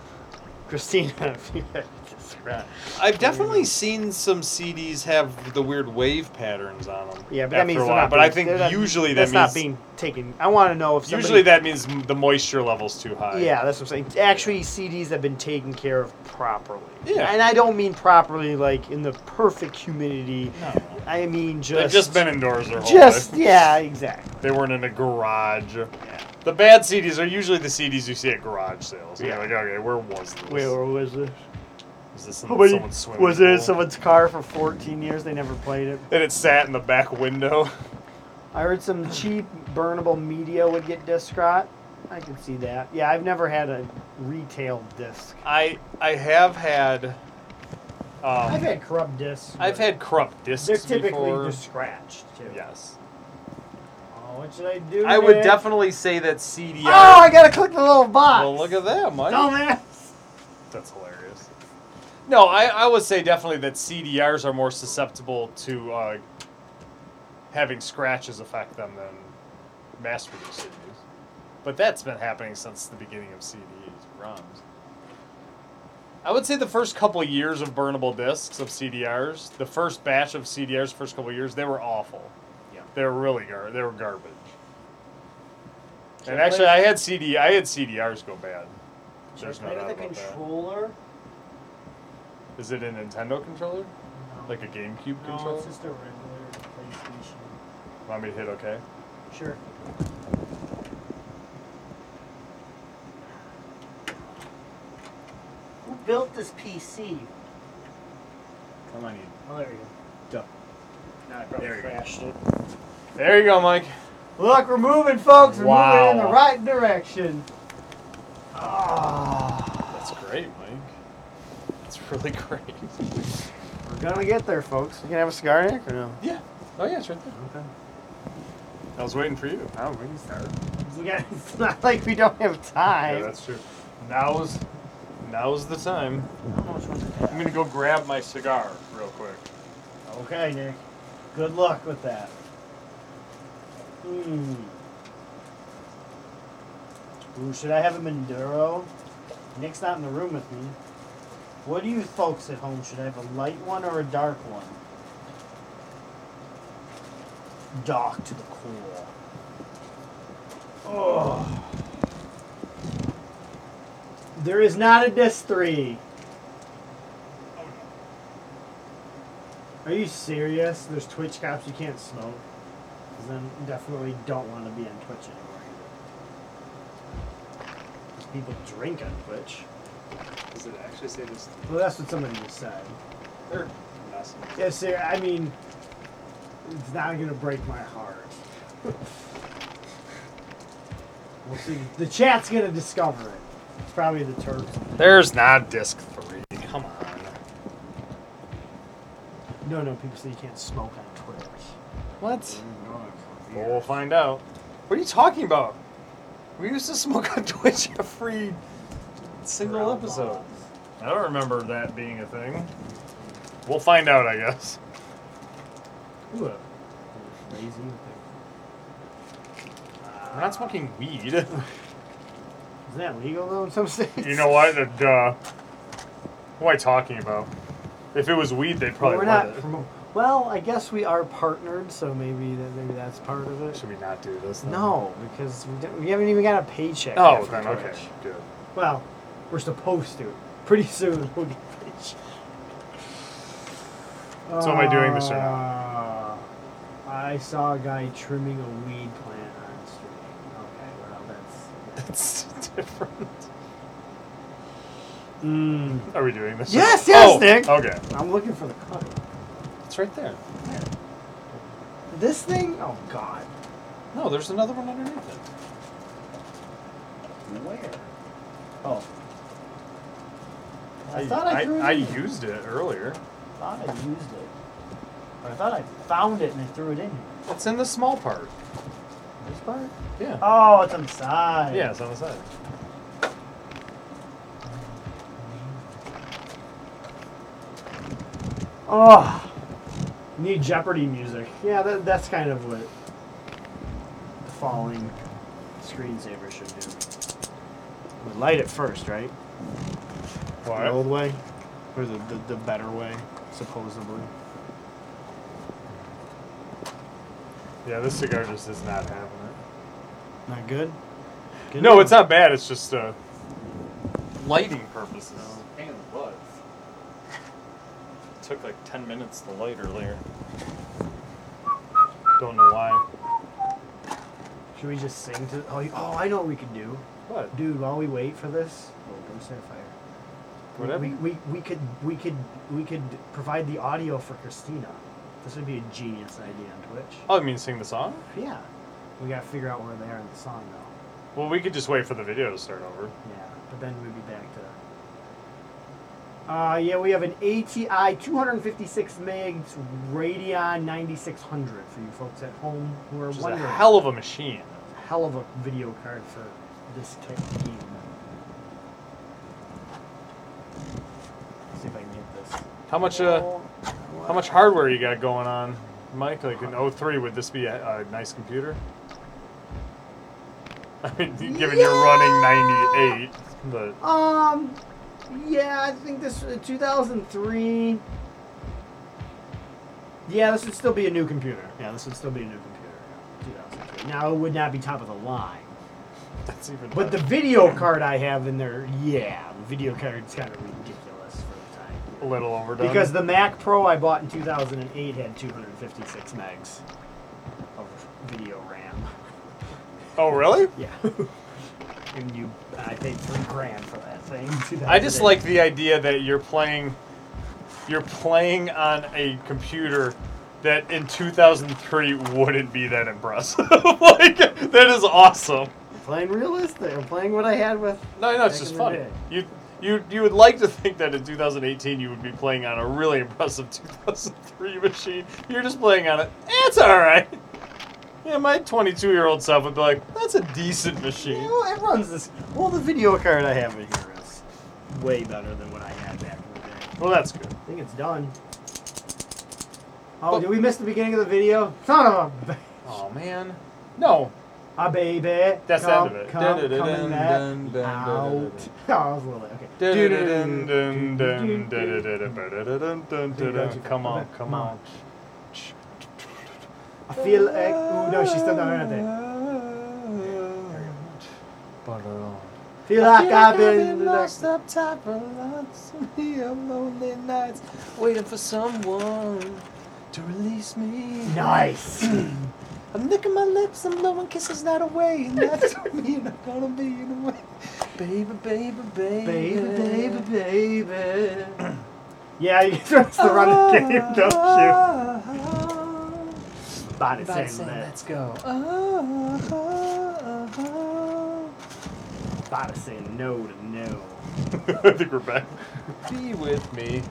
[SPEAKER 8] Christina, if you had disc rot.
[SPEAKER 2] I've definitely seen some CDs have the weird wave patterns on them.
[SPEAKER 8] Yeah, but that means
[SPEAKER 2] a
[SPEAKER 8] they're
[SPEAKER 2] while.
[SPEAKER 8] not
[SPEAKER 2] But
[SPEAKER 8] being,
[SPEAKER 2] I think
[SPEAKER 8] they're not-
[SPEAKER 2] usually that
[SPEAKER 8] that's not
[SPEAKER 2] means
[SPEAKER 8] being taken. I want to know if somebody,
[SPEAKER 2] usually that means the moisture level's too high.
[SPEAKER 8] Yeah, that's what I'm saying. Actually, CDs have been taken care of properly.
[SPEAKER 2] Yeah.
[SPEAKER 8] And I don't mean properly like in the perfect humidity.
[SPEAKER 2] No.
[SPEAKER 8] I mean just.
[SPEAKER 2] They've just been indoors their whole
[SPEAKER 8] Just
[SPEAKER 2] life.
[SPEAKER 8] yeah, exactly.
[SPEAKER 2] They weren't in a garage. The bad CDs are usually the CDs you see at garage sales. Yeah.
[SPEAKER 8] Yeah.
[SPEAKER 2] like, okay, where was this?
[SPEAKER 8] Wait, where was this?
[SPEAKER 2] was this in
[SPEAKER 8] Nobody-
[SPEAKER 2] someone's swimming
[SPEAKER 8] was it in
[SPEAKER 2] pool?
[SPEAKER 8] someone's car for 14 years? They never played it.
[SPEAKER 2] And it sat in the back window.
[SPEAKER 8] I heard some cheap burnable media would get disc rot. I can see that. Yeah, I've never had a retail disc.
[SPEAKER 2] I I have had. Um,
[SPEAKER 1] I've had corrupt discs.
[SPEAKER 2] I've
[SPEAKER 1] but
[SPEAKER 2] had corrupt discs
[SPEAKER 1] They're typically
[SPEAKER 2] before.
[SPEAKER 1] just scratched too.
[SPEAKER 2] yes.
[SPEAKER 1] Oh, what should I do?
[SPEAKER 2] I would
[SPEAKER 1] Nick?
[SPEAKER 2] definitely say that CDR.
[SPEAKER 8] Oh, I gotta click the little box.
[SPEAKER 1] Oh,
[SPEAKER 2] well, look at that, Mike.
[SPEAKER 8] Dumbass.
[SPEAKER 2] That's hilarious. No, I, I would say definitely that CDRs are more susceptible to uh, having scratches affect them than mass produced CDs. But that's been happening since the beginning of CDs, ROMs. I would say the first couple years of burnable discs of CDRs, the first batch of CDRs, first couple years, they were awful.
[SPEAKER 8] Yeah.
[SPEAKER 2] They were really gar- they were garbage. And actually, I had CD I had CDRs go bad.
[SPEAKER 1] Should I
[SPEAKER 2] There's
[SPEAKER 1] play
[SPEAKER 2] no doubt
[SPEAKER 1] with a
[SPEAKER 2] about that.
[SPEAKER 1] controller?
[SPEAKER 2] Is it a Nintendo controller? Like a GameCube
[SPEAKER 1] No,
[SPEAKER 2] controller?
[SPEAKER 1] it's just a regular PlayStation.
[SPEAKER 2] Want me to hit OK?
[SPEAKER 1] Sure.
[SPEAKER 9] Who built this PC?
[SPEAKER 2] Come on, you.
[SPEAKER 1] Oh, there you go.
[SPEAKER 2] Duh.
[SPEAKER 1] No, I probably
[SPEAKER 2] There you go.
[SPEAKER 1] crashed it.
[SPEAKER 2] There you go, Mike.
[SPEAKER 1] Look, we're moving, folks. We're
[SPEAKER 2] Wow.
[SPEAKER 1] moving in the right direction.
[SPEAKER 8] Ah.
[SPEAKER 2] That's great, Mike. That's really great.
[SPEAKER 8] We're gonna get there, folks. You gonna have a cigar, Nick, or no?
[SPEAKER 2] Yeah. Oh yeah, it's right there. Okay. I was waiting for you.
[SPEAKER 8] I don't really start.
[SPEAKER 1] We got
[SPEAKER 8] It's not like we don't have
[SPEAKER 2] Yeah,
[SPEAKER 8] time.
[SPEAKER 2] that's true. Now's now's the time.
[SPEAKER 9] I don't know which one's it.
[SPEAKER 2] I'm gonna go grab my cigar real quick.
[SPEAKER 1] Okay, Nick. Good luck with that. Hmm. Ooh, should I have a Manduro? Nick's not in the room with me. What do you folks at home? Should I have a light one or a dark one? Dark to the core. Oh. There is not a disc three. Are you serious? There's Twitch caps you can't smoke. 'Cause then you definitely don't want to be on Twitch anymore. either. 'Cause People drink on Twitch.
[SPEAKER 2] Does it actually say this?
[SPEAKER 1] Well, that's what somebody just said.
[SPEAKER 2] They're messing.
[SPEAKER 1] Yeah, sir. I mean, it's not gonna break my heart. we'll see. The chat's gonna discover it. It's probably the Terps.
[SPEAKER 2] There's not disc three. Come on.
[SPEAKER 1] No, no. People say you can't smoke on Twitch.
[SPEAKER 2] What? Well, we'll find out. What are you talking about? We used to smoke on Twitch every single episode. I don't remember that being a thing. We'll find out, I guess.
[SPEAKER 1] Ooh, a lazy thing.
[SPEAKER 2] We're not smoking weed.
[SPEAKER 1] Is that legal though in some states?
[SPEAKER 2] you know what? Uh, duh. What am I talking about? If it was weed, they'd probably
[SPEAKER 8] we're
[SPEAKER 2] let
[SPEAKER 8] not.
[SPEAKER 2] it.
[SPEAKER 8] Promo- well, I guess we are partnered, so maybe that maybe that's part of it.
[SPEAKER 2] Should we not do this? Then?
[SPEAKER 8] No, because we, don't, we haven't even got a paycheck.
[SPEAKER 2] Oh,
[SPEAKER 8] yet from
[SPEAKER 2] then okay.
[SPEAKER 8] Twitch.
[SPEAKER 2] Good.
[SPEAKER 1] Well, we're supposed to. Pretty soon we'll get rich.
[SPEAKER 2] So am I doing this or not?
[SPEAKER 1] Uh, I saw a guy trimming a weed plant on stream. Okay, well that's
[SPEAKER 2] That's different. Are we doing this?
[SPEAKER 3] Yes, yes,
[SPEAKER 2] Hmm. Oh,
[SPEAKER 3] Nick.
[SPEAKER 2] Okay.
[SPEAKER 3] I'm looking for the cut.
[SPEAKER 2] It's right there.
[SPEAKER 3] This thing? Oh God.
[SPEAKER 2] No, there's another one underneath it.
[SPEAKER 3] Where? Oh.
[SPEAKER 1] I thought I threw it
[SPEAKER 2] I,
[SPEAKER 1] in.
[SPEAKER 2] used it earlier.
[SPEAKER 1] I thought I used it. Or I thought I found it and I threw it in here.
[SPEAKER 2] It's in the small part.
[SPEAKER 1] This part?
[SPEAKER 2] Yeah.
[SPEAKER 1] Oh, it's inside.
[SPEAKER 2] Yeah, it's on the side.
[SPEAKER 1] Oh. Need Jeopardy music. Yeah, that, that's kind of what the falling screensaver should do. We light it first, right?
[SPEAKER 2] Why?
[SPEAKER 1] The old way? Or the, the, the better way, supposedly.
[SPEAKER 2] Yeah, this cigar just is not having it.
[SPEAKER 1] Not good? Good
[SPEAKER 2] No,
[SPEAKER 1] enough.
[SPEAKER 2] it's not bad. It's just uh, lighting purposes. Pain in the butt. Took like ten minutes to light earlier. Don't know why.
[SPEAKER 1] Should we just sing to. Oh, you- oh, I know what we could do.
[SPEAKER 2] What?
[SPEAKER 1] Dude, while we wait for this, oh, don't set a fire.
[SPEAKER 2] Whatever.
[SPEAKER 1] We, we, we could we could we could provide the audio for Christina. This would be a genius idea on Twitch.
[SPEAKER 2] Oh, you mean sing the song?
[SPEAKER 1] Yeah, we gotta figure out where they are in the song though.
[SPEAKER 2] Well, we could just wait for the video to start over.
[SPEAKER 1] Yeah, but then we'd be back to. Uh, yeah, we have an ATI 256 megs Radeon 9600 for you folks at home who are
[SPEAKER 2] Which is a
[SPEAKER 1] wondering.
[SPEAKER 2] hell of a machine.
[SPEAKER 1] hell of a video card for this type of game. see if I can get this.
[SPEAKER 2] How much uh, how much hardware you got going on, Mike? Like an 03, would this be a, a nice computer? I mean, given you're running 98, but
[SPEAKER 1] Um, yeah, I think this uh, 2003. Yeah, this would still be a new computer. Yeah, this would still be a new computer. yeah, 2003. Now it would not be top of the line,
[SPEAKER 2] that's even.
[SPEAKER 1] but the
[SPEAKER 2] better.
[SPEAKER 1] video card I have in there, yeah, the video card's kind of ridiculous for the time.
[SPEAKER 2] a little overdone.
[SPEAKER 1] Because the Mac Pro I bought in 2008 had 256 megs of video RAM.
[SPEAKER 2] oh really?
[SPEAKER 1] Yeah. and you, I paid three grand for that thing. in 2008.
[SPEAKER 2] I just like the idea that you're playing, you're playing on a computer that in 2003 wouldn't be that impressive. like that is awesome.
[SPEAKER 1] playing realistic. I'm playing what I had with.
[SPEAKER 2] No, no, it's
[SPEAKER 1] Back
[SPEAKER 2] just
[SPEAKER 1] in the
[SPEAKER 2] funny.
[SPEAKER 1] day.
[SPEAKER 2] You you you would like to think that in 2018 you would be playing on a really impressive 2003 machine. You're just playing on it. It's all right. Yeah, my 22 year old self would be like, that's a decent machine.
[SPEAKER 1] Well, it runs this. Well, the video card I have in here is way better than what I had back in the day.
[SPEAKER 2] Well, that's good.
[SPEAKER 1] I think it's done. Oh, did we miss the beginning of the video? Son of a. b-
[SPEAKER 2] Oh man. No.
[SPEAKER 1] Ah, baby.
[SPEAKER 2] That's the
[SPEAKER 1] come,
[SPEAKER 2] end of it.
[SPEAKER 1] Come,
[SPEAKER 2] Dun,
[SPEAKER 1] coming
[SPEAKER 2] dun,
[SPEAKER 1] back
[SPEAKER 2] dun, dun, dun,
[SPEAKER 1] out. Oh, I was a little okay.
[SPEAKER 2] Dun, dun, dun, dun, dun, dun, dun, dun, dun, dun, dun, dun. Come on, come on.
[SPEAKER 1] I feel like. Oh, no, she's still not doing anything. Feel like I've been.
[SPEAKER 2] lost up top for lots of real lonely nights, waiting for someone to release me.
[SPEAKER 1] Nice.
[SPEAKER 2] I'm licking my lips, I'm blowing kisses night away, and that's me, and I'm gonna be in the way. Baby, baby, baby,
[SPEAKER 1] baby, baby, baby. yeah, you that's the running game, don't you? Body saying that.
[SPEAKER 2] Let's go. Oh, oh, oh,
[SPEAKER 1] Body saying no to no.
[SPEAKER 2] oh. I think we're back. Be with me.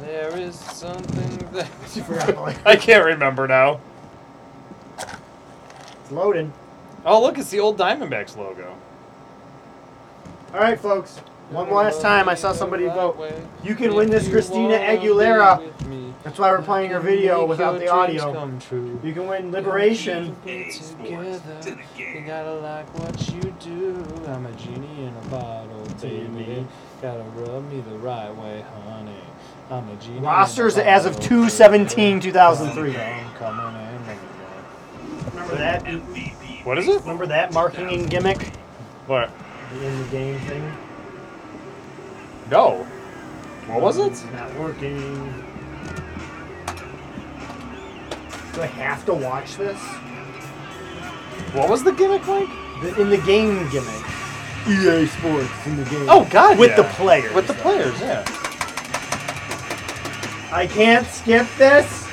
[SPEAKER 2] There is something that
[SPEAKER 1] You forgot the lyrics.
[SPEAKER 2] I can't remember now.
[SPEAKER 1] It's loading.
[SPEAKER 2] Oh, look, it's the old Diamondbacks logo.
[SPEAKER 1] All right, folks. One last time, I saw somebody vote. You can win this
[SPEAKER 2] You
[SPEAKER 1] Christina
[SPEAKER 2] wanna be
[SPEAKER 1] Aguilera.
[SPEAKER 2] with me.
[SPEAKER 1] That's why we're playing her video
[SPEAKER 2] Make
[SPEAKER 1] without
[SPEAKER 2] your
[SPEAKER 1] the
[SPEAKER 2] dreams
[SPEAKER 1] audio.
[SPEAKER 2] Come true.
[SPEAKER 1] You can win Liberation.
[SPEAKER 2] Together, you gotta like what you do. I'm a genie in a bottle, baby. Gotta rub me the right way, honey. I'm a genie. in a
[SPEAKER 1] Rosters as of
[SPEAKER 2] bottle,
[SPEAKER 1] 2
[SPEAKER 3] 17
[SPEAKER 1] 2003.
[SPEAKER 2] baby. I'm coming in. baby.
[SPEAKER 1] Remember that?
[SPEAKER 2] What is it?
[SPEAKER 1] Remember that marking and gimmick?
[SPEAKER 2] What?
[SPEAKER 1] The in the game thing?
[SPEAKER 2] No. What was it?
[SPEAKER 1] Not working. Do I have to watch this?
[SPEAKER 2] What was the gimmick like?
[SPEAKER 1] The, in the game gimmick. EA E Sports in the game.
[SPEAKER 2] Oh God!
[SPEAKER 10] with
[SPEAKER 2] yeah.
[SPEAKER 10] the player.
[SPEAKER 2] with the players, yeah.
[SPEAKER 1] I can't skip this.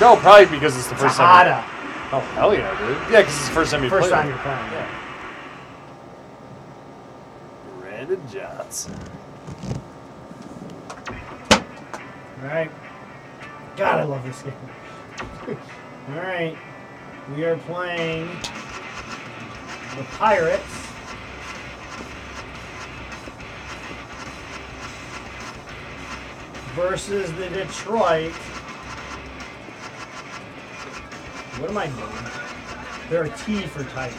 [SPEAKER 11] No, probably because it's the first time.
[SPEAKER 1] Tahada.
[SPEAKER 11] Oh hell yeah, dude! Yeah, because it's the first time you
[SPEAKER 1] First
[SPEAKER 11] played.
[SPEAKER 1] time you're playing. Yeah.
[SPEAKER 11] Brandon Johnson.
[SPEAKER 1] All right. God, I love this game. All right. We are playing the Pirates. Versus the Detroit. What am I doing? They're a T for Tigers.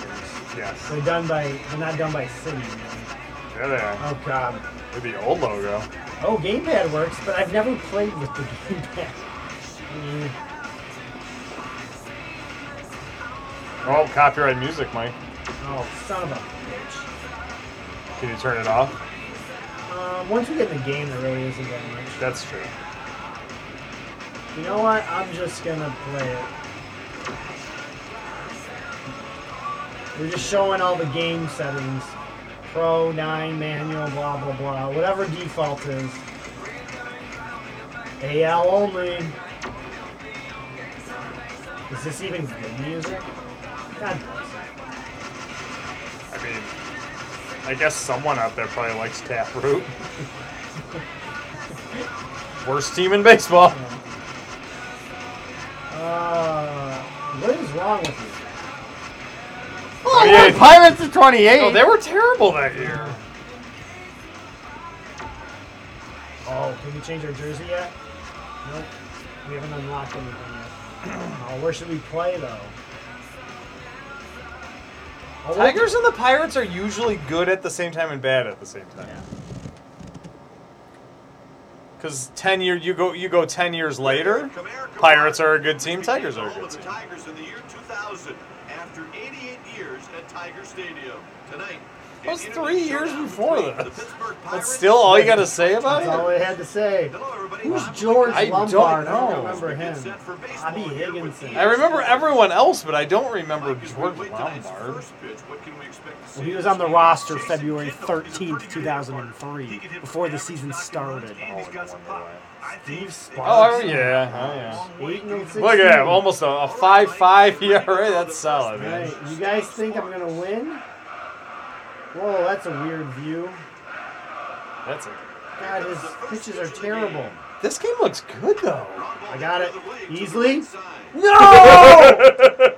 [SPEAKER 11] Yes.
[SPEAKER 1] They're done by. They're not done by city. Man.
[SPEAKER 11] Yeah, they are.
[SPEAKER 1] Oh God.
[SPEAKER 11] With the old logo.
[SPEAKER 1] Oh, gamepad works, but I've never played with the gamepad. Mm,
[SPEAKER 11] Oh, copyright music, Mike.
[SPEAKER 1] Oh, son of a bitch.
[SPEAKER 11] Can you turn it off?
[SPEAKER 1] Um, once we get in the game, there really isn't that much.
[SPEAKER 11] That's true.
[SPEAKER 1] You know what? I'm just gonna play it. We're just showing all the game settings. Pro, 9, manual, blah, blah, blah. Whatever default is. AL only. Is this even good music? God bless it.
[SPEAKER 11] I mean, I guess someone out there probably likes Taproot. Worst team in baseball.
[SPEAKER 1] Uh, what is wrong with you?
[SPEAKER 2] Oh,
[SPEAKER 11] Yeah.
[SPEAKER 2] the Pirates are 28.
[SPEAKER 11] Oh, they were terrible that year.
[SPEAKER 1] Oh, can we change our jersey yet? Nope. We haven't unlocked anything yet. oh, where should we play though? Oh, what-
[SPEAKER 11] Tigers and the Pirates are usually good at the same time and bad at the same time. Cause ten year you go you go ten years later, Pirates are a good team. Tigers are a good
[SPEAKER 12] Home of the
[SPEAKER 11] team.
[SPEAKER 12] Tigers in the year 2000 after 88 years at Tiger Stadium. Tonight,
[SPEAKER 11] That was
[SPEAKER 12] an
[SPEAKER 11] three
[SPEAKER 12] internet
[SPEAKER 11] years
[SPEAKER 12] showdown
[SPEAKER 11] before
[SPEAKER 12] between
[SPEAKER 11] this.
[SPEAKER 12] the Pittsburgh
[SPEAKER 11] That's
[SPEAKER 12] Pirates
[SPEAKER 11] still all you
[SPEAKER 12] and the
[SPEAKER 11] gotta say about
[SPEAKER 1] That's all
[SPEAKER 11] it.
[SPEAKER 1] I had to say.
[SPEAKER 12] Hello, everybody.
[SPEAKER 1] Who's
[SPEAKER 12] I'm
[SPEAKER 1] George
[SPEAKER 11] I don't
[SPEAKER 1] Lombard? I
[SPEAKER 11] know.
[SPEAKER 1] don't remember
[SPEAKER 12] Get
[SPEAKER 1] him.
[SPEAKER 12] set for baseball
[SPEAKER 1] Bobby
[SPEAKER 12] here with
[SPEAKER 1] Higginson.
[SPEAKER 12] Ian
[SPEAKER 11] I remember
[SPEAKER 12] Stewart.
[SPEAKER 11] everyone else, but I don't remember
[SPEAKER 12] Mike, as we
[SPEAKER 11] George
[SPEAKER 12] await tonight's
[SPEAKER 11] Lombard.
[SPEAKER 12] first pitch, what can we expect to
[SPEAKER 1] Well,
[SPEAKER 12] see
[SPEAKER 1] he was
[SPEAKER 12] in
[SPEAKER 1] on the
[SPEAKER 12] this game?
[SPEAKER 1] roster
[SPEAKER 12] Jason
[SPEAKER 1] February
[SPEAKER 12] Kendall, he's
[SPEAKER 1] 13th,
[SPEAKER 12] a 32 year old starter. He
[SPEAKER 1] 2003,
[SPEAKER 12] can hit for
[SPEAKER 1] before the
[SPEAKER 12] average,
[SPEAKER 1] season
[SPEAKER 12] knock and run,
[SPEAKER 1] started.
[SPEAKER 12] and he's
[SPEAKER 11] Oh,
[SPEAKER 12] got
[SPEAKER 11] no
[SPEAKER 12] some
[SPEAKER 11] wonder
[SPEAKER 12] pop. I
[SPEAKER 1] Steve
[SPEAKER 12] think-
[SPEAKER 1] Sparks.
[SPEAKER 11] Oh yeah, oh,
[SPEAKER 1] Eight and
[SPEAKER 11] yeah. Look at him, almost a, a five five ERA. That's solid,
[SPEAKER 1] All
[SPEAKER 11] man.
[SPEAKER 1] right, you guys think I'm gonna win? Whoa, that's a weird view.
[SPEAKER 11] That's it.
[SPEAKER 1] God, his pitches are terrible.
[SPEAKER 11] This game looks good though.
[SPEAKER 1] I got it easily.
[SPEAKER 2] no!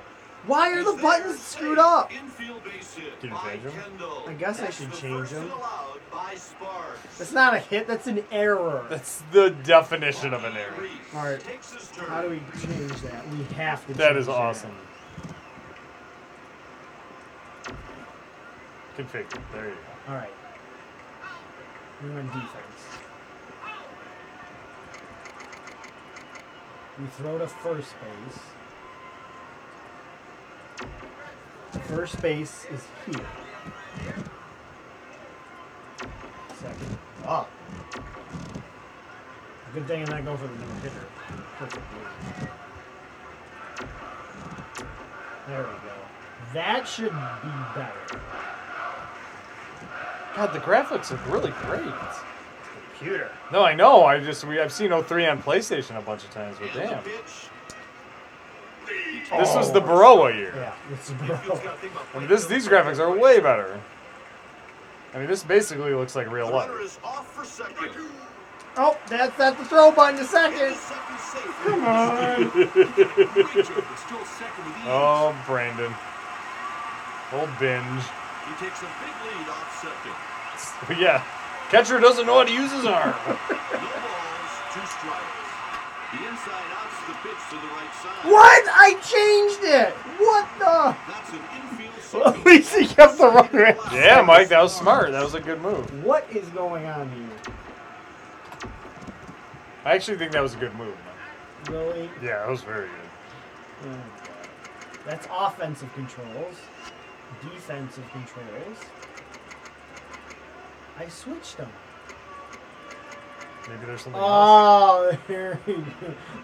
[SPEAKER 2] Why are the buttons screwed up?
[SPEAKER 12] Infield base hit
[SPEAKER 11] Can you
[SPEAKER 12] by
[SPEAKER 11] change 'em?
[SPEAKER 12] Kendall.
[SPEAKER 1] I guess I
[SPEAKER 12] That's
[SPEAKER 1] should
[SPEAKER 12] the
[SPEAKER 1] change
[SPEAKER 12] first
[SPEAKER 1] 'em.
[SPEAKER 12] allowed by Sparks.
[SPEAKER 1] That's not a hit. That's an error.
[SPEAKER 11] That's the definition of an error.
[SPEAKER 12] Reese
[SPEAKER 1] All right.
[SPEAKER 12] takes his turn.
[SPEAKER 1] How do we change that? We have to.
[SPEAKER 11] That
[SPEAKER 1] change
[SPEAKER 11] is awesome. Configure. There you go.
[SPEAKER 1] All right. We're on defense. We throw to first base. First base is here. Second is up. Good thing I'm not going for the no hitter. Perfect move. There we go. That should be better.
[SPEAKER 11] God, the graphics look really great.
[SPEAKER 1] Computer.
[SPEAKER 11] No, I know. I just we, I've seen 03 on PlayStation a bunch of times, but
[SPEAKER 12] And the
[SPEAKER 11] damn,
[SPEAKER 12] pitch.
[SPEAKER 11] this was the Baroa year.
[SPEAKER 1] Yeah, it's
[SPEAKER 12] Infield's gotta think about
[SPEAKER 11] And
[SPEAKER 12] playing
[SPEAKER 11] this
[SPEAKER 12] field
[SPEAKER 11] these graphics
[SPEAKER 12] right
[SPEAKER 11] are
[SPEAKER 12] away.
[SPEAKER 11] way better. I mean, this basically looks like real
[SPEAKER 12] The
[SPEAKER 11] life.
[SPEAKER 12] runner is off for second.
[SPEAKER 1] Oh, that's not the throw button to second.
[SPEAKER 12] Second safe. Come on. still second with ease.
[SPEAKER 11] Oh, Brandon, old binge.
[SPEAKER 12] He takes a big lead off second.
[SPEAKER 11] But yeah, catcher doesn't know how to use his arm.
[SPEAKER 12] No balls, two strikes. The inside out's the pitch to the right side.
[SPEAKER 1] What? I changed it. What the?
[SPEAKER 12] That's an infield
[SPEAKER 1] At
[SPEAKER 12] single.
[SPEAKER 1] least he kept the run rate.
[SPEAKER 11] yeah, Mike, that was smart. That was a good move.
[SPEAKER 1] What is going on here?
[SPEAKER 11] I actually think that was a good move. Mike.
[SPEAKER 1] Really?
[SPEAKER 11] Yeah, that was very good.
[SPEAKER 1] Oh, That's offensive controls. Defensive controls. I switched them.
[SPEAKER 11] Maybe there's something else.
[SPEAKER 1] Oh, there we go.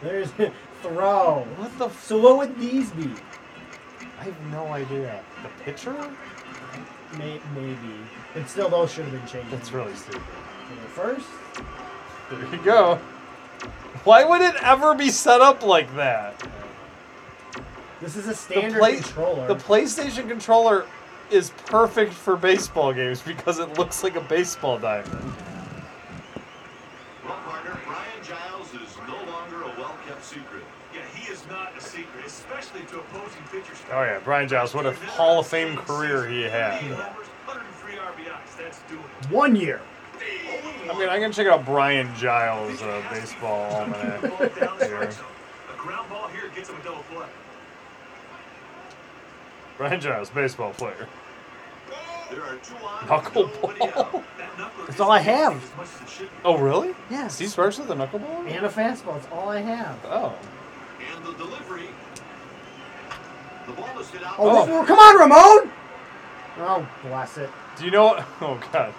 [SPEAKER 1] There's a throw.
[SPEAKER 11] What the? F-
[SPEAKER 1] So what would these be?
[SPEAKER 11] I have no idea. The pitcher?
[SPEAKER 1] May, maybe. But still, those should have been changed.
[SPEAKER 11] That's really stupid.
[SPEAKER 1] From the first.
[SPEAKER 11] There you go. Why would it ever be set up like that?
[SPEAKER 1] This is a standard
[SPEAKER 11] play-
[SPEAKER 1] controller.
[SPEAKER 11] The PlayStation controller is perfect for baseball games because it looks like a baseball diamond.
[SPEAKER 12] Well, partner, Brian Giles is no longer a well-kept secret.
[SPEAKER 13] Yeah, he is not a secret, especially to opposing pitchers.
[SPEAKER 11] Oh yeah, Brian Giles, what a Hall of Fame career he had.
[SPEAKER 13] 103 RBIs, that's doing it.
[SPEAKER 1] One year.
[SPEAKER 11] I mean, I'm gonna check out Brian Giles' uh, baseball almanac.
[SPEAKER 13] Ball down the
[SPEAKER 11] Yeah.
[SPEAKER 13] strike zone. A ground ball here gets him a double play.
[SPEAKER 11] Brian Giles, baseball player.
[SPEAKER 12] There are two on, nobody
[SPEAKER 11] Knuckleball.
[SPEAKER 12] out.
[SPEAKER 13] That knuckle
[SPEAKER 14] That's all I have.
[SPEAKER 13] is as much as it should be.
[SPEAKER 11] Oh really?
[SPEAKER 14] Yeah.
[SPEAKER 11] Is he special the knuckleball?
[SPEAKER 1] And a fastball. It's all I have.
[SPEAKER 11] Oh.
[SPEAKER 12] And the delivery. The ball is hit out.
[SPEAKER 1] Oh,
[SPEAKER 11] Oh.
[SPEAKER 1] come on, Ramon! Oh, bless it.
[SPEAKER 11] Do you know what? Oh god.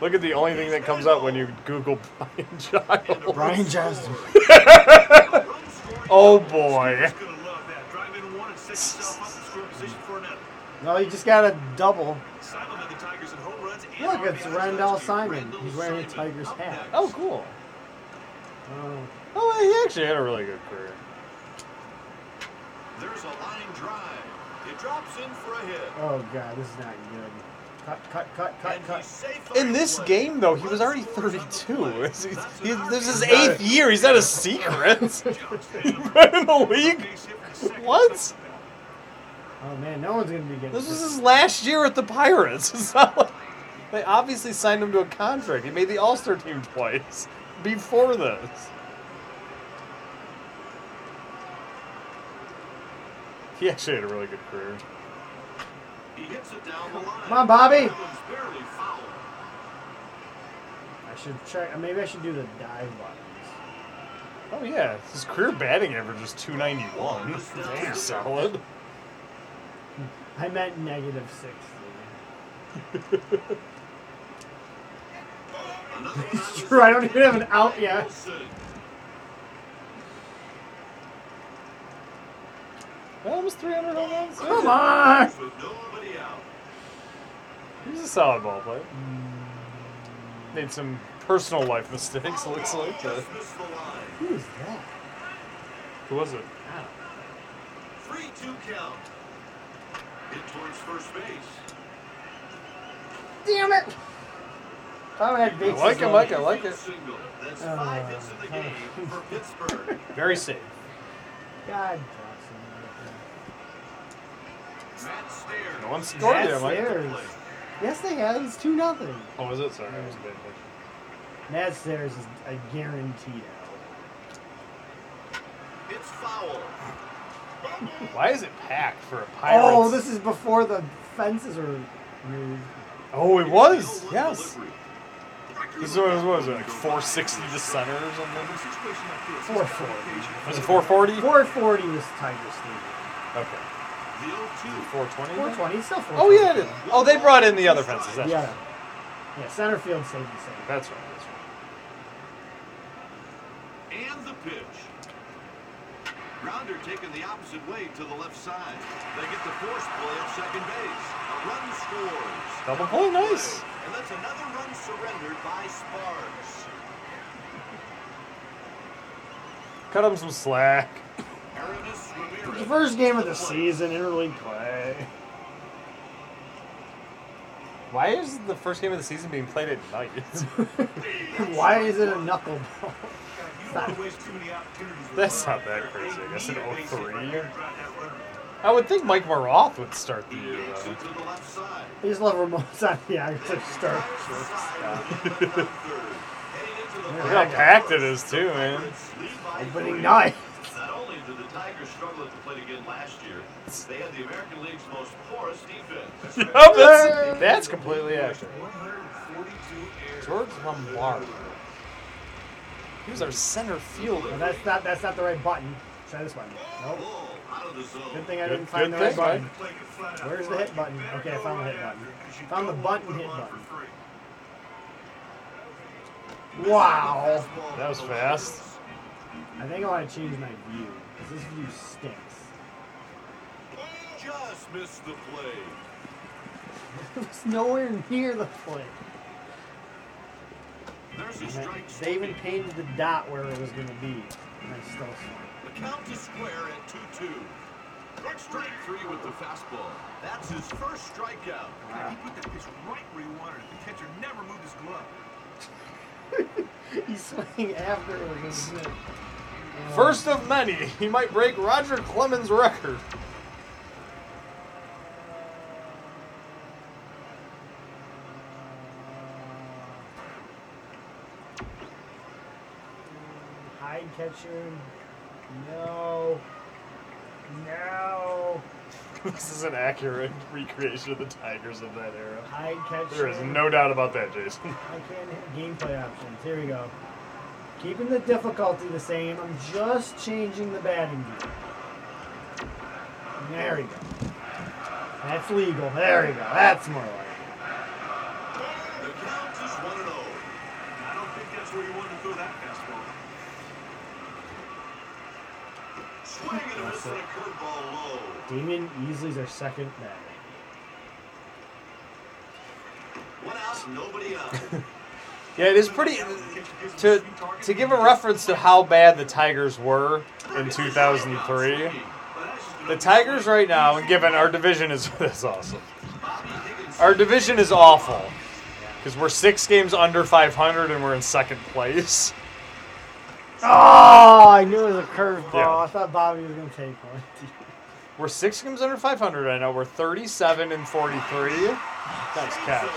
[SPEAKER 11] Look at the only thing that comes up when you Google Brian Giles.
[SPEAKER 14] Brian Johnson.
[SPEAKER 11] Oh boy.
[SPEAKER 13] He's gonna love that. Drive in one and set yourself up in scoring position for an out.
[SPEAKER 1] No, you just got a double.
[SPEAKER 13] Simon led the Tigers in home runs and
[SPEAKER 1] Look, it's
[SPEAKER 13] RBIs
[SPEAKER 1] Randall
[SPEAKER 13] last year.
[SPEAKER 1] Simon.
[SPEAKER 13] Randall
[SPEAKER 1] He's wearing a
[SPEAKER 13] Simon
[SPEAKER 1] Tigers
[SPEAKER 13] up
[SPEAKER 1] hat.
[SPEAKER 11] Oh cool.
[SPEAKER 1] Oh,
[SPEAKER 11] Oh, he actually had a really good career.
[SPEAKER 12] There's a line drive. It drops in for a hit.
[SPEAKER 1] oh God, this is not good. Cut, cut, cut, cut,
[SPEAKER 12] And he's
[SPEAKER 1] cut.
[SPEAKER 12] safe
[SPEAKER 11] In this
[SPEAKER 12] on the play.
[SPEAKER 11] game, though, he was already 32. It's- he's- he's- this is his eighth year. He's not a secret. He's been in the league. What?
[SPEAKER 1] Oh man, no one's gonna be getting.
[SPEAKER 11] This was his last year at the Pirates. It's not like- they obviously signed him to a contract. He made the All Star team twice before this. He actually had a really good career.
[SPEAKER 12] He hits it down the line.
[SPEAKER 1] Come on, Bobby.
[SPEAKER 12] That one's barely fouled.
[SPEAKER 1] I should check. Maybe I should do the dive buttons.
[SPEAKER 11] Oh, yeah. His career batting average is 291. Damn, solid.
[SPEAKER 1] I meant negative sixty.
[SPEAKER 12] Another one on
[SPEAKER 1] True, I don't even have an out yet.
[SPEAKER 12] Wilson.
[SPEAKER 11] Well, almost 300 home runs.
[SPEAKER 1] Come on!
[SPEAKER 12] With nobody out.
[SPEAKER 11] He's a solid ball player. Made some personal life mistakes, looks like. but-
[SPEAKER 12] Just missed the line.
[SPEAKER 1] Who is that?
[SPEAKER 11] Who was it?
[SPEAKER 12] Three two count. Hit towards first base.
[SPEAKER 1] Damn it! Oh, I had
[SPEAKER 11] I
[SPEAKER 1] bases.
[SPEAKER 11] like
[SPEAKER 1] loaded.
[SPEAKER 11] him, like I like it. Uh,
[SPEAKER 12] Single. That's five hits in the game for Pittsburgh.
[SPEAKER 11] Very safe.
[SPEAKER 1] God bless
[SPEAKER 12] Matt Stair.
[SPEAKER 11] No one scored there,
[SPEAKER 1] him.
[SPEAKER 11] Mike.
[SPEAKER 1] Stairs. Yes, they had. It's two nothing.
[SPEAKER 11] Oh, was it? Sorry, I was a bad pitch.
[SPEAKER 1] Matt Stairs is a guaranteed out.
[SPEAKER 12] It's foul.
[SPEAKER 11] Why is it packed for a pirate?
[SPEAKER 1] Oh, this is before the fences were moved.
[SPEAKER 11] Oh, it was. Yes.
[SPEAKER 12] Delivery.
[SPEAKER 11] This was what was it? Like 460 to center or something?
[SPEAKER 13] Situation like this.
[SPEAKER 1] Four forty.
[SPEAKER 11] Was it 440?
[SPEAKER 1] Four forty was Tiger Stadium.
[SPEAKER 11] Okay.
[SPEAKER 12] The 0-2.
[SPEAKER 11] 420.
[SPEAKER 1] Four twenty, still four.
[SPEAKER 11] Oh yeah. It is. Oh, they brought in the other fences. That's
[SPEAKER 1] Yeah.
[SPEAKER 11] right.
[SPEAKER 1] Yeah, center field saved the same.
[SPEAKER 11] That's right. That's right.
[SPEAKER 12] And the pitch. Grounder taken the opposite way to the left side. They get the force play at second base. A run scores.
[SPEAKER 11] Double play, nice.
[SPEAKER 12] And that's another run surrendered by Sparks.
[SPEAKER 11] Cut him some slack.
[SPEAKER 12] Aranis
[SPEAKER 1] The
[SPEAKER 12] Ramirez.
[SPEAKER 1] first game of the season, interleague play.
[SPEAKER 11] Why is the first game of the season being played at night?
[SPEAKER 1] Why is it a knuckleball?
[SPEAKER 13] You don't wanna waste too many opportunities with
[SPEAKER 11] That's
[SPEAKER 13] Ryan.
[SPEAKER 11] not that crazy. I guess in
[SPEAKER 13] They need a base hit right
[SPEAKER 11] 03.
[SPEAKER 13] there to drive that runner.
[SPEAKER 11] I would think Mike Maroth would start the
[SPEAKER 12] He
[SPEAKER 11] year,
[SPEAKER 12] yanks
[SPEAKER 11] though.
[SPEAKER 12] it to the left side.
[SPEAKER 1] I just love Ramon Santiago to start.
[SPEAKER 11] Look how packed it is, too, man.
[SPEAKER 1] Opening night.
[SPEAKER 12] Not only did the Tigers struggle at the plate again last year, they had the American League's most porous defense.
[SPEAKER 11] Oh, that's, that's completely accurate.
[SPEAKER 12] 142 errors.
[SPEAKER 11] George Lombard. He was our center fielder.
[SPEAKER 1] Well, that's not that's not the right button. Try this one. Nope.
[SPEAKER 12] Bull out of the zone.
[SPEAKER 1] Good thing I
[SPEAKER 11] Good-
[SPEAKER 1] didn't find
[SPEAKER 11] good
[SPEAKER 1] the right
[SPEAKER 11] thing, Mike.
[SPEAKER 1] button.
[SPEAKER 13] Play could flat out
[SPEAKER 1] Where's the
[SPEAKER 13] fly.
[SPEAKER 1] hit button?
[SPEAKER 13] You
[SPEAKER 1] Okay, I
[SPEAKER 13] never
[SPEAKER 1] found
[SPEAKER 13] know
[SPEAKER 1] the hit
[SPEAKER 13] right
[SPEAKER 1] button.
[SPEAKER 13] after, 'cause you
[SPEAKER 1] Found the
[SPEAKER 13] don't
[SPEAKER 1] button
[SPEAKER 13] put 'em
[SPEAKER 1] hit
[SPEAKER 13] on
[SPEAKER 1] button.
[SPEAKER 13] for free.
[SPEAKER 1] Wow.
[SPEAKER 11] That was fast.
[SPEAKER 1] I think I want to change my view. 'cause this view stinks.
[SPEAKER 12] Just missed the play.
[SPEAKER 1] It was nowhere near the plate.
[SPEAKER 12] There's a strike.
[SPEAKER 1] They even painted the dot where it was going to be. And I still saw
[SPEAKER 12] The count is square at 2 2. Strike three with the fastball. That's his first strikeout.
[SPEAKER 15] God, he put that pitch right where he wanted it. The catcher never moved his glove.
[SPEAKER 1] it. He's swinging after it was going to
[SPEAKER 11] First of many, he might break Roger Clemens' record.
[SPEAKER 1] Hide catcher. No. No.
[SPEAKER 16] This is an accurate recreation of the Tigers of that era.
[SPEAKER 1] Hide catcher.
[SPEAKER 16] There is no doubt about that, Jason.
[SPEAKER 1] I can't hit gameplay options. Here we go. Keeping the difficulty the same. I'm just changing the batting gear. There we go. That's legal. There we go. That's more like it.
[SPEAKER 12] The count is oh. 1 0.
[SPEAKER 15] I don't think that's where you wanted to throw that fastball.
[SPEAKER 12] Swing and a miss and a curveball low.
[SPEAKER 1] Damon Easley's our second batter.
[SPEAKER 12] One out, nobody out.
[SPEAKER 11] Yeah, it is pretty. To to give a reference to how bad the Tigers were in 2003, the Tigers right now, and given our division is that's awesome. Our division is awful because we're six games under 500 and we're in second place.
[SPEAKER 1] Oh, I knew it was a curveball.
[SPEAKER 11] Yeah.
[SPEAKER 1] I thought Bobby was going to take one.
[SPEAKER 11] We're six games under 500 right now. We're 37 and 43. Nice catch.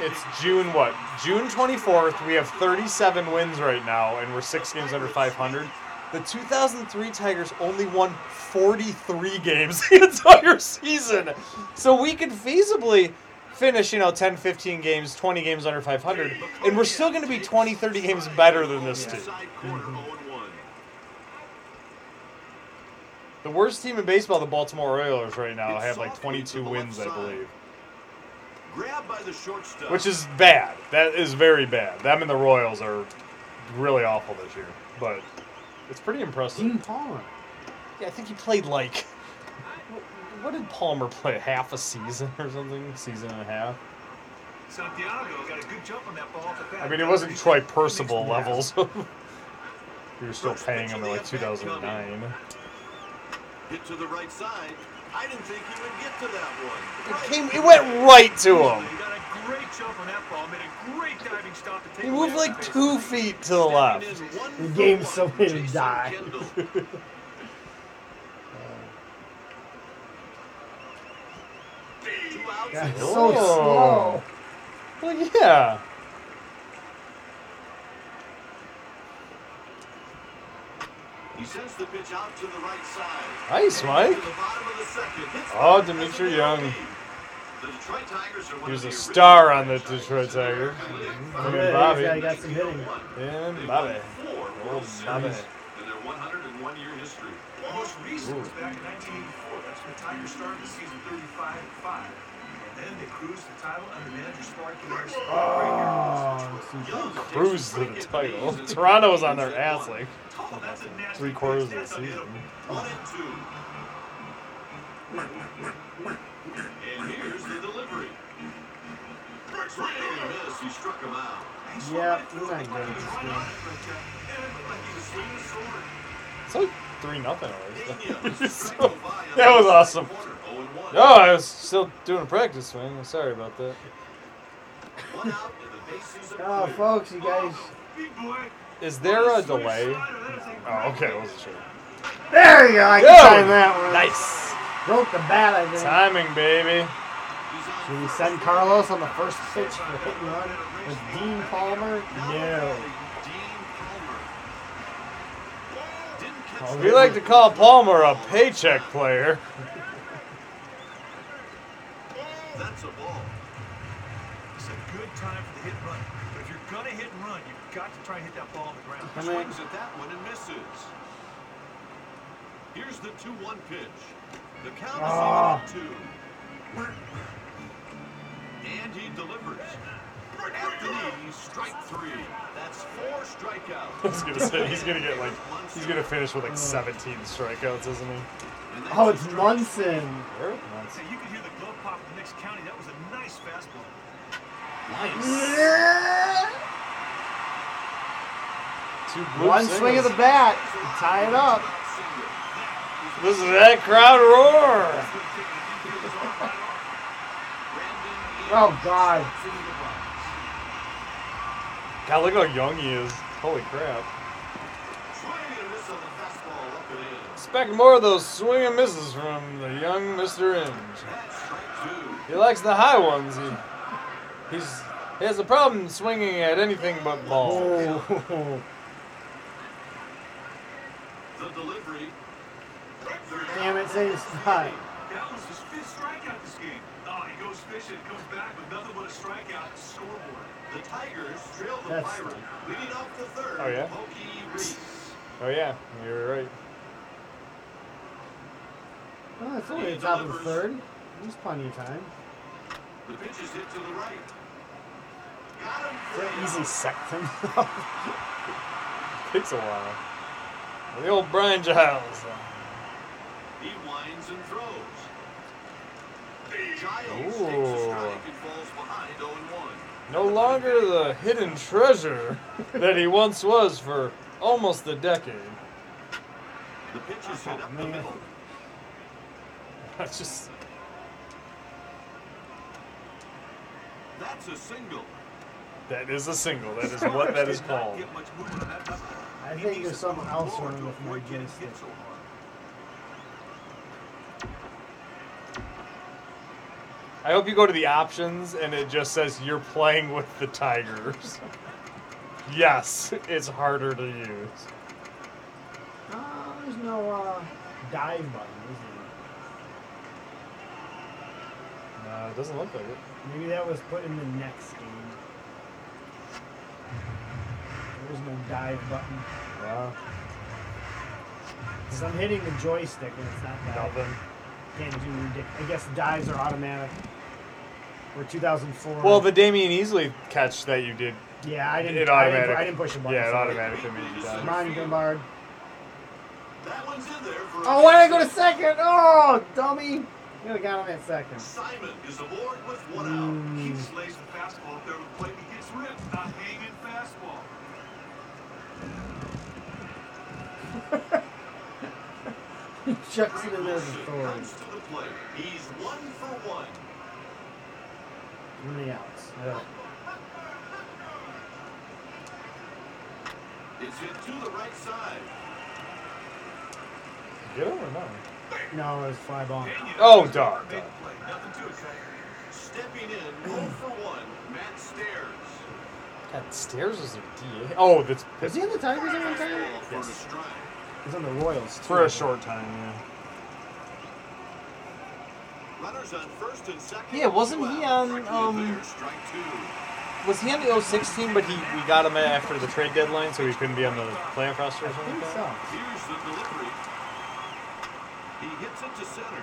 [SPEAKER 11] It's June what? June 24th. We have 37 wins right now, and we're six games under 500. The 2003 Tigers only won 43 games the entire season, so we could feasibly finish, you know, 10, 15 games, 20 games under 500, and we're still going to be 20, 30 games better than this team.
[SPEAKER 12] Side corner
[SPEAKER 11] Mm-hmm.
[SPEAKER 12] 0 1.
[SPEAKER 11] The worst team in baseball, the Baltimore Orioles, right now have like 22 wins, I believe,
[SPEAKER 12] Grabbed by the shortstop.
[SPEAKER 11] which is bad. That is very bad. Them and the Royals are really awful this year, but it's pretty impressive.
[SPEAKER 1] Dean Palmer.
[SPEAKER 11] Yeah, I think he played like wh- what did Palmer play? Half a season or something? Season and a half.
[SPEAKER 15] Santiago got a good jump on that ball off the bat.
[SPEAKER 11] I mean, it wasn't Troy Percival levels. we were still paying him in like 2009.
[SPEAKER 12] Hit to the right side. I didn't think he would get to that
[SPEAKER 11] It
[SPEAKER 12] one.
[SPEAKER 11] came. It went right to him.
[SPEAKER 15] He got a great jump on that ball, made a great diving stop to take
[SPEAKER 11] He
[SPEAKER 15] away
[SPEAKER 11] moved
[SPEAKER 15] that
[SPEAKER 11] like
[SPEAKER 15] base.
[SPEAKER 11] two feet to the left.
[SPEAKER 12] The
[SPEAKER 1] The game's so made him die. That's so slow.
[SPEAKER 11] Oh. Well, yeah.
[SPEAKER 12] He sends the pitch out to the right side.
[SPEAKER 11] Nice,
[SPEAKER 12] To
[SPEAKER 11] Mike.
[SPEAKER 12] the bottom of the second. Hits
[SPEAKER 11] Oh,
[SPEAKER 12] the-
[SPEAKER 11] Dimitri Young.
[SPEAKER 12] The Detroit Tigers are one
[SPEAKER 11] He was
[SPEAKER 12] of
[SPEAKER 11] a
[SPEAKER 12] the
[SPEAKER 11] star on the Detroit Tigers. Him and
[SPEAKER 1] Yeah, he's
[SPEAKER 11] Bobby.
[SPEAKER 1] got- he got some hitting.
[SPEAKER 11] And
[SPEAKER 12] original-
[SPEAKER 11] Bobby.
[SPEAKER 12] Four World
[SPEAKER 11] Bobby.
[SPEAKER 12] Series in their 101 year history.
[SPEAKER 15] Most recent was back in 1984. That's when the Tigers started the season 35 5. And then they cruised the title under manager Sparky Larson.
[SPEAKER 11] Ah,
[SPEAKER 12] Young takes
[SPEAKER 11] Cruise
[SPEAKER 12] a
[SPEAKER 11] to
[SPEAKER 12] break
[SPEAKER 11] the
[SPEAKER 12] at
[SPEAKER 11] title.
[SPEAKER 12] these and the
[SPEAKER 11] Toronto was
[SPEAKER 12] Cubs
[SPEAKER 11] on their
[SPEAKER 12] at
[SPEAKER 11] ass
[SPEAKER 12] one.
[SPEAKER 11] like
[SPEAKER 15] Oh, that's a nasty
[SPEAKER 11] three quarters of
[SPEAKER 15] pitch.
[SPEAKER 11] the
[SPEAKER 15] That's a
[SPEAKER 11] season.
[SPEAKER 15] hitter.
[SPEAKER 12] One and two. And here's the delivery. Swing and a miss. He struck him out.
[SPEAKER 1] Yeah, he's not good at this game.
[SPEAKER 11] It's like three nothing already.
[SPEAKER 12] Pena struck
[SPEAKER 11] So-
[SPEAKER 12] him by on
[SPEAKER 11] that
[SPEAKER 12] the
[SPEAKER 11] was
[SPEAKER 12] outside
[SPEAKER 11] awesome.
[SPEAKER 12] corner. Oh, and one.
[SPEAKER 11] Oh, I was still doing a practice swing. I'm Sorry about that.
[SPEAKER 12] One out and the bases are
[SPEAKER 1] Oh,
[SPEAKER 12] clear.
[SPEAKER 1] folks, you guys.
[SPEAKER 15] Big boy.
[SPEAKER 11] Is
[SPEAKER 12] Oh,
[SPEAKER 11] there a delay?
[SPEAKER 15] Slider, that's a
[SPEAKER 11] Oh, okay. I wasn't sure.
[SPEAKER 1] There you go. I can time that one.
[SPEAKER 11] Nice.
[SPEAKER 1] Broke the bat, I think.
[SPEAKER 11] Timing, baby.
[SPEAKER 12] He's on
[SPEAKER 1] Should we send Carlos on the first pitch for hit and run with Dean Palmer? No.
[SPEAKER 12] Dean Palmer. Didn't catch
[SPEAKER 11] We like to call Palmer a paycheck player.
[SPEAKER 12] That's a ball.
[SPEAKER 15] It's a good time for the hit and run. But if you're gonna hit and run, you've got to try and hit that ball on the ground.
[SPEAKER 12] Swings at that one and misses. Here's the 2-1 pitch. The count is
[SPEAKER 1] Ah.
[SPEAKER 12] even at two. And he delivers. At the knee, strike three. That's four strikeouts.
[SPEAKER 1] Oh,
[SPEAKER 11] I was gonna say he's gonna get like he's gonna finish with like 17 strikeouts, isn't he?
[SPEAKER 12] And
[SPEAKER 1] Oh,
[SPEAKER 12] that's
[SPEAKER 1] it's Munson.
[SPEAKER 11] Eric Munson.
[SPEAKER 17] So you could hear the glove pop from Nick's county. That was a nice fastball.
[SPEAKER 11] Two blue
[SPEAKER 1] One swing of the
[SPEAKER 11] singles.
[SPEAKER 1] bat, tie it up.
[SPEAKER 11] Listen to that crowd roar.
[SPEAKER 1] Oh God.
[SPEAKER 11] God, look how young he is. Holy crap.
[SPEAKER 12] swing and miss on the fastball up and in.
[SPEAKER 11] Expect more of those swing and misses from the young Mr. Inge.
[SPEAKER 12] That's strike two.
[SPEAKER 11] He likes the high ones. He, he's, he has a problem swinging at anything but balls.
[SPEAKER 1] Oh.
[SPEAKER 12] The delivery.
[SPEAKER 1] Damn it, say it's not.
[SPEAKER 17] That was his fifth strikeout this game.
[SPEAKER 12] Ah,
[SPEAKER 17] Oh, he goes fishing, comes back with nothing but a strikeout, scoreboard.
[SPEAKER 12] The Tigers trail the
[SPEAKER 1] That's-
[SPEAKER 12] Pirates, leading off the third.
[SPEAKER 11] Oh, yeah?
[SPEAKER 12] Hokie Reese.
[SPEAKER 11] Oh, yeah. You're right.
[SPEAKER 1] Well, Oh, it's only the top of the third. There's plenty of time.
[SPEAKER 12] The pitch is hit to the right. Got him for
[SPEAKER 1] They're
[SPEAKER 12] the
[SPEAKER 1] easy sacked him.
[SPEAKER 11] Takes a while. The old Brian Giles.
[SPEAKER 12] out. He winds and throws. Giles
[SPEAKER 11] Ooh.
[SPEAKER 12] takes a strike and falls behind 0 1.
[SPEAKER 11] No longer the hidden treasure that he once was for almost a decade.
[SPEAKER 12] The pitch
[SPEAKER 11] Oh,
[SPEAKER 12] is hit up the middle.
[SPEAKER 11] That's just
[SPEAKER 12] That's a single.
[SPEAKER 11] that is a single. That is what that is called.
[SPEAKER 17] Get much movement on that double.
[SPEAKER 1] I think there's something else wrong with my joystick.
[SPEAKER 12] Hit so hard.
[SPEAKER 11] I hope you go to the options and it just says you're playing with the Tigers. yes, it's harder to use.
[SPEAKER 1] Uh, there's no uh, dive button,
[SPEAKER 11] No, it doesn't look like
[SPEAKER 1] is
[SPEAKER 11] it.
[SPEAKER 1] there? Maybe that was put in the next game. There's no dive button.
[SPEAKER 11] Yeah,
[SPEAKER 1] 'Cause I'm hitting the joystick and it's not diving.
[SPEAKER 11] nothing.
[SPEAKER 1] Can't do ridiculous. I guess dives are automatic. Or 2004.
[SPEAKER 11] Well, the Damien Easley catch that you did,
[SPEAKER 1] yeah, I didn't.
[SPEAKER 11] it
[SPEAKER 1] I didn't-
[SPEAKER 11] automatic.
[SPEAKER 1] I didn't push a button.
[SPEAKER 11] yeah, it
[SPEAKER 1] so-
[SPEAKER 11] automatically made you
[SPEAKER 1] Come
[SPEAKER 11] die.
[SPEAKER 1] on, Gambard.
[SPEAKER 12] That one's in there for a
[SPEAKER 1] Oh, why did I go to second? Oh, dummy! You have got him at second.
[SPEAKER 12] Simon is aboard with one out.
[SPEAKER 1] Hmm.
[SPEAKER 17] He slays the fastball up there with plate. He gets ripped. A hanging fastball.
[SPEAKER 1] Chucks it in there
[SPEAKER 12] Wilson
[SPEAKER 1] before.
[SPEAKER 12] comes to the plate. He's one for one.
[SPEAKER 1] Many outs. Yeah.
[SPEAKER 12] It's hit to the right side.
[SPEAKER 11] Get over now.
[SPEAKER 1] No, it was fly ball.
[SPEAKER 11] Oh, dog.
[SPEAKER 17] Big play. Nothing to it, Tiger.
[SPEAKER 12] Stepping in, 0 for one. Matt Stairs.
[SPEAKER 11] God, stairs is a DA. Oh, that's
[SPEAKER 1] Was he in the Tigers at one time?
[SPEAKER 12] Ball for a strike.
[SPEAKER 1] He's on the Royals. Too.
[SPEAKER 11] for a short time. Yeah.
[SPEAKER 12] Runners on first and second.
[SPEAKER 11] Yeah, wasn't
[SPEAKER 12] two
[SPEAKER 11] he on,
[SPEAKER 12] out. Striking
[SPEAKER 11] um,
[SPEAKER 12] there, strike two.
[SPEAKER 11] Was he on the 016, but he we got him after the trade deadline, so he couldn't be on the playoff roster or
[SPEAKER 1] I
[SPEAKER 11] something
[SPEAKER 1] think
[SPEAKER 11] like that?
[SPEAKER 1] so.
[SPEAKER 12] Here's the delivery. He hits it to center.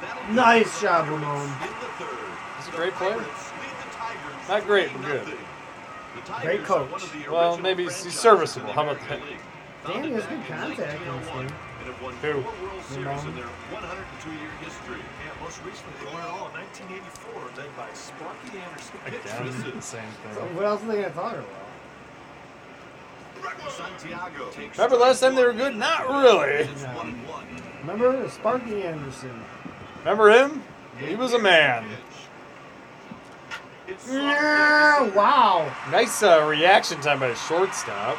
[SPEAKER 12] That'll be
[SPEAKER 1] Nice
[SPEAKER 12] the
[SPEAKER 1] job,
[SPEAKER 12] Pirates
[SPEAKER 1] Ramon.
[SPEAKER 12] In the third.
[SPEAKER 11] He's a
[SPEAKER 12] The
[SPEAKER 11] great player.
[SPEAKER 12] Pirates lead the Tigers
[SPEAKER 11] Not great, but good.
[SPEAKER 12] 3-0. The Tigers
[SPEAKER 1] Great
[SPEAKER 12] are
[SPEAKER 1] coach.
[SPEAKER 12] one of the
[SPEAKER 11] Well,
[SPEAKER 12] original
[SPEAKER 11] maybe he's
[SPEAKER 12] franchises
[SPEAKER 11] serviceable.
[SPEAKER 12] in the
[SPEAKER 11] How about
[SPEAKER 12] American
[SPEAKER 11] that?
[SPEAKER 12] League.
[SPEAKER 1] Damn,
[SPEAKER 12] Founded
[SPEAKER 1] he has
[SPEAKER 12] back
[SPEAKER 1] good
[SPEAKER 12] in
[SPEAKER 1] contact in this
[SPEAKER 12] 1901
[SPEAKER 1] game.
[SPEAKER 12] and have won
[SPEAKER 11] Who?
[SPEAKER 12] four World Series in their 102-year history.
[SPEAKER 17] Yeah, most recently they won it all in 1984, led by Sparky Anderson.
[SPEAKER 11] Again, the same
[SPEAKER 1] So
[SPEAKER 11] thing.
[SPEAKER 1] what else are they gonna talk about?
[SPEAKER 12] Santiago takes
[SPEAKER 11] Remember last time they were good? Not really.
[SPEAKER 12] It's one and one.
[SPEAKER 1] Remember Sparky Anderson?
[SPEAKER 11] Remember him? He was a man.
[SPEAKER 12] It's
[SPEAKER 1] Yeah, wow.
[SPEAKER 11] Nice uh, reaction time by the shortstop.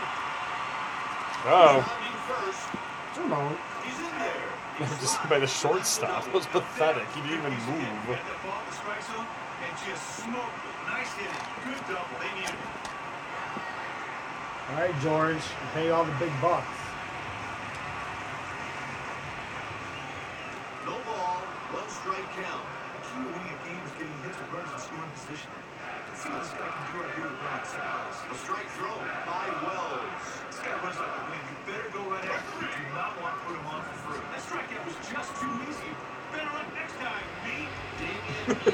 [SPEAKER 11] Oh,
[SPEAKER 12] Rounding first.
[SPEAKER 1] Ramon.
[SPEAKER 12] He's in there.
[SPEAKER 11] just by the shortstop. It was pathetic. He didn't even
[SPEAKER 17] Had
[SPEAKER 11] move.
[SPEAKER 17] that ball in the strike zone and just smoked it. Nice hit. Good double. They needed it.
[SPEAKER 1] All right, George. You pay all the big bucks.
[SPEAKER 12] No ball, one strike count.
[SPEAKER 17] The key to winning a game is getting hits with runners in scoring position. See what this guy can do right here with Ron Salas.
[SPEAKER 12] A strike throw by Wells.
[SPEAKER 17] This guy runs like a wind. You better go right after him. You do not want to put him on for free. That strikeout was just too easy. Better run next time, me.
[SPEAKER 12] Damian Easley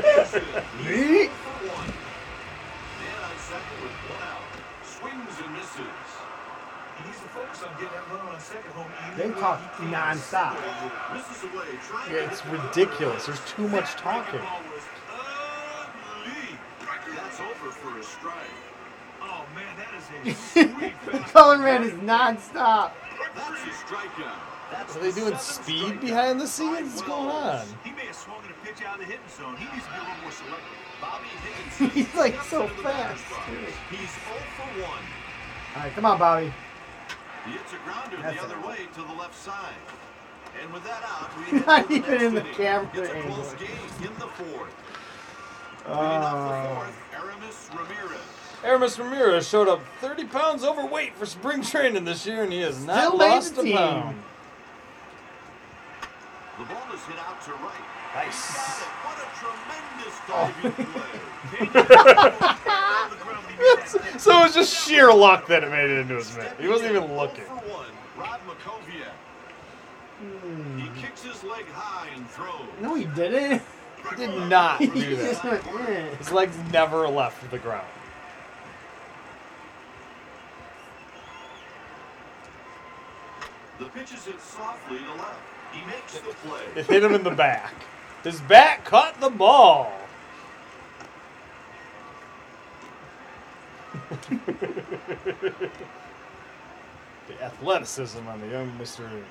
[SPEAKER 12] hits it. He's for one. Man on second with one out. Swings and misses.
[SPEAKER 17] He needs to focus on getting that runner on
[SPEAKER 1] They talk nonstop.
[SPEAKER 12] Misses away, trying to
[SPEAKER 11] It's ridiculous. There's too much talking.
[SPEAKER 12] ball was ugly. That's over for a strike.
[SPEAKER 18] Oh man, that is a sweet pass.
[SPEAKER 1] Colin Rand is nonstop.
[SPEAKER 12] That's a strikeout. That's
[SPEAKER 11] Are they doing speed behind the scenes? What's going on?
[SPEAKER 18] He may have swung at a pitch out of the hitting zone. He needs to be a little more selective.
[SPEAKER 12] Bobby Higginson.
[SPEAKER 1] He's, like,
[SPEAKER 12] steps
[SPEAKER 1] so
[SPEAKER 12] into the batter's
[SPEAKER 1] fast,
[SPEAKER 12] box. He's 0 for 1.
[SPEAKER 1] All right, come on, Bobby.
[SPEAKER 12] He hits a grounder
[SPEAKER 1] That's
[SPEAKER 12] the other
[SPEAKER 1] it.
[SPEAKER 12] way to the left side. And with that out, we head
[SPEAKER 1] Not
[SPEAKER 12] to the
[SPEAKER 1] even
[SPEAKER 12] next
[SPEAKER 1] in the
[SPEAKER 12] inning.
[SPEAKER 1] camera
[SPEAKER 12] It's a close
[SPEAKER 1] angle.
[SPEAKER 12] game in the fourth. Leading
[SPEAKER 1] Uh.
[SPEAKER 12] off the fourth, Aramis Ramirez.
[SPEAKER 11] Aramis Ramirez showed up 30 pounds overweight for spring training this year, and he has not
[SPEAKER 1] Still made
[SPEAKER 11] lost
[SPEAKER 1] the
[SPEAKER 11] a
[SPEAKER 1] team.
[SPEAKER 11] pound.
[SPEAKER 12] The ball is hit out to right.
[SPEAKER 11] Nice.
[SPEAKER 12] What a tremendous diving
[SPEAKER 1] Oh.
[SPEAKER 12] play.
[SPEAKER 18] On the ground, he made that catch.
[SPEAKER 11] So it was just sheer luck that it made it into his mitt.
[SPEAKER 12] Stepping
[SPEAKER 11] He wasn't
[SPEAKER 12] in,
[SPEAKER 11] even
[SPEAKER 12] 0
[SPEAKER 11] looking.
[SPEAKER 12] For one, Rod Makovia. He kicks his leg high and throws.
[SPEAKER 1] Hmm. No, he didn't.
[SPEAKER 11] Did not
[SPEAKER 1] He
[SPEAKER 11] do
[SPEAKER 1] just
[SPEAKER 11] that.
[SPEAKER 1] went, eh.
[SPEAKER 11] His legs never left the ground.
[SPEAKER 12] The pitch is hit softly to left. He makes the play.
[SPEAKER 11] It hit him in the back. His back caught the ball. the athleticism on the young Mr. Inge.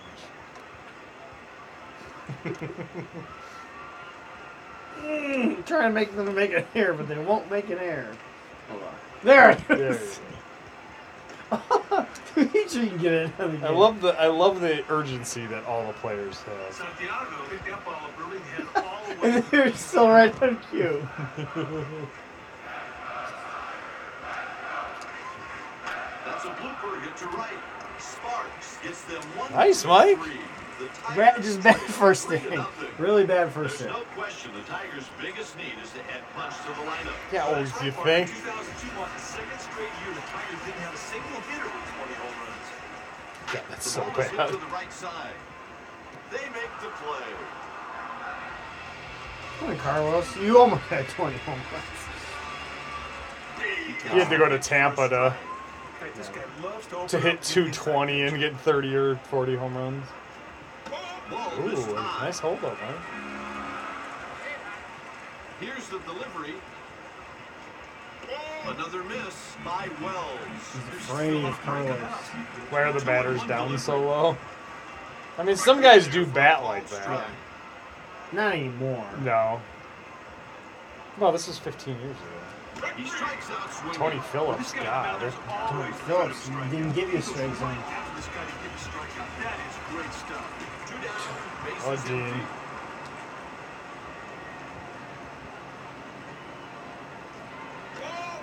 [SPEAKER 1] Mm, trying to make them make an air, but they won't make an air. There it
[SPEAKER 11] There you
[SPEAKER 1] is. Make sure you can get it. out of the
[SPEAKER 11] go. I
[SPEAKER 1] game.
[SPEAKER 11] love the I love the urgency that all the players have.
[SPEAKER 18] Santiago picked that ball up early and had it all the way.
[SPEAKER 1] And they're still right on cue.
[SPEAKER 12] That's a blooper hit to right. Sparks gets them one.
[SPEAKER 11] Nice,
[SPEAKER 12] two,
[SPEAKER 11] Mike.
[SPEAKER 12] three. The
[SPEAKER 1] Bad,
[SPEAKER 12] Tigers
[SPEAKER 1] just bad
[SPEAKER 12] trail
[SPEAKER 1] first
[SPEAKER 12] three to
[SPEAKER 1] inning.
[SPEAKER 12] nothing.
[SPEAKER 1] Really bad first
[SPEAKER 12] There's
[SPEAKER 1] inning.
[SPEAKER 12] no question the Tigers' biggest need is to add punch to the lineup.
[SPEAKER 11] Yeah, always do you
[SPEAKER 18] Mark,
[SPEAKER 11] think?
[SPEAKER 18] 2002 marked the second straight year the Tigers didn't have a single hitter with 20 home runs.
[SPEAKER 11] God, that's
[SPEAKER 12] The
[SPEAKER 11] so
[SPEAKER 12] ball is hit
[SPEAKER 11] bad.
[SPEAKER 12] to the right side. They make the play.
[SPEAKER 1] Come on, Carlos. You almost had 20 home runs.
[SPEAKER 11] You had to go to Tampa to,
[SPEAKER 18] Right, this guy loves to, open
[SPEAKER 11] to hit
[SPEAKER 18] up.
[SPEAKER 11] 220 and get 30 or 40 home runs.
[SPEAKER 12] Ball
[SPEAKER 11] Ooh,
[SPEAKER 12] is high.
[SPEAKER 11] nice hold up, man.
[SPEAKER 12] Here's the delivery. Another miss by Wells.
[SPEAKER 1] Brave Carlos.
[SPEAKER 11] Why are the batters down so low? I mean, some guys do bat like that.
[SPEAKER 12] Strike.
[SPEAKER 1] Not anymore.
[SPEAKER 11] No. No, this was 15 years ago.
[SPEAKER 12] He strikes out swinging.
[SPEAKER 11] Tony Phillips, God.
[SPEAKER 18] Always
[SPEAKER 1] Phillips didn't give you a straight zone.
[SPEAKER 18] after this guy to get a strikeout. That is great stuff.
[SPEAKER 12] Two down. Bases
[SPEAKER 11] Oh, Dean.
[SPEAKER 12] empty.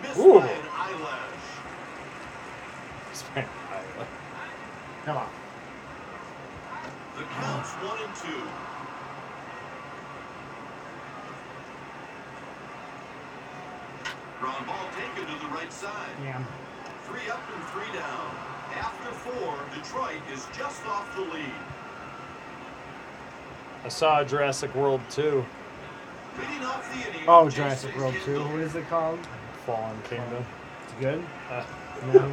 [SPEAKER 12] Missed
[SPEAKER 11] Ooh.
[SPEAKER 12] by an eyelash.
[SPEAKER 1] Come on.
[SPEAKER 12] The counts one and two. Ground ball taken to the right side.
[SPEAKER 1] Yeah.
[SPEAKER 12] Three up and three down. After four, Detroit is just off the lead.
[SPEAKER 11] I saw Jurassic World 2.
[SPEAKER 12] Leading off the inning.
[SPEAKER 1] Oh,
[SPEAKER 12] J.C.
[SPEAKER 1] Jurassic World 2.
[SPEAKER 12] Kendall.
[SPEAKER 1] What is it called?
[SPEAKER 11] Fallen Kingdom.
[SPEAKER 1] It's good?
[SPEAKER 11] Uh,
[SPEAKER 1] No.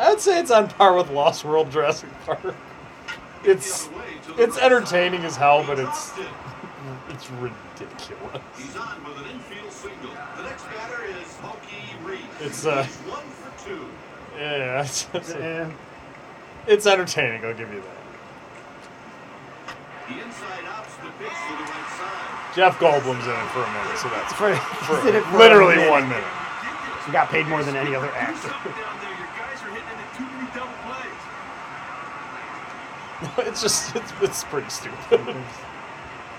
[SPEAKER 11] I'd say it's on par with Lost World Jurassic Park. It's
[SPEAKER 12] The other way to the
[SPEAKER 11] it's
[SPEAKER 12] right
[SPEAKER 11] entertaining as hell,
[SPEAKER 12] side.
[SPEAKER 11] but
[SPEAKER 12] He
[SPEAKER 11] it's
[SPEAKER 12] dropped it.
[SPEAKER 11] it's ridiculous.
[SPEAKER 12] He's on with an infield single. The next batter is Hokie Reese.
[SPEAKER 11] It's, uh,
[SPEAKER 12] He's one for two.
[SPEAKER 11] Yeah, it's, it's,
[SPEAKER 1] Eh.
[SPEAKER 11] it's entertaining. I'll give you that.
[SPEAKER 12] The inside outs the pitch to the right side.
[SPEAKER 11] Jeff Goldblum's in it for a minute, so that's
[SPEAKER 1] For,
[SPEAKER 11] for
[SPEAKER 1] did it for
[SPEAKER 11] literally
[SPEAKER 1] a minute.
[SPEAKER 11] one minute.
[SPEAKER 1] He got paid more than any other
[SPEAKER 18] Do
[SPEAKER 1] actor.
[SPEAKER 18] something down there. Your guys are hitting into too many double plays.
[SPEAKER 11] It's just it's, it's pretty stupid.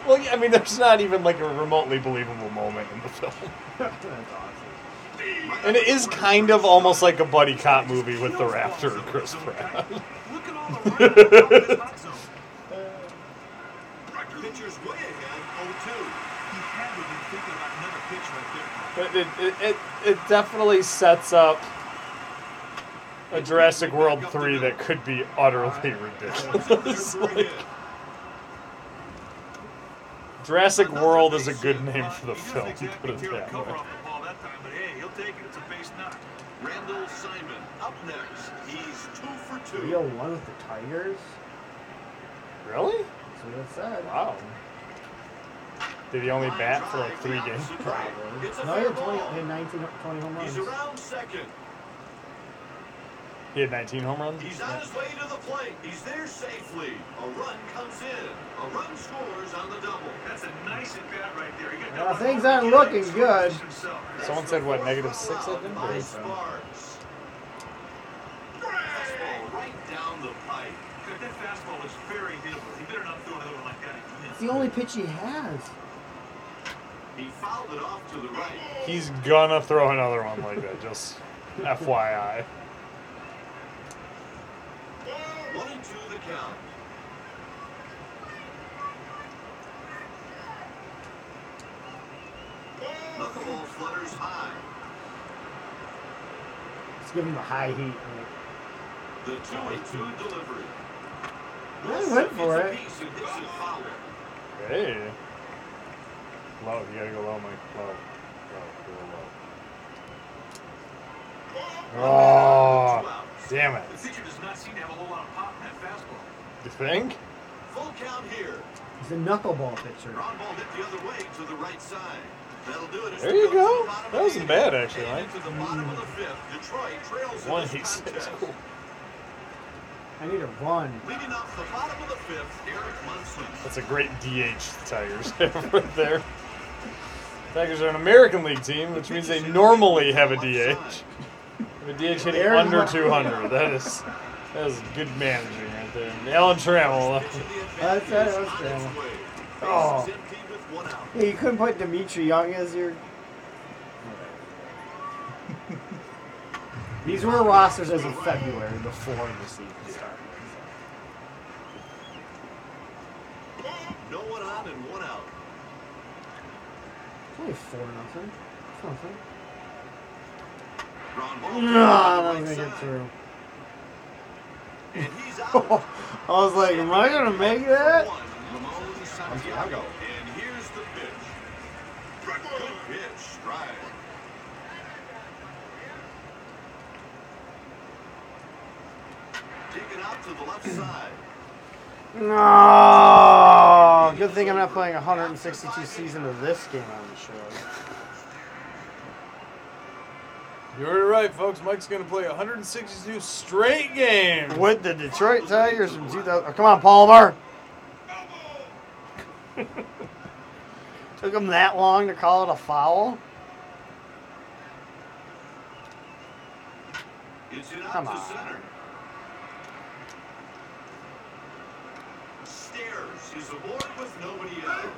[SPEAKER 11] well, yeah, I mean, there's not even like a remotely believable moment in the film,
[SPEAKER 1] That's awesome.
[SPEAKER 11] and it is kind of almost like a buddy cop movie with the Raptor and Chris Pratt.
[SPEAKER 18] Look at all the running on top of his hot zone.
[SPEAKER 12] Pitcher's way ahead,
[SPEAKER 18] Oh, He had to have been thinking about another pitch right there.
[SPEAKER 11] But it it, it it definitely sets up a Jurassic World three that could be utterly ridiculous.
[SPEAKER 12] 0-2. It's under three hit.
[SPEAKER 11] Jurassic
[SPEAKER 18] Another
[SPEAKER 11] World is a
[SPEAKER 18] base
[SPEAKER 11] good
[SPEAKER 18] hit.
[SPEAKER 11] name
[SPEAKER 18] Uh,
[SPEAKER 11] for the
[SPEAKER 18] he doesn't
[SPEAKER 11] film.
[SPEAKER 18] exactly
[SPEAKER 11] Put it
[SPEAKER 18] tear the
[SPEAKER 11] that
[SPEAKER 18] cover
[SPEAKER 11] way.
[SPEAKER 18] off the ball that time, but hey, he'll take it. It's a base knock.
[SPEAKER 12] Randall Simon up next. He's two for two.
[SPEAKER 1] Real one with the Tigers?
[SPEAKER 11] Really?
[SPEAKER 1] That's what it said.
[SPEAKER 11] Wow. Did he only
[SPEAKER 12] Line
[SPEAKER 11] bat for
[SPEAKER 12] drive,
[SPEAKER 11] like three
[SPEAKER 12] the
[SPEAKER 11] games?
[SPEAKER 12] opposite right.
[SPEAKER 1] Probably.
[SPEAKER 12] It's a
[SPEAKER 1] No, he
[SPEAKER 12] fair
[SPEAKER 1] had 20,
[SPEAKER 12] ball.
[SPEAKER 1] he had 19, 20 home runs.
[SPEAKER 12] He's around second.
[SPEAKER 11] He had 19 home runs.
[SPEAKER 12] He's on his way to the plate. He's there safely. A run comes in. A run scores on the double.
[SPEAKER 19] That's a nice at bat right there. He got
[SPEAKER 1] Well,
[SPEAKER 19] that one
[SPEAKER 1] things
[SPEAKER 19] right
[SPEAKER 1] aren't
[SPEAKER 19] there.
[SPEAKER 1] looking
[SPEAKER 19] Scores
[SPEAKER 1] good.
[SPEAKER 19] himself.
[SPEAKER 12] That's
[SPEAKER 11] Someone
[SPEAKER 12] the
[SPEAKER 11] said, what,
[SPEAKER 12] fourth
[SPEAKER 11] negative
[SPEAKER 12] run
[SPEAKER 11] six, I
[SPEAKER 12] allowed
[SPEAKER 11] think?
[SPEAKER 12] by
[SPEAKER 11] Yeah.
[SPEAKER 12] Sparks. Fastball right down the pipe.
[SPEAKER 19] Good, That fastball was very hittable. He better not throw another one like that again.
[SPEAKER 1] It's the only pitch he has.
[SPEAKER 12] He fouled it off to the right.
[SPEAKER 11] He's gonna throw another one like that. Just FYI.
[SPEAKER 12] One and two the count. Knuckleball flutters high.
[SPEAKER 1] Let's give him the high heat.
[SPEAKER 12] The two and two delivery.
[SPEAKER 1] I went for
[SPEAKER 12] It's
[SPEAKER 1] it.
[SPEAKER 12] a piece and hits it foul.
[SPEAKER 11] Hey. Low. You gotta go low, Mike. Low. Low. Go low. Oh, damn it.
[SPEAKER 19] The pitcher does not seem to have a whole lot of pop in that fastball.
[SPEAKER 11] You think?
[SPEAKER 12] Full count here.
[SPEAKER 1] He's a knuckleball pitcher.
[SPEAKER 12] Ground ball hit the other way to the right side. That'll do it. as
[SPEAKER 11] There
[SPEAKER 12] we
[SPEAKER 11] you
[SPEAKER 12] to
[SPEAKER 11] go.
[SPEAKER 12] the bottom of
[SPEAKER 11] That
[SPEAKER 12] the
[SPEAKER 11] wasn't
[SPEAKER 12] eighth.
[SPEAKER 11] bad, actually,
[SPEAKER 12] And
[SPEAKER 11] Mike.
[SPEAKER 12] into the bottom of the fifth. Detroit trails in
[SPEAKER 11] One
[SPEAKER 12] this
[SPEAKER 11] he says.
[SPEAKER 12] contest.
[SPEAKER 1] I need a run.
[SPEAKER 12] Leading off the bottom of the fifth, Eric Munson.
[SPEAKER 11] That's a great DH the Tigers have right there. Tigers are an American League team, which means they normally have a DH. A DH hitting
[SPEAKER 1] Aaron
[SPEAKER 11] under
[SPEAKER 1] Rod-
[SPEAKER 11] 200. That is that is good managing right there. And Alan Trammell.
[SPEAKER 1] That's it, that's terrible. Oh. Yeah, you couldn't put Dimitri Young as your. These were rosters as of February before the season started.
[SPEAKER 12] No one on and one out.
[SPEAKER 1] It's only four nothing. It's nothing.
[SPEAKER 12] Ground ball.
[SPEAKER 1] No, I'm not
[SPEAKER 12] to
[SPEAKER 1] gonna
[SPEAKER 12] the
[SPEAKER 1] get
[SPEAKER 12] right side.
[SPEAKER 1] through.
[SPEAKER 12] And he's out.
[SPEAKER 1] I was like, am I gonna make that?
[SPEAKER 12] One, Ramon Santiago. And here's the pitch. Good pitch, stride. Taken out to the left side.
[SPEAKER 1] No. Oh, Good thing I'm not playing 162 season of this game on the show.
[SPEAKER 11] You're right, folks. Mike's going to play 162 straight games.
[SPEAKER 1] With the Detroit Tigers from 2000. Oh, come on, Palmer. Took him that long to call it a foul.
[SPEAKER 12] It's it out
[SPEAKER 1] Come
[SPEAKER 12] to
[SPEAKER 1] on.
[SPEAKER 12] center. Stairs is aboard with nobody out.
[SPEAKER 19] God,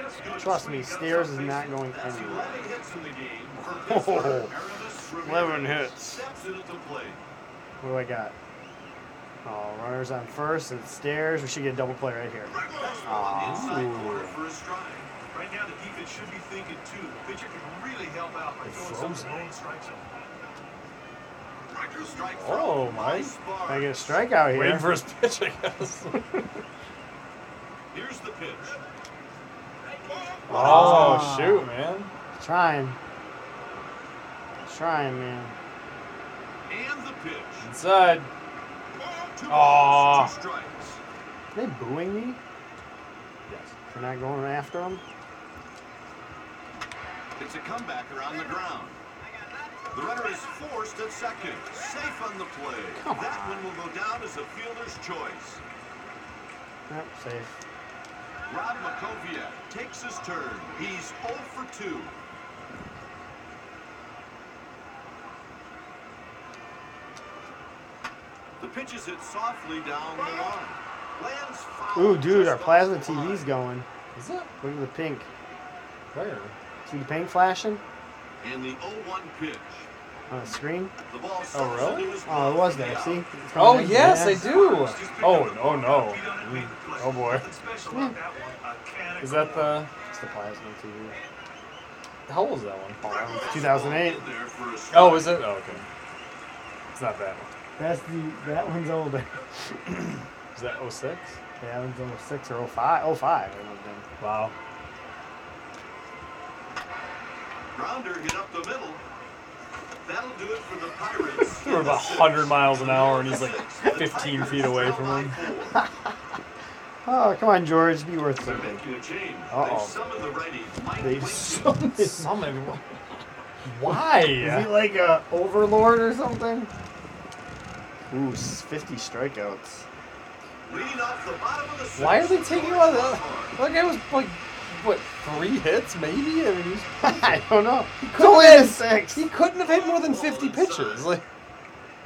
[SPEAKER 19] that's good.
[SPEAKER 1] Trust me, Stairs is not going
[SPEAKER 12] That's
[SPEAKER 1] anywhere.
[SPEAKER 12] 11 hits in the game for Pittsburgh. Aramis Ramirez
[SPEAKER 1] 11 hits.
[SPEAKER 12] Steps in at the plate.
[SPEAKER 1] What do I got? Oh, runners on first and stairs. We should get a double play right here.
[SPEAKER 12] Fastball on the inside corner for a strike.
[SPEAKER 19] Right now, the defense should be thinking too. The pitcher can really help out by throwing something in the strike zone.
[SPEAKER 12] Strike
[SPEAKER 11] Oh,
[SPEAKER 12] throw by
[SPEAKER 11] Mike.
[SPEAKER 12] Sparks.
[SPEAKER 1] I get a strikeout here.
[SPEAKER 11] Waiting for his pitch, I guess.
[SPEAKER 12] Here's the pitch.
[SPEAKER 11] Oh, shoot, man.
[SPEAKER 1] Trying. Trying, man.
[SPEAKER 12] And the pitch.
[SPEAKER 11] Inside.
[SPEAKER 12] Two
[SPEAKER 11] Aw.
[SPEAKER 12] balls, two strikes.
[SPEAKER 1] Are they booing me?
[SPEAKER 11] Yes.
[SPEAKER 1] For not going after them?
[SPEAKER 12] It's a comebacker on the ground. The runner is forced at second. Safe on the play. that one will go down as a fielder's choice.
[SPEAKER 1] Yep, safe.
[SPEAKER 12] Rob Makovia takes his turn. He's 0 for 2. The pitch is hit softly down the line. Lands foul
[SPEAKER 1] Ooh, dude,
[SPEAKER 12] just
[SPEAKER 1] our plasma
[SPEAKER 12] off the line.
[SPEAKER 1] TV's going.
[SPEAKER 11] Is it?
[SPEAKER 1] Look at the pink.
[SPEAKER 11] Where?
[SPEAKER 1] See the pink flashing
[SPEAKER 12] And the 0 1 pitch.
[SPEAKER 1] on the screen?
[SPEAKER 12] The ball
[SPEAKER 11] Oh, really?
[SPEAKER 1] Oh, it was there. See? It's coming
[SPEAKER 11] Oh,
[SPEAKER 1] in.
[SPEAKER 11] yes, I
[SPEAKER 1] Yeah.
[SPEAKER 11] do.
[SPEAKER 19] Just pick
[SPEAKER 11] Oh,
[SPEAKER 19] up the
[SPEAKER 11] oh, no.
[SPEAKER 19] ball, beat on it, make the play.
[SPEAKER 11] Oh, boy.
[SPEAKER 19] Nothing special about that one. A
[SPEAKER 1] Hmm.
[SPEAKER 19] can of
[SPEAKER 11] Is that the.
[SPEAKER 1] It's the plasma TV.
[SPEAKER 11] How old is that one?
[SPEAKER 1] Oh, it's 2008.
[SPEAKER 12] In there for a
[SPEAKER 11] Oh, is it? Oh, okay. It's not that one.
[SPEAKER 1] That's the that one's older.
[SPEAKER 11] Is that 06?
[SPEAKER 1] That one's 06 or 05. 05. I don't think.
[SPEAKER 11] Wow.
[SPEAKER 12] Grounder hit up the middle. That'll do it for the Pirates.
[SPEAKER 11] We're about 100 miles an hour, and he's like 15 feet away from him.
[SPEAKER 1] Oh, come on, George. Be worth
[SPEAKER 12] They're
[SPEAKER 1] something.
[SPEAKER 12] making a change.
[SPEAKER 1] Uh-oh.
[SPEAKER 12] They've summoned the righty, Mike
[SPEAKER 1] They
[SPEAKER 12] Wakefield.
[SPEAKER 1] summoned him.
[SPEAKER 11] Summon. Why?
[SPEAKER 1] Is he like a overlord or something? Ooh, s- 50 strikeouts.
[SPEAKER 12] Leading off the bottom of the sixth.
[SPEAKER 11] Why are they taking him out of the. That guy was like, what, three hits maybe? I mean, he's.
[SPEAKER 1] I don't know.
[SPEAKER 11] could've
[SPEAKER 1] Go in
[SPEAKER 11] hit-
[SPEAKER 1] six.
[SPEAKER 11] He couldn't have hit more than 50 pitches. Like,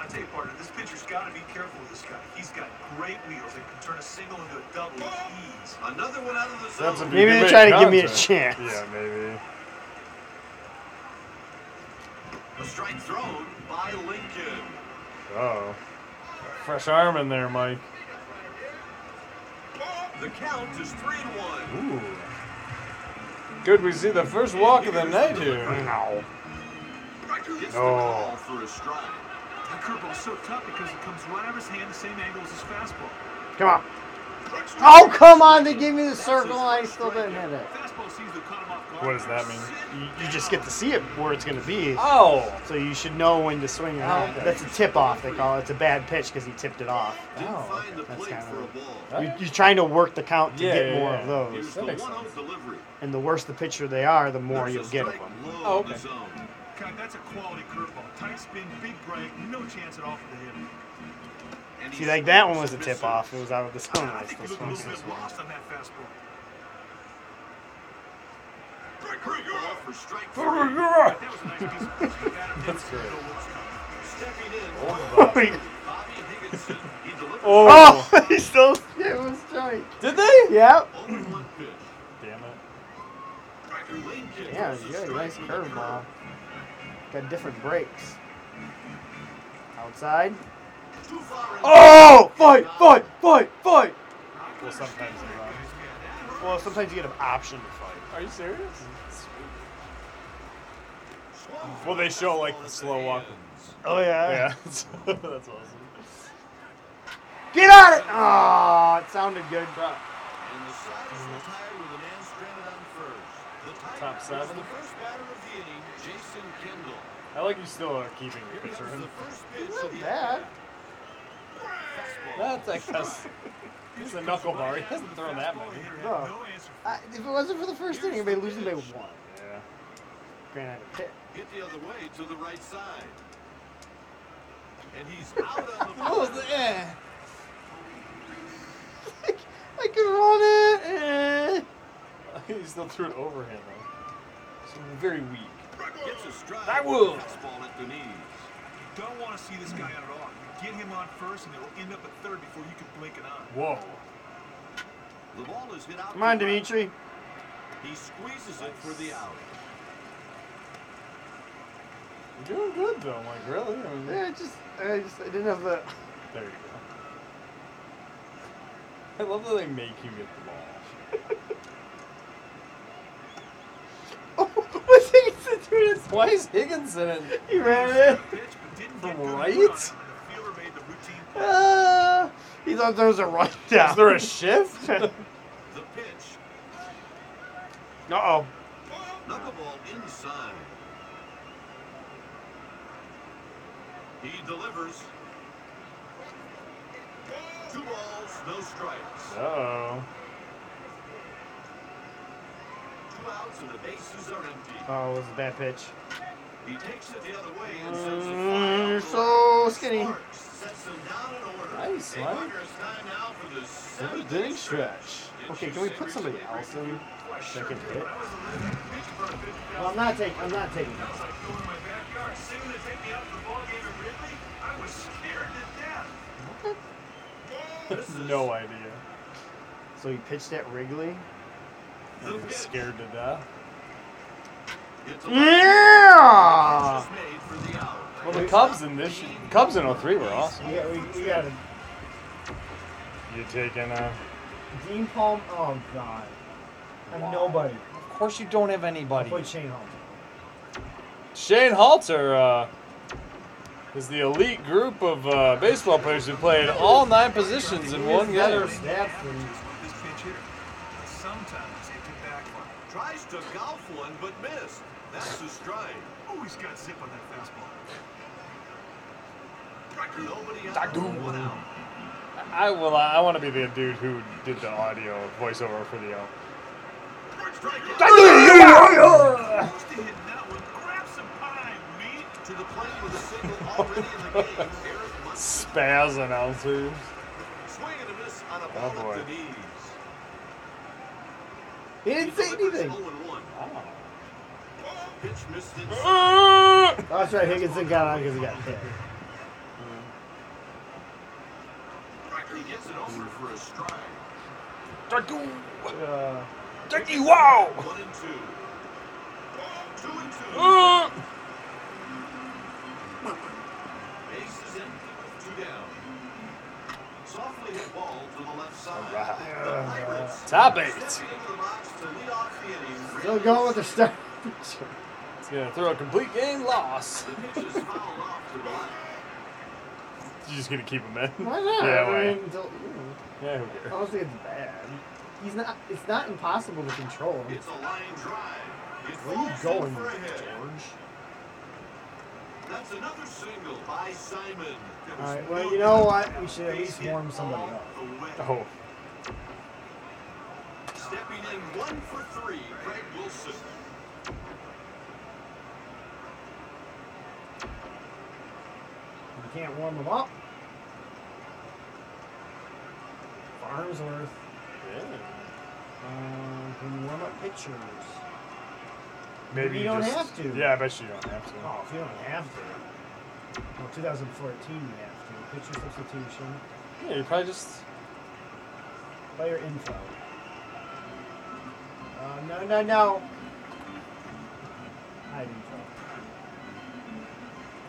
[SPEAKER 20] I tell you, partner, this pitcher's got to be careful with this guy. He's got great wheels that can turn a single into a double with ease.
[SPEAKER 12] Another one out of the zone.
[SPEAKER 11] that's a
[SPEAKER 1] Maybe
[SPEAKER 11] good
[SPEAKER 1] they're
[SPEAKER 11] bit
[SPEAKER 1] trying to
[SPEAKER 11] of
[SPEAKER 1] give me a
[SPEAKER 11] contact.
[SPEAKER 1] chance.
[SPEAKER 11] Yeah, maybe.
[SPEAKER 12] A strike thrown by Lincoln.
[SPEAKER 11] Oh. Fresh arm in there, Mike.
[SPEAKER 12] The count is three and one.
[SPEAKER 11] Ooh. Good, we see the first walk of the night here.
[SPEAKER 1] Ow.
[SPEAKER 12] Gets
[SPEAKER 11] Oh.
[SPEAKER 12] the call for a strike.
[SPEAKER 20] That curveball's so tough because it comes right out of his hand, the same angle as his fastball.
[SPEAKER 1] Come on. Oh, come on. They gave me the circle and I still didn't hit it.
[SPEAKER 20] Fastball seems to caught him off guard.
[SPEAKER 11] What does that mean?
[SPEAKER 1] You, you just get to see it where it's going to be.
[SPEAKER 11] Oh!
[SPEAKER 1] So you should know when to swing or not.
[SPEAKER 11] okay.
[SPEAKER 1] That's a tip off, they call it. It's a bad pitch because he tipped it off.
[SPEAKER 12] Didn't
[SPEAKER 11] Oh,
[SPEAKER 12] find the
[SPEAKER 1] That's
[SPEAKER 12] plate
[SPEAKER 1] kinda
[SPEAKER 12] for a
[SPEAKER 1] right.
[SPEAKER 12] ball.
[SPEAKER 11] Huh?
[SPEAKER 1] You, you're trying to work the count to
[SPEAKER 11] Yeah,
[SPEAKER 1] get
[SPEAKER 11] yeah,
[SPEAKER 1] more
[SPEAKER 11] yeah.
[SPEAKER 1] of
[SPEAKER 12] Here's
[SPEAKER 1] those.
[SPEAKER 12] the
[SPEAKER 11] That makes
[SPEAKER 12] 1-0 delivery.
[SPEAKER 1] And the worse the pitcher they are, the more
[SPEAKER 12] There's a
[SPEAKER 1] you'll get of
[SPEAKER 12] strike
[SPEAKER 1] them.
[SPEAKER 12] low
[SPEAKER 11] Oh,
[SPEAKER 12] in the
[SPEAKER 11] okay.
[SPEAKER 12] zone.
[SPEAKER 20] God, that's a quality curveball. Tight spin, big break, no chance at all for the hitter.
[SPEAKER 12] And
[SPEAKER 1] See,
[SPEAKER 12] he
[SPEAKER 1] like that
[SPEAKER 12] swings
[SPEAKER 1] one was a
[SPEAKER 12] and
[SPEAKER 1] tip
[SPEAKER 12] misses.
[SPEAKER 1] off. It was out of the zone.
[SPEAKER 20] I
[SPEAKER 1] I
[SPEAKER 20] think
[SPEAKER 1] still
[SPEAKER 20] he looked a
[SPEAKER 1] swung.
[SPEAKER 20] little bit lost on that fastball.
[SPEAKER 12] Ball for strike three.
[SPEAKER 11] Oh,
[SPEAKER 20] That was a nice piece of pitch.
[SPEAKER 11] That's great.
[SPEAKER 12] Stepping in, Bobby Higginson. He delivers
[SPEAKER 1] Oh, he still. It was strike.
[SPEAKER 11] Did they?
[SPEAKER 1] Yep.
[SPEAKER 12] over one pitch.
[SPEAKER 11] Damn it.
[SPEAKER 12] Lincoln
[SPEAKER 1] Yeah,
[SPEAKER 12] throws a
[SPEAKER 1] yeah,
[SPEAKER 12] strike
[SPEAKER 1] nice
[SPEAKER 12] with a
[SPEAKER 1] curveball. Got different breaks. Outside.
[SPEAKER 12] Too far in.
[SPEAKER 1] Oh, fight, fight, fight, fight.
[SPEAKER 11] Well, sometimes they run.
[SPEAKER 1] Well, sometimes you get an option to fight.
[SPEAKER 11] Are you serious?
[SPEAKER 12] Swung.
[SPEAKER 11] Well, they show like the slow walk.
[SPEAKER 1] Oh yeah.
[SPEAKER 11] Yeah, that's awesome.
[SPEAKER 1] Get on it. Oh, it sounded good.
[SPEAKER 12] And the Sox retire with a man stranded on first. The Tigers
[SPEAKER 11] Top seven.
[SPEAKER 12] is the first batter of the inning, Jason Kendall.
[SPEAKER 11] I like you still are keeping your picture.
[SPEAKER 12] Here's
[SPEAKER 11] in.
[SPEAKER 12] the first pitch of the
[SPEAKER 1] Bad.
[SPEAKER 11] That's I guess. He's a knuckle bar. He hasn't thrown that many.
[SPEAKER 1] No. I, if it wasn't for the first inning, everybody losing by one.
[SPEAKER 11] Yeah.
[SPEAKER 1] Granted, I hit.
[SPEAKER 12] hit the other way to the right side. And he's out on the
[SPEAKER 11] was the eh?
[SPEAKER 1] I could run it. eh.
[SPEAKER 11] He still threw it overhand though. So very weak.
[SPEAKER 12] Gets a strike.
[SPEAKER 11] That will.
[SPEAKER 12] Fastball at the knees.
[SPEAKER 20] Don't want to see this guy out at all. You Get him on first, and it'll end up at third before you can blink an eye.
[SPEAKER 11] Whoa.
[SPEAKER 12] The ball is hit out.
[SPEAKER 1] Come on,
[SPEAKER 12] to right.
[SPEAKER 1] Dimitri.
[SPEAKER 12] He squeezes it for the out.
[SPEAKER 11] You're doing good though. I'm like really. I mean,
[SPEAKER 1] Yeah, I just, I just, I didn't have the.
[SPEAKER 11] There you go. I love that they make you get the ball.
[SPEAKER 1] Oh, what's he gonna do?
[SPEAKER 11] Why is Higgins in it?
[SPEAKER 1] He ran it.
[SPEAKER 20] Pitch, but didn't
[SPEAKER 11] From
[SPEAKER 20] get good
[SPEAKER 11] right?
[SPEAKER 20] route on it, and The fielder made the routine play.
[SPEAKER 1] Uh, he thought there was a rundown.
[SPEAKER 11] Is there a shift?
[SPEAKER 12] The pitch.
[SPEAKER 1] Uh oh.
[SPEAKER 12] Knuckleball inside. He delivers. Two balls, no strikes.
[SPEAKER 11] oh.
[SPEAKER 12] Two outs and the bases are empty.
[SPEAKER 1] Oh, it was a bad pitch.
[SPEAKER 12] He takes it the other way and sends a
[SPEAKER 1] Mm,
[SPEAKER 12] fly.
[SPEAKER 1] you're
[SPEAKER 12] out
[SPEAKER 1] so
[SPEAKER 12] right.
[SPEAKER 1] skinny.
[SPEAKER 12] Sparks sets him down in order.
[SPEAKER 11] Nice,
[SPEAKER 12] And
[SPEAKER 11] Mike.
[SPEAKER 12] Hunter's time now for the
[SPEAKER 11] Another
[SPEAKER 12] seventh
[SPEAKER 11] Dinning
[SPEAKER 12] inning
[SPEAKER 11] stretch.
[SPEAKER 1] Okay, can we put somebody else in? That can hit.
[SPEAKER 21] Well, I'm not taking. I'm not taking.
[SPEAKER 20] That was like going in my backyard. Soon they take me out for the ball game at Wrigley. I was scared to death.
[SPEAKER 11] No idea.
[SPEAKER 1] So he pitched at Wrigley.
[SPEAKER 11] I'm scared to death.
[SPEAKER 12] It's a
[SPEAKER 1] Yeah.
[SPEAKER 12] just made for the out.
[SPEAKER 11] Well, the Cubs in this Cubs in 03 were awesome.
[SPEAKER 21] We got. We, we got a
[SPEAKER 11] You taking a?
[SPEAKER 21] Dean Palm. Oh God. And nobody.
[SPEAKER 11] Of course you don't have anybody.
[SPEAKER 21] Put Shane Holmes.
[SPEAKER 11] Shane Halter uh, is the elite group of uh, baseball players who played all nine positions in one
[SPEAKER 21] Better
[SPEAKER 11] game.
[SPEAKER 21] stat for you.
[SPEAKER 20] This pitch here. Sometimes it can backfire.
[SPEAKER 12] Tries to to Gofflin, but missed. That's a strike.
[SPEAKER 22] Oh, he's got zip on that fastball.
[SPEAKER 12] Nobody out. One out.
[SPEAKER 11] I will. I want to be the dude who did the audio voiceover for the. Uh,
[SPEAKER 12] Strike out. Close to hitting that one. Grab some pine, meat. To the plate with a single already in the game. Eric Munson
[SPEAKER 11] spaz announcers.
[SPEAKER 12] swing and a miss on a
[SPEAKER 11] Oh,
[SPEAKER 12] ball up
[SPEAKER 11] boy.
[SPEAKER 12] the knees.
[SPEAKER 1] He didn't say
[SPEAKER 12] Clippers
[SPEAKER 1] anything.
[SPEAKER 12] 0-1. Oh. Pitch missed in
[SPEAKER 11] Uh.
[SPEAKER 1] Oh, that's right. Higginson got on because he got hit.
[SPEAKER 12] He gets it over for a strike.
[SPEAKER 1] Uh,
[SPEAKER 12] One and two. Two and two.
[SPEAKER 11] Uh.
[SPEAKER 12] Base is empty with two down. Softly hit ball to the left side. The Pirates
[SPEAKER 11] Top eight.
[SPEAKER 12] stepping into the box to lead off the inning.
[SPEAKER 1] still going with the start.
[SPEAKER 11] It's gonna throw a complete game loss.
[SPEAKER 12] The pitch is fouled off to the left.
[SPEAKER 11] You're just gonna keep him in.
[SPEAKER 1] Why not?
[SPEAKER 11] Yeah,
[SPEAKER 1] I
[SPEAKER 11] why?
[SPEAKER 1] mean, until, you
[SPEAKER 11] Yeah, who cares?
[SPEAKER 1] know, I don't think it's bad. He's not. It's not impossible to control. him.
[SPEAKER 12] It's a line drive. It
[SPEAKER 1] Where are you
[SPEAKER 12] falls in
[SPEAKER 1] going,
[SPEAKER 12] for a hit.
[SPEAKER 1] George?
[SPEAKER 12] That's another single by Simon. There
[SPEAKER 1] All
[SPEAKER 12] was
[SPEAKER 1] right. Well,
[SPEAKER 12] no
[SPEAKER 1] you know
[SPEAKER 12] doubt.
[SPEAKER 1] what? We should at
[SPEAKER 12] Base
[SPEAKER 1] least
[SPEAKER 12] hit
[SPEAKER 1] warm somebody
[SPEAKER 12] all
[SPEAKER 1] up.
[SPEAKER 12] the way.
[SPEAKER 11] Oh,
[SPEAKER 12] Stepping in one for three, Greg Wilson.
[SPEAKER 1] You can't warm them up. Farnsworth. Uh, can you warm up pitchers?
[SPEAKER 11] maybe
[SPEAKER 1] You don't
[SPEAKER 11] just-
[SPEAKER 1] have to.
[SPEAKER 11] Yeah, I bet you don't have to.
[SPEAKER 1] Oh, if you don't have to. Well, 2014, you have to. Pitcher substitution.
[SPEAKER 11] Yeah, you probably just.
[SPEAKER 1] Player info. Uh, no, no, no. Hide info.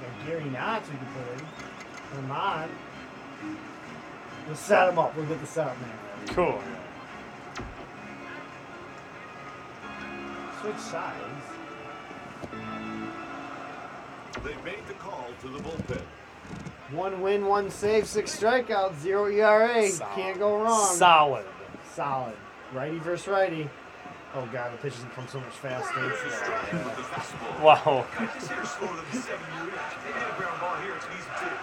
[SPEAKER 1] Got Gary Knotts we can put in. Come on. We'll set him up. We'll get the setup man. ready.
[SPEAKER 11] Cool.
[SPEAKER 1] Switch sides.
[SPEAKER 12] They made the call to the bullpen.
[SPEAKER 1] One win, one save, six strikeouts, zero ERA.
[SPEAKER 11] Solid.
[SPEAKER 1] Can't go wrong.
[SPEAKER 11] Solid.
[SPEAKER 1] Solid. Righty versus righty. Oh god, the pitch doesn't come so much faster.
[SPEAKER 12] It's a strike with the fastball.
[SPEAKER 11] Wow. Oh,
[SPEAKER 22] This here's slower than the seven year itch. They get a ground ball here, it's an easy two.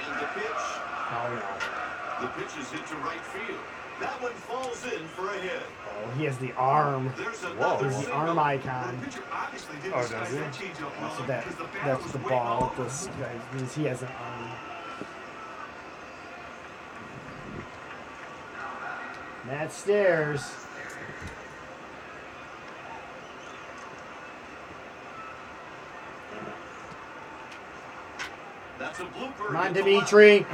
[SPEAKER 12] And the pitch.
[SPEAKER 1] Oh no.
[SPEAKER 12] The pitch is hit to right field. That one falls in for a hit.
[SPEAKER 1] Oh, he has the arm.
[SPEAKER 12] There's
[SPEAKER 11] Whoa.
[SPEAKER 12] another
[SPEAKER 1] There's the
[SPEAKER 12] single.
[SPEAKER 1] arm
[SPEAKER 22] The
[SPEAKER 1] icon.
[SPEAKER 22] pitcher obviously didn't
[SPEAKER 11] Oh,
[SPEAKER 22] slice
[SPEAKER 11] does he?
[SPEAKER 22] that changeup well
[SPEAKER 1] So that
[SPEAKER 22] because the batter
[SPEAKER 1] that's
[SPEAKER 22] was
[SPEAKER 1] the
[SPEAKER 22] way
[SPEAKER 1] ball
[SPEAKER 22] off.
[SPEAKER 1] that this guy means he has an arm. Matt Stairs.
[SPEAKER 12] That's a blooper.
[SPEAKER 1] Come on,
[SPEAKER 12] Hit the left.
[SPEAKER 1] Dimitri.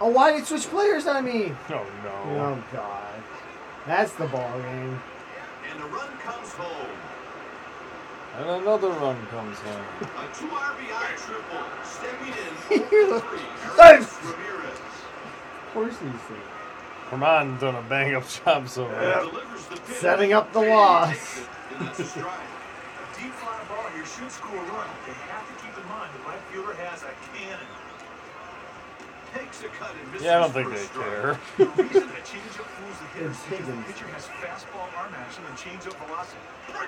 [SPEAKER 1] Oh, why did it switch players on me?
[SPEAKER 11] Oh no.
[SPEAKER 1] Oh god. That's the ball game.
[SPEAKER 12] And a run comes home.
[SPEAKER 11] And another run comes in.
[SPEAKER 12] A two RBI triple. Stepping in.
[SPEAKER 1] You're
[SPEAKER 12] three.
[SPEAKER 1] Nice.
[SPEAKER 12] Ramirez
[SPEAKER 1] Of course he's there.
[SPEAKER 11] Herman done a bang up job so far.
[SPEAKER 12] delivers the pitch.
[SPEAKER 1] Setting up the
[SPEAKER 12] And he
[SPEAKER 1] loss.
[SPEAKER 12] takes it. And that's a strike.
[SPEAKER 22] A deep fly ball here should score a run. They have to keep in mind the right fielder has a cannon.
[SPEAKER 12] Takes a cut and misses
[SPEAKER 11] Yeah, I don't think
[SPEAKER 12] for a
[SPEAKER 11] they
[SPEAKER 12] strike.
[SPEAKER 11] care.
[SPEAKER 22] The reason a changeup fools the hitter is
[SPEAKER 1] It's
[SPEAKER 22] because the
[SPEAKER 1] Higgins.
[SPEAKER 22] pitcher has fastball arm action and changeup velocity.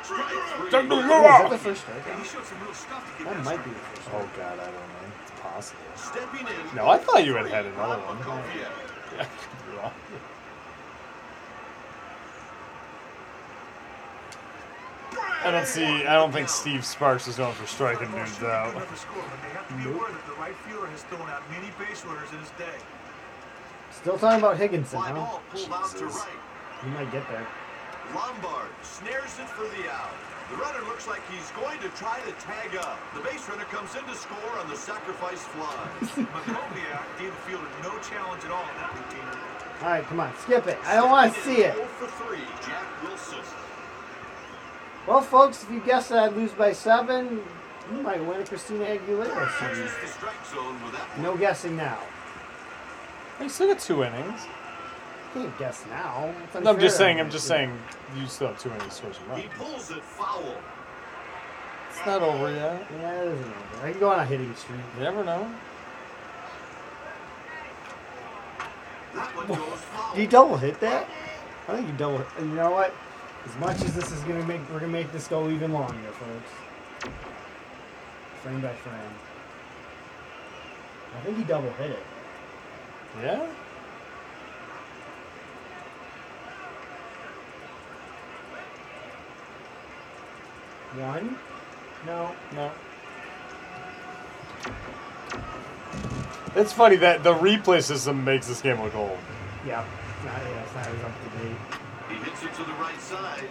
[SPEAKER 12] Strike
[SPEAKER 11] Don't do
[SPEAKER 12] three.
[SPEAKER 1] Oh, is that
[SPEAKER 11] more.
[SPEAKER 1] the first strike?
[SPEAKER 22] And he showed some real stuff to get that
[SPEAKER 1] That might be
[SPEAKER 22] strike.
[SPEAKER 1] the first strike.
[SPEAKER 11] Oh god, I don't know. It's possible.
[SPEAKER 12] Stepping in.
[SPEAKER 11] No, I thought you had had another
[SPEAKER 12] Rob
[SPEAKER 11] one.
[SPEAKER 12] Makovia.
[SPEAKER 11] Yeah, could be wrong. I don't see. I don't think Steve Sparks is known for striking
[SPEAKER 22] Fastball
[SPEAKER 11] dudes
[SPEAKER 22] should be good
[SPEAKER 11] out.
[SPEAKER 22] enough to score, but they have to be aware that the right fielder has thrown out many base runners in his day.
[SPEAKER 1] Still talking about Higginson,
[SPEAKER 12] Fly
[SPEAKER 1] huh?
[SPEAKER 12] ball pulled out to
[SPEAKER 11] Jesus.
[SPEAKER 12] right.
[SPEAKER 1] He might get there.
[SPEAKER 12] Lombard snares it for the out. The runner looks like he's going to try to tag up. The base runner comes in to score on the sacrifice fly.
[SPEAKER 22] Makoviak gave the fielder no challenge at all in that routine.
[SPEAKER 1] All right, come on, skip it. I don't want to see it.
[SPEAKER 12] 0 for 3, Jack Wilson.
[SPEAKER 1] Well, folks, if you guessed that I'd lose by seven, you might win a Christina Aguilera.
[SPEAKER 12] Searches
[SPEAKER 1] song.
[SPEAKER 12] the strike zone with that
[SPEAKER 1] No guessing now.
[SPEAKER 11] They still got two innings.
[SPEAKER 1] You can't guess now. It's
[SPEAKER 11] No, I'm just
[SPEAKER 1] unfair.
[SPEAKER 11] saying. I'm just saying. You still have two innings to
[SPEAKER 12] one.
[SPEAKER 11] run.
[SPEAKER 12] He pulls it foul.
[SPEAKER 11] It's not over yet.
[SPEAKER 1] Yeah, it isn't over. I can go on a hitting streak.
[SPEAKER 11] You never know.
[SPEAKER 12] That one goes foul.
[SPEAKER 1] Do you double hit that? I think you double. You know what? As much as this is gonna make, we're gonna make this go even longer, folks. Frame by frame. I think he double hit it.
[SPEAKER 23] Yeah.
[SPEAKER 1] One? No.
[SPEAKER 23] No.
[SPEAKER 11] It's funny that the replay system makes this game look old.
[SPEAKER 1] Yeah. It's not, yeah, it's not as up to date.
[SPEAKER 12] He hits it to the right side.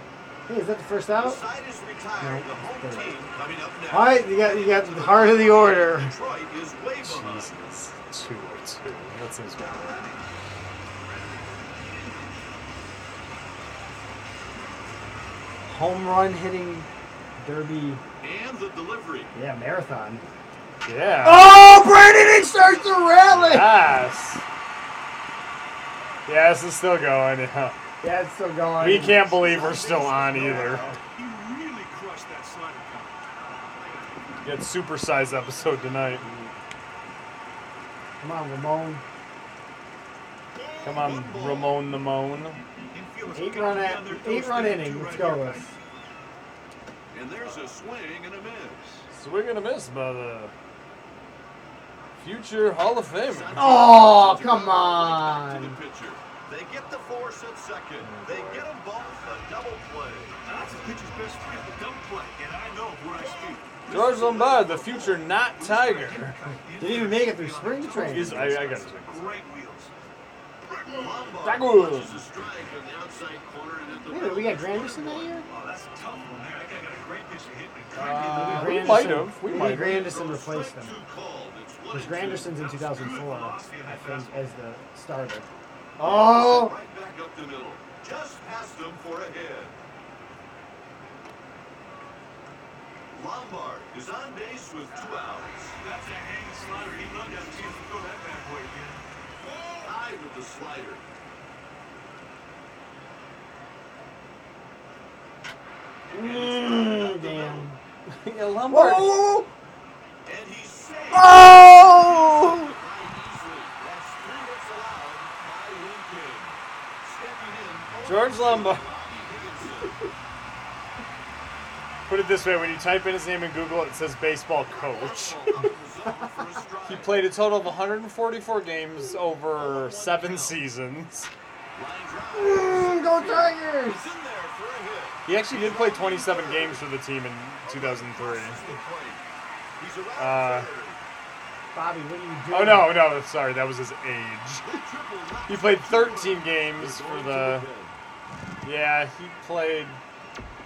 [SPEAKER 1] Hey, is that the first out?
[SPEAKER 12] Side is retired. The home
[SPEAKER 1] Nope.
[SPEAKER 12] team coming up next.
[SPEAKER 1] All right, you got you got the heart of the order.
[SPEAKER 12] Detroit is way behind.
[SPEAKER 23] Jesus. Two or two. That seems about right.
[SPEAKER 1] Home run hitting derby.
[SPEAKER 12] And the delivery.
[SPEAKER 1] Yeah, marathon.
[SPEAKER 23] Yeah.
[SPEAKER 1] Oh, Brady he starts to rally.
[SPEAKER 23] Yes. Yes, it's still going. Yeah.
[SPEAKER 1] Yeah, it's still going.
[SPEAKER 23] We can't believe we're still on either.
[SPEAKER 24] He really crushed that slider.
[SPEAKER 23] Get supersized episode tonight.
[SPEAKER 1] Come on, Ramon.
[SPEAKER 23] Come on, Ramon the Moan.
[SPEAKER 24] Infielders
[SPEAKER 1] Eight
[SPEAKER 24] got
[SPEAKER 1] run
[SPEAKER 24] down
[SPEAKER 1] at
[SPEAKER 24] their
[SPEAKER 1] eight
[SPEAKER 24] toes,
[SPEAKER 1] run
[SPEAKER 24] they had
[SPEAKER 1] inning.
[SPEAKER 24] two
[SPEAKER 1] Let's
[SPEAKER 24] right
[SPEAKER 1] go
[SPEAKER 24] here,
[SPEAKER 1] with.
[SPEAKER 24] guys.
[SPEAKER 12] And there's a swing and a miss.
[SPEAKER 23] So we're gonna miss by the future Hall of Famer.
[SPEAKER 1] Oh, come
[SPEAKER 12] Back to the
[SPEAKER 1] on.
[SPEAKER 12] pitcher. They get the force at second. They get them both a double play.
[SPEAKER 24] Now, That's a pitcher's best friend, the dumb play, and I know where I speak.
[SPEAKER 23] George Lombard, the future not Tiger.
[SPEAKER 1] Didn't even make it through spring training.
[SPEAKER 23] Is- I, I gotta
[SPEAKER 24] Great wheels.
[SPEAKER 12] Lombard
[SPEAKER 23] Dagur.
[SPEAKER 12] punches a strike on the outside corner and at the
[SPEAKER 1] Wait, we got Granderson that year?
[SPEAKER 24] Oh, that's a tough one there. I think I got a great pitch to hit me.
[SPEAKER 1] Uh,
[SPEAKER 23] we
[SPEAKER 1] Granderson-
[SPEAKER 23] might have. We
[SPEAKER 1] I think
[SPEAKER 23] might have.
[SPEAKER 1] Granderson replaced him. Because Granderson's in 2004, I think, as the starter. Oh!
[SPEAKER 12] Right back up the middle. Just past him for a hit. Lombard is on base with two outs.
[SPEAKER 24] That's a hanging slider. He loved that chance to throw that bad boy again.
[SPEAKER 12] High with the slider.
[SPEAKER 1] Mm, damn.
[SPEAKER 23] Yeah, Lombard.
[SPEAKER 12] And he saved
[SPEAKER 23] Oh!
[SPEAKER 12] by Easley. That's three hits allowed by
[SPEAKER 23] George
[SPEAKER 12] Lincoln. Stepping in,
[SPEAKER 23] Lombard.
[SPEAKER 12] Bobby Higginson.
[SPEAKER 11] Put it this way: when you type in his name in Google, it says baseball coach. He played a total of 144 games over seven seasons.
[SPEAKER 1] Mm, go Tigers!
[SPEAKER 12] He's in there for a hit.
[SPEAKER 11] He actually did play 27 games for the team in 2003.
[SPEAKER 12] The plate. He's
[SPEAKER 11] Uh,
[SPEAKER 12] around third.
[SPEAKER 1] Bobby, what are you doing?
[SPEAKER 11] Oh no, no, sorry, that was his age.
[SPEAKER 12] Triple left
[SPEAKER 11] He played 13 games for
[SPEAKER 12] going to
[SPEAKER 11] the.
[SPEAKER 12] bin.
[SPEAKER 11] Yeah, he played.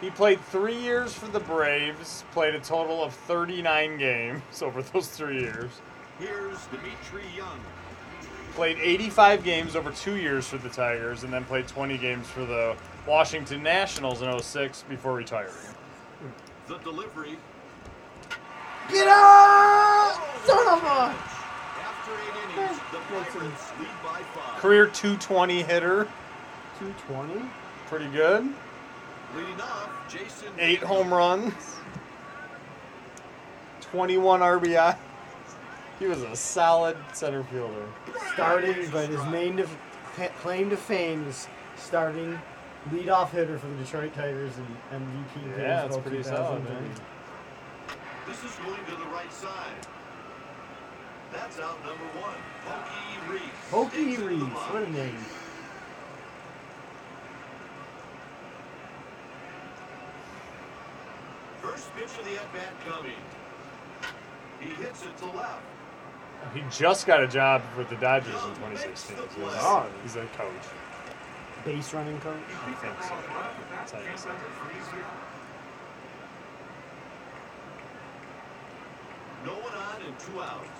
[SPEAKER 11] He played three years for the Braves. Played a total of 39 games over those three years.
[SPEAKER 12] Here's Dimitri Young.
[SPEAKER 11] Played 85 games over two years for the Tigers, and then played 20 games for the Washington Nationals in 06 before retiring.
[SPEAKER 12] The delivery.
[SPEAKER 1] Get up! Son of a!
[SPEAKER 12] After eight innings, the Pirates lead by five.
[SPEAKER 11] Career 220 hitter,
[SPEAKER 1] 220?
[SPEAKER 11] pretty good.
[SPEAKER 12] Leading off, Jason.
[SPEAKER 11] Eight home runs, 21 RBI. He was a solid center fielder.
[SPEAKER 1] Starting, but his main def- pa- claim to fame is starting leadoff hitter for the Detroit Tigers and MVP. in
[SPEAKER 23] Yeah, it's
[SPEAKER 1] baseball
[SPEAKER 23] pretty solid,
[SPEAKER 1] 2003.
[SPEAKER 23] man.
[SPEAKER 12] This is going to the right side. That's out number one. Pokey Reese.
[SPEAKER 1] Pokey
[SPEAKER 12] Digs into the
[SPEAKER 1] Reeves,
[SPEAKER 12] box.
[SPEAKER 1] what a name.
[SPEAKER 12] First pitch of the at bat coming. He hits it to left.
[SPEAKER 11] He just got a job with the Dodgers in 2016. He was-
[SPEAKER 1] Oh.
[SPEAKER 11] He's a coach.
[SPEAKER 1] Base running coach.
[SPEAKER 11] I think so. That's how you say it.
[SPEAKER 12] No one on and two outs.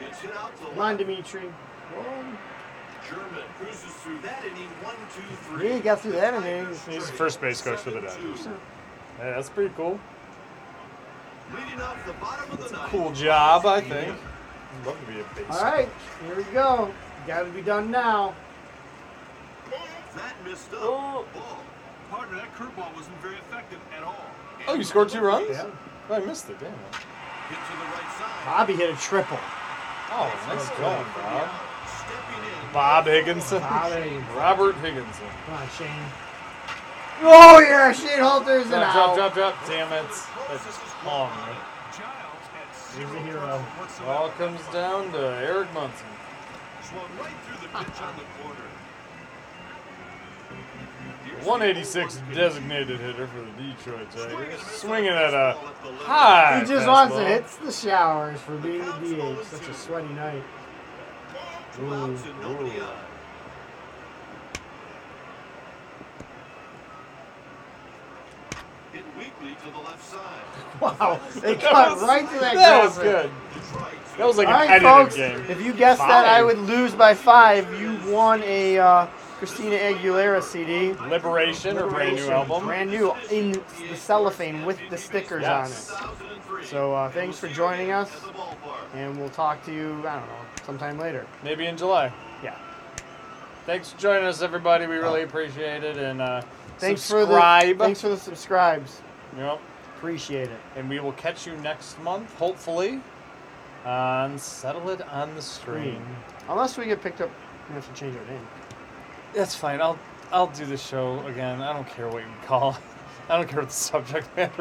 [SPEAKER 12] It's hit out to
[SPEAKER 1] Come on,
[SPEAKER 12] left.
[SPEAKER 1] Dimitri.
[SPEAKER 12] German cruises through that inning one, two, three.
[SPEAKER 1] Yeah, he got through that inning.
[SPEAKER 11] He's the first base coach for the Dodgers.
[SPEAKER 12] Seven,
[SPEAKER 11] Yeah, that's pretty cool.
[SPEAKER 12] two. Leading off the bottom of the ninth.
[SPEAKER 11] Cool job, I think. I'd love to be a base.
[SPEAKER 1] All right, here we go. Gotta be done now.
[SPEAKER 12] That missed up. Ball.
[SPEAKER 24] Partner, that curveball wasn't very effective at all.
[SPEAKER 11] Oh, you scored two runs?
[SPEAKER 1] Yeah.
[SPEAKER 11] Oh, I missed it, damn it.
[SPEAKER 12] Hit to the right side.
[SPEAKER 1] Bobby hit a triple.
[SPEAKER 11] Oh, nice job, Bob.
[SPEAKER 12] Stepping in.
[SPEAKER 11] Bob Higginson.
[SPEAKER 1] Bobby.
[SPEAKER 11] Robert Higginson.
[SPEAKER 1] Come on, Shane. Oh yeah, shit halters and
[SPEAKER 11] Drop, drop,
[SPEAKER 1] out.
[SPEAKER 11] drop, drop. Damn it. That's long.
[SPEAKER 12] Giles had
[SPEAKER 1] He's
[SPEAKER 12] zero
[SPEAKER 1] a hero.
[SPEAKER 11] It all comes down to Eric Munson.
[SPEAKER 12] swung right through the pitch on the corner.
[SPEAKER 11] 186 designated hitter for the Detroit Tigers. Swinging at a high.
[SPEAKER 1] He just wants to
[SPEAKER 11] fastball.
[SPEAKER 1] hit the showers for being a DH. Such a sweaty night.
[SPEAKER 12] Two outs and nobody on. Hit weakly to the left side.
[SPEAKER 1] Wow, they
[SPEAKER 11] That
[SPEAKER 1] cut
[SPEAKER 11] was-
[SPEAKER 1] right to that.
[SPEAKER 11] That was
[SPEAKER 1] graphic.
[SPEAKER 11] good. That was like
[SPEAKER 1] All
[SPEAKER 11] an
[SPEAKER 1] right,
[SPEAKER 11] edited
[SPEAKER 1] folks.
[SPEAKER 11] game.
[SPEAKER 1] If you guessed that I
[SPEAKER 11] Five.
[SPEAKER 1] would lose by five, you won a uh, Christina Aguilera CD.
[SPEAKER 11] Liberation or brand new album.
[SPEAKER 1] Brand new in the cellophane with the stickers
[SPEAKER 11] Yes.
[SPEAKER 1] on it. So uh, thanks for joining us, and we'll talk to you, I don't know, sometime later.
[SPEAKER 11] Maybe in July.
[SPEAKER 1] Yeah. Oh.
[SPEAKER 11] Thanks for joining us, everybody. We really appreciate it. And uh,
[SPEAKER 1] Thanks for the
[SPEAKER 11] subscribe.
[SPEAKER 1] thanks for the subscribes.
[SPEAKER 11] Yep.
[SPEAKER 1] Appreciate it.
[SPEAKER 11] And we will catch you next month, hopefully, on Settle It on the Screen.
[SPEAKER 1] Hmm. Unless we get picked up, we have to change our name.
[SPEAKER 11] That's fine. I'll I'll do the show again. I don't care what you call. it. I don't care what the subject matter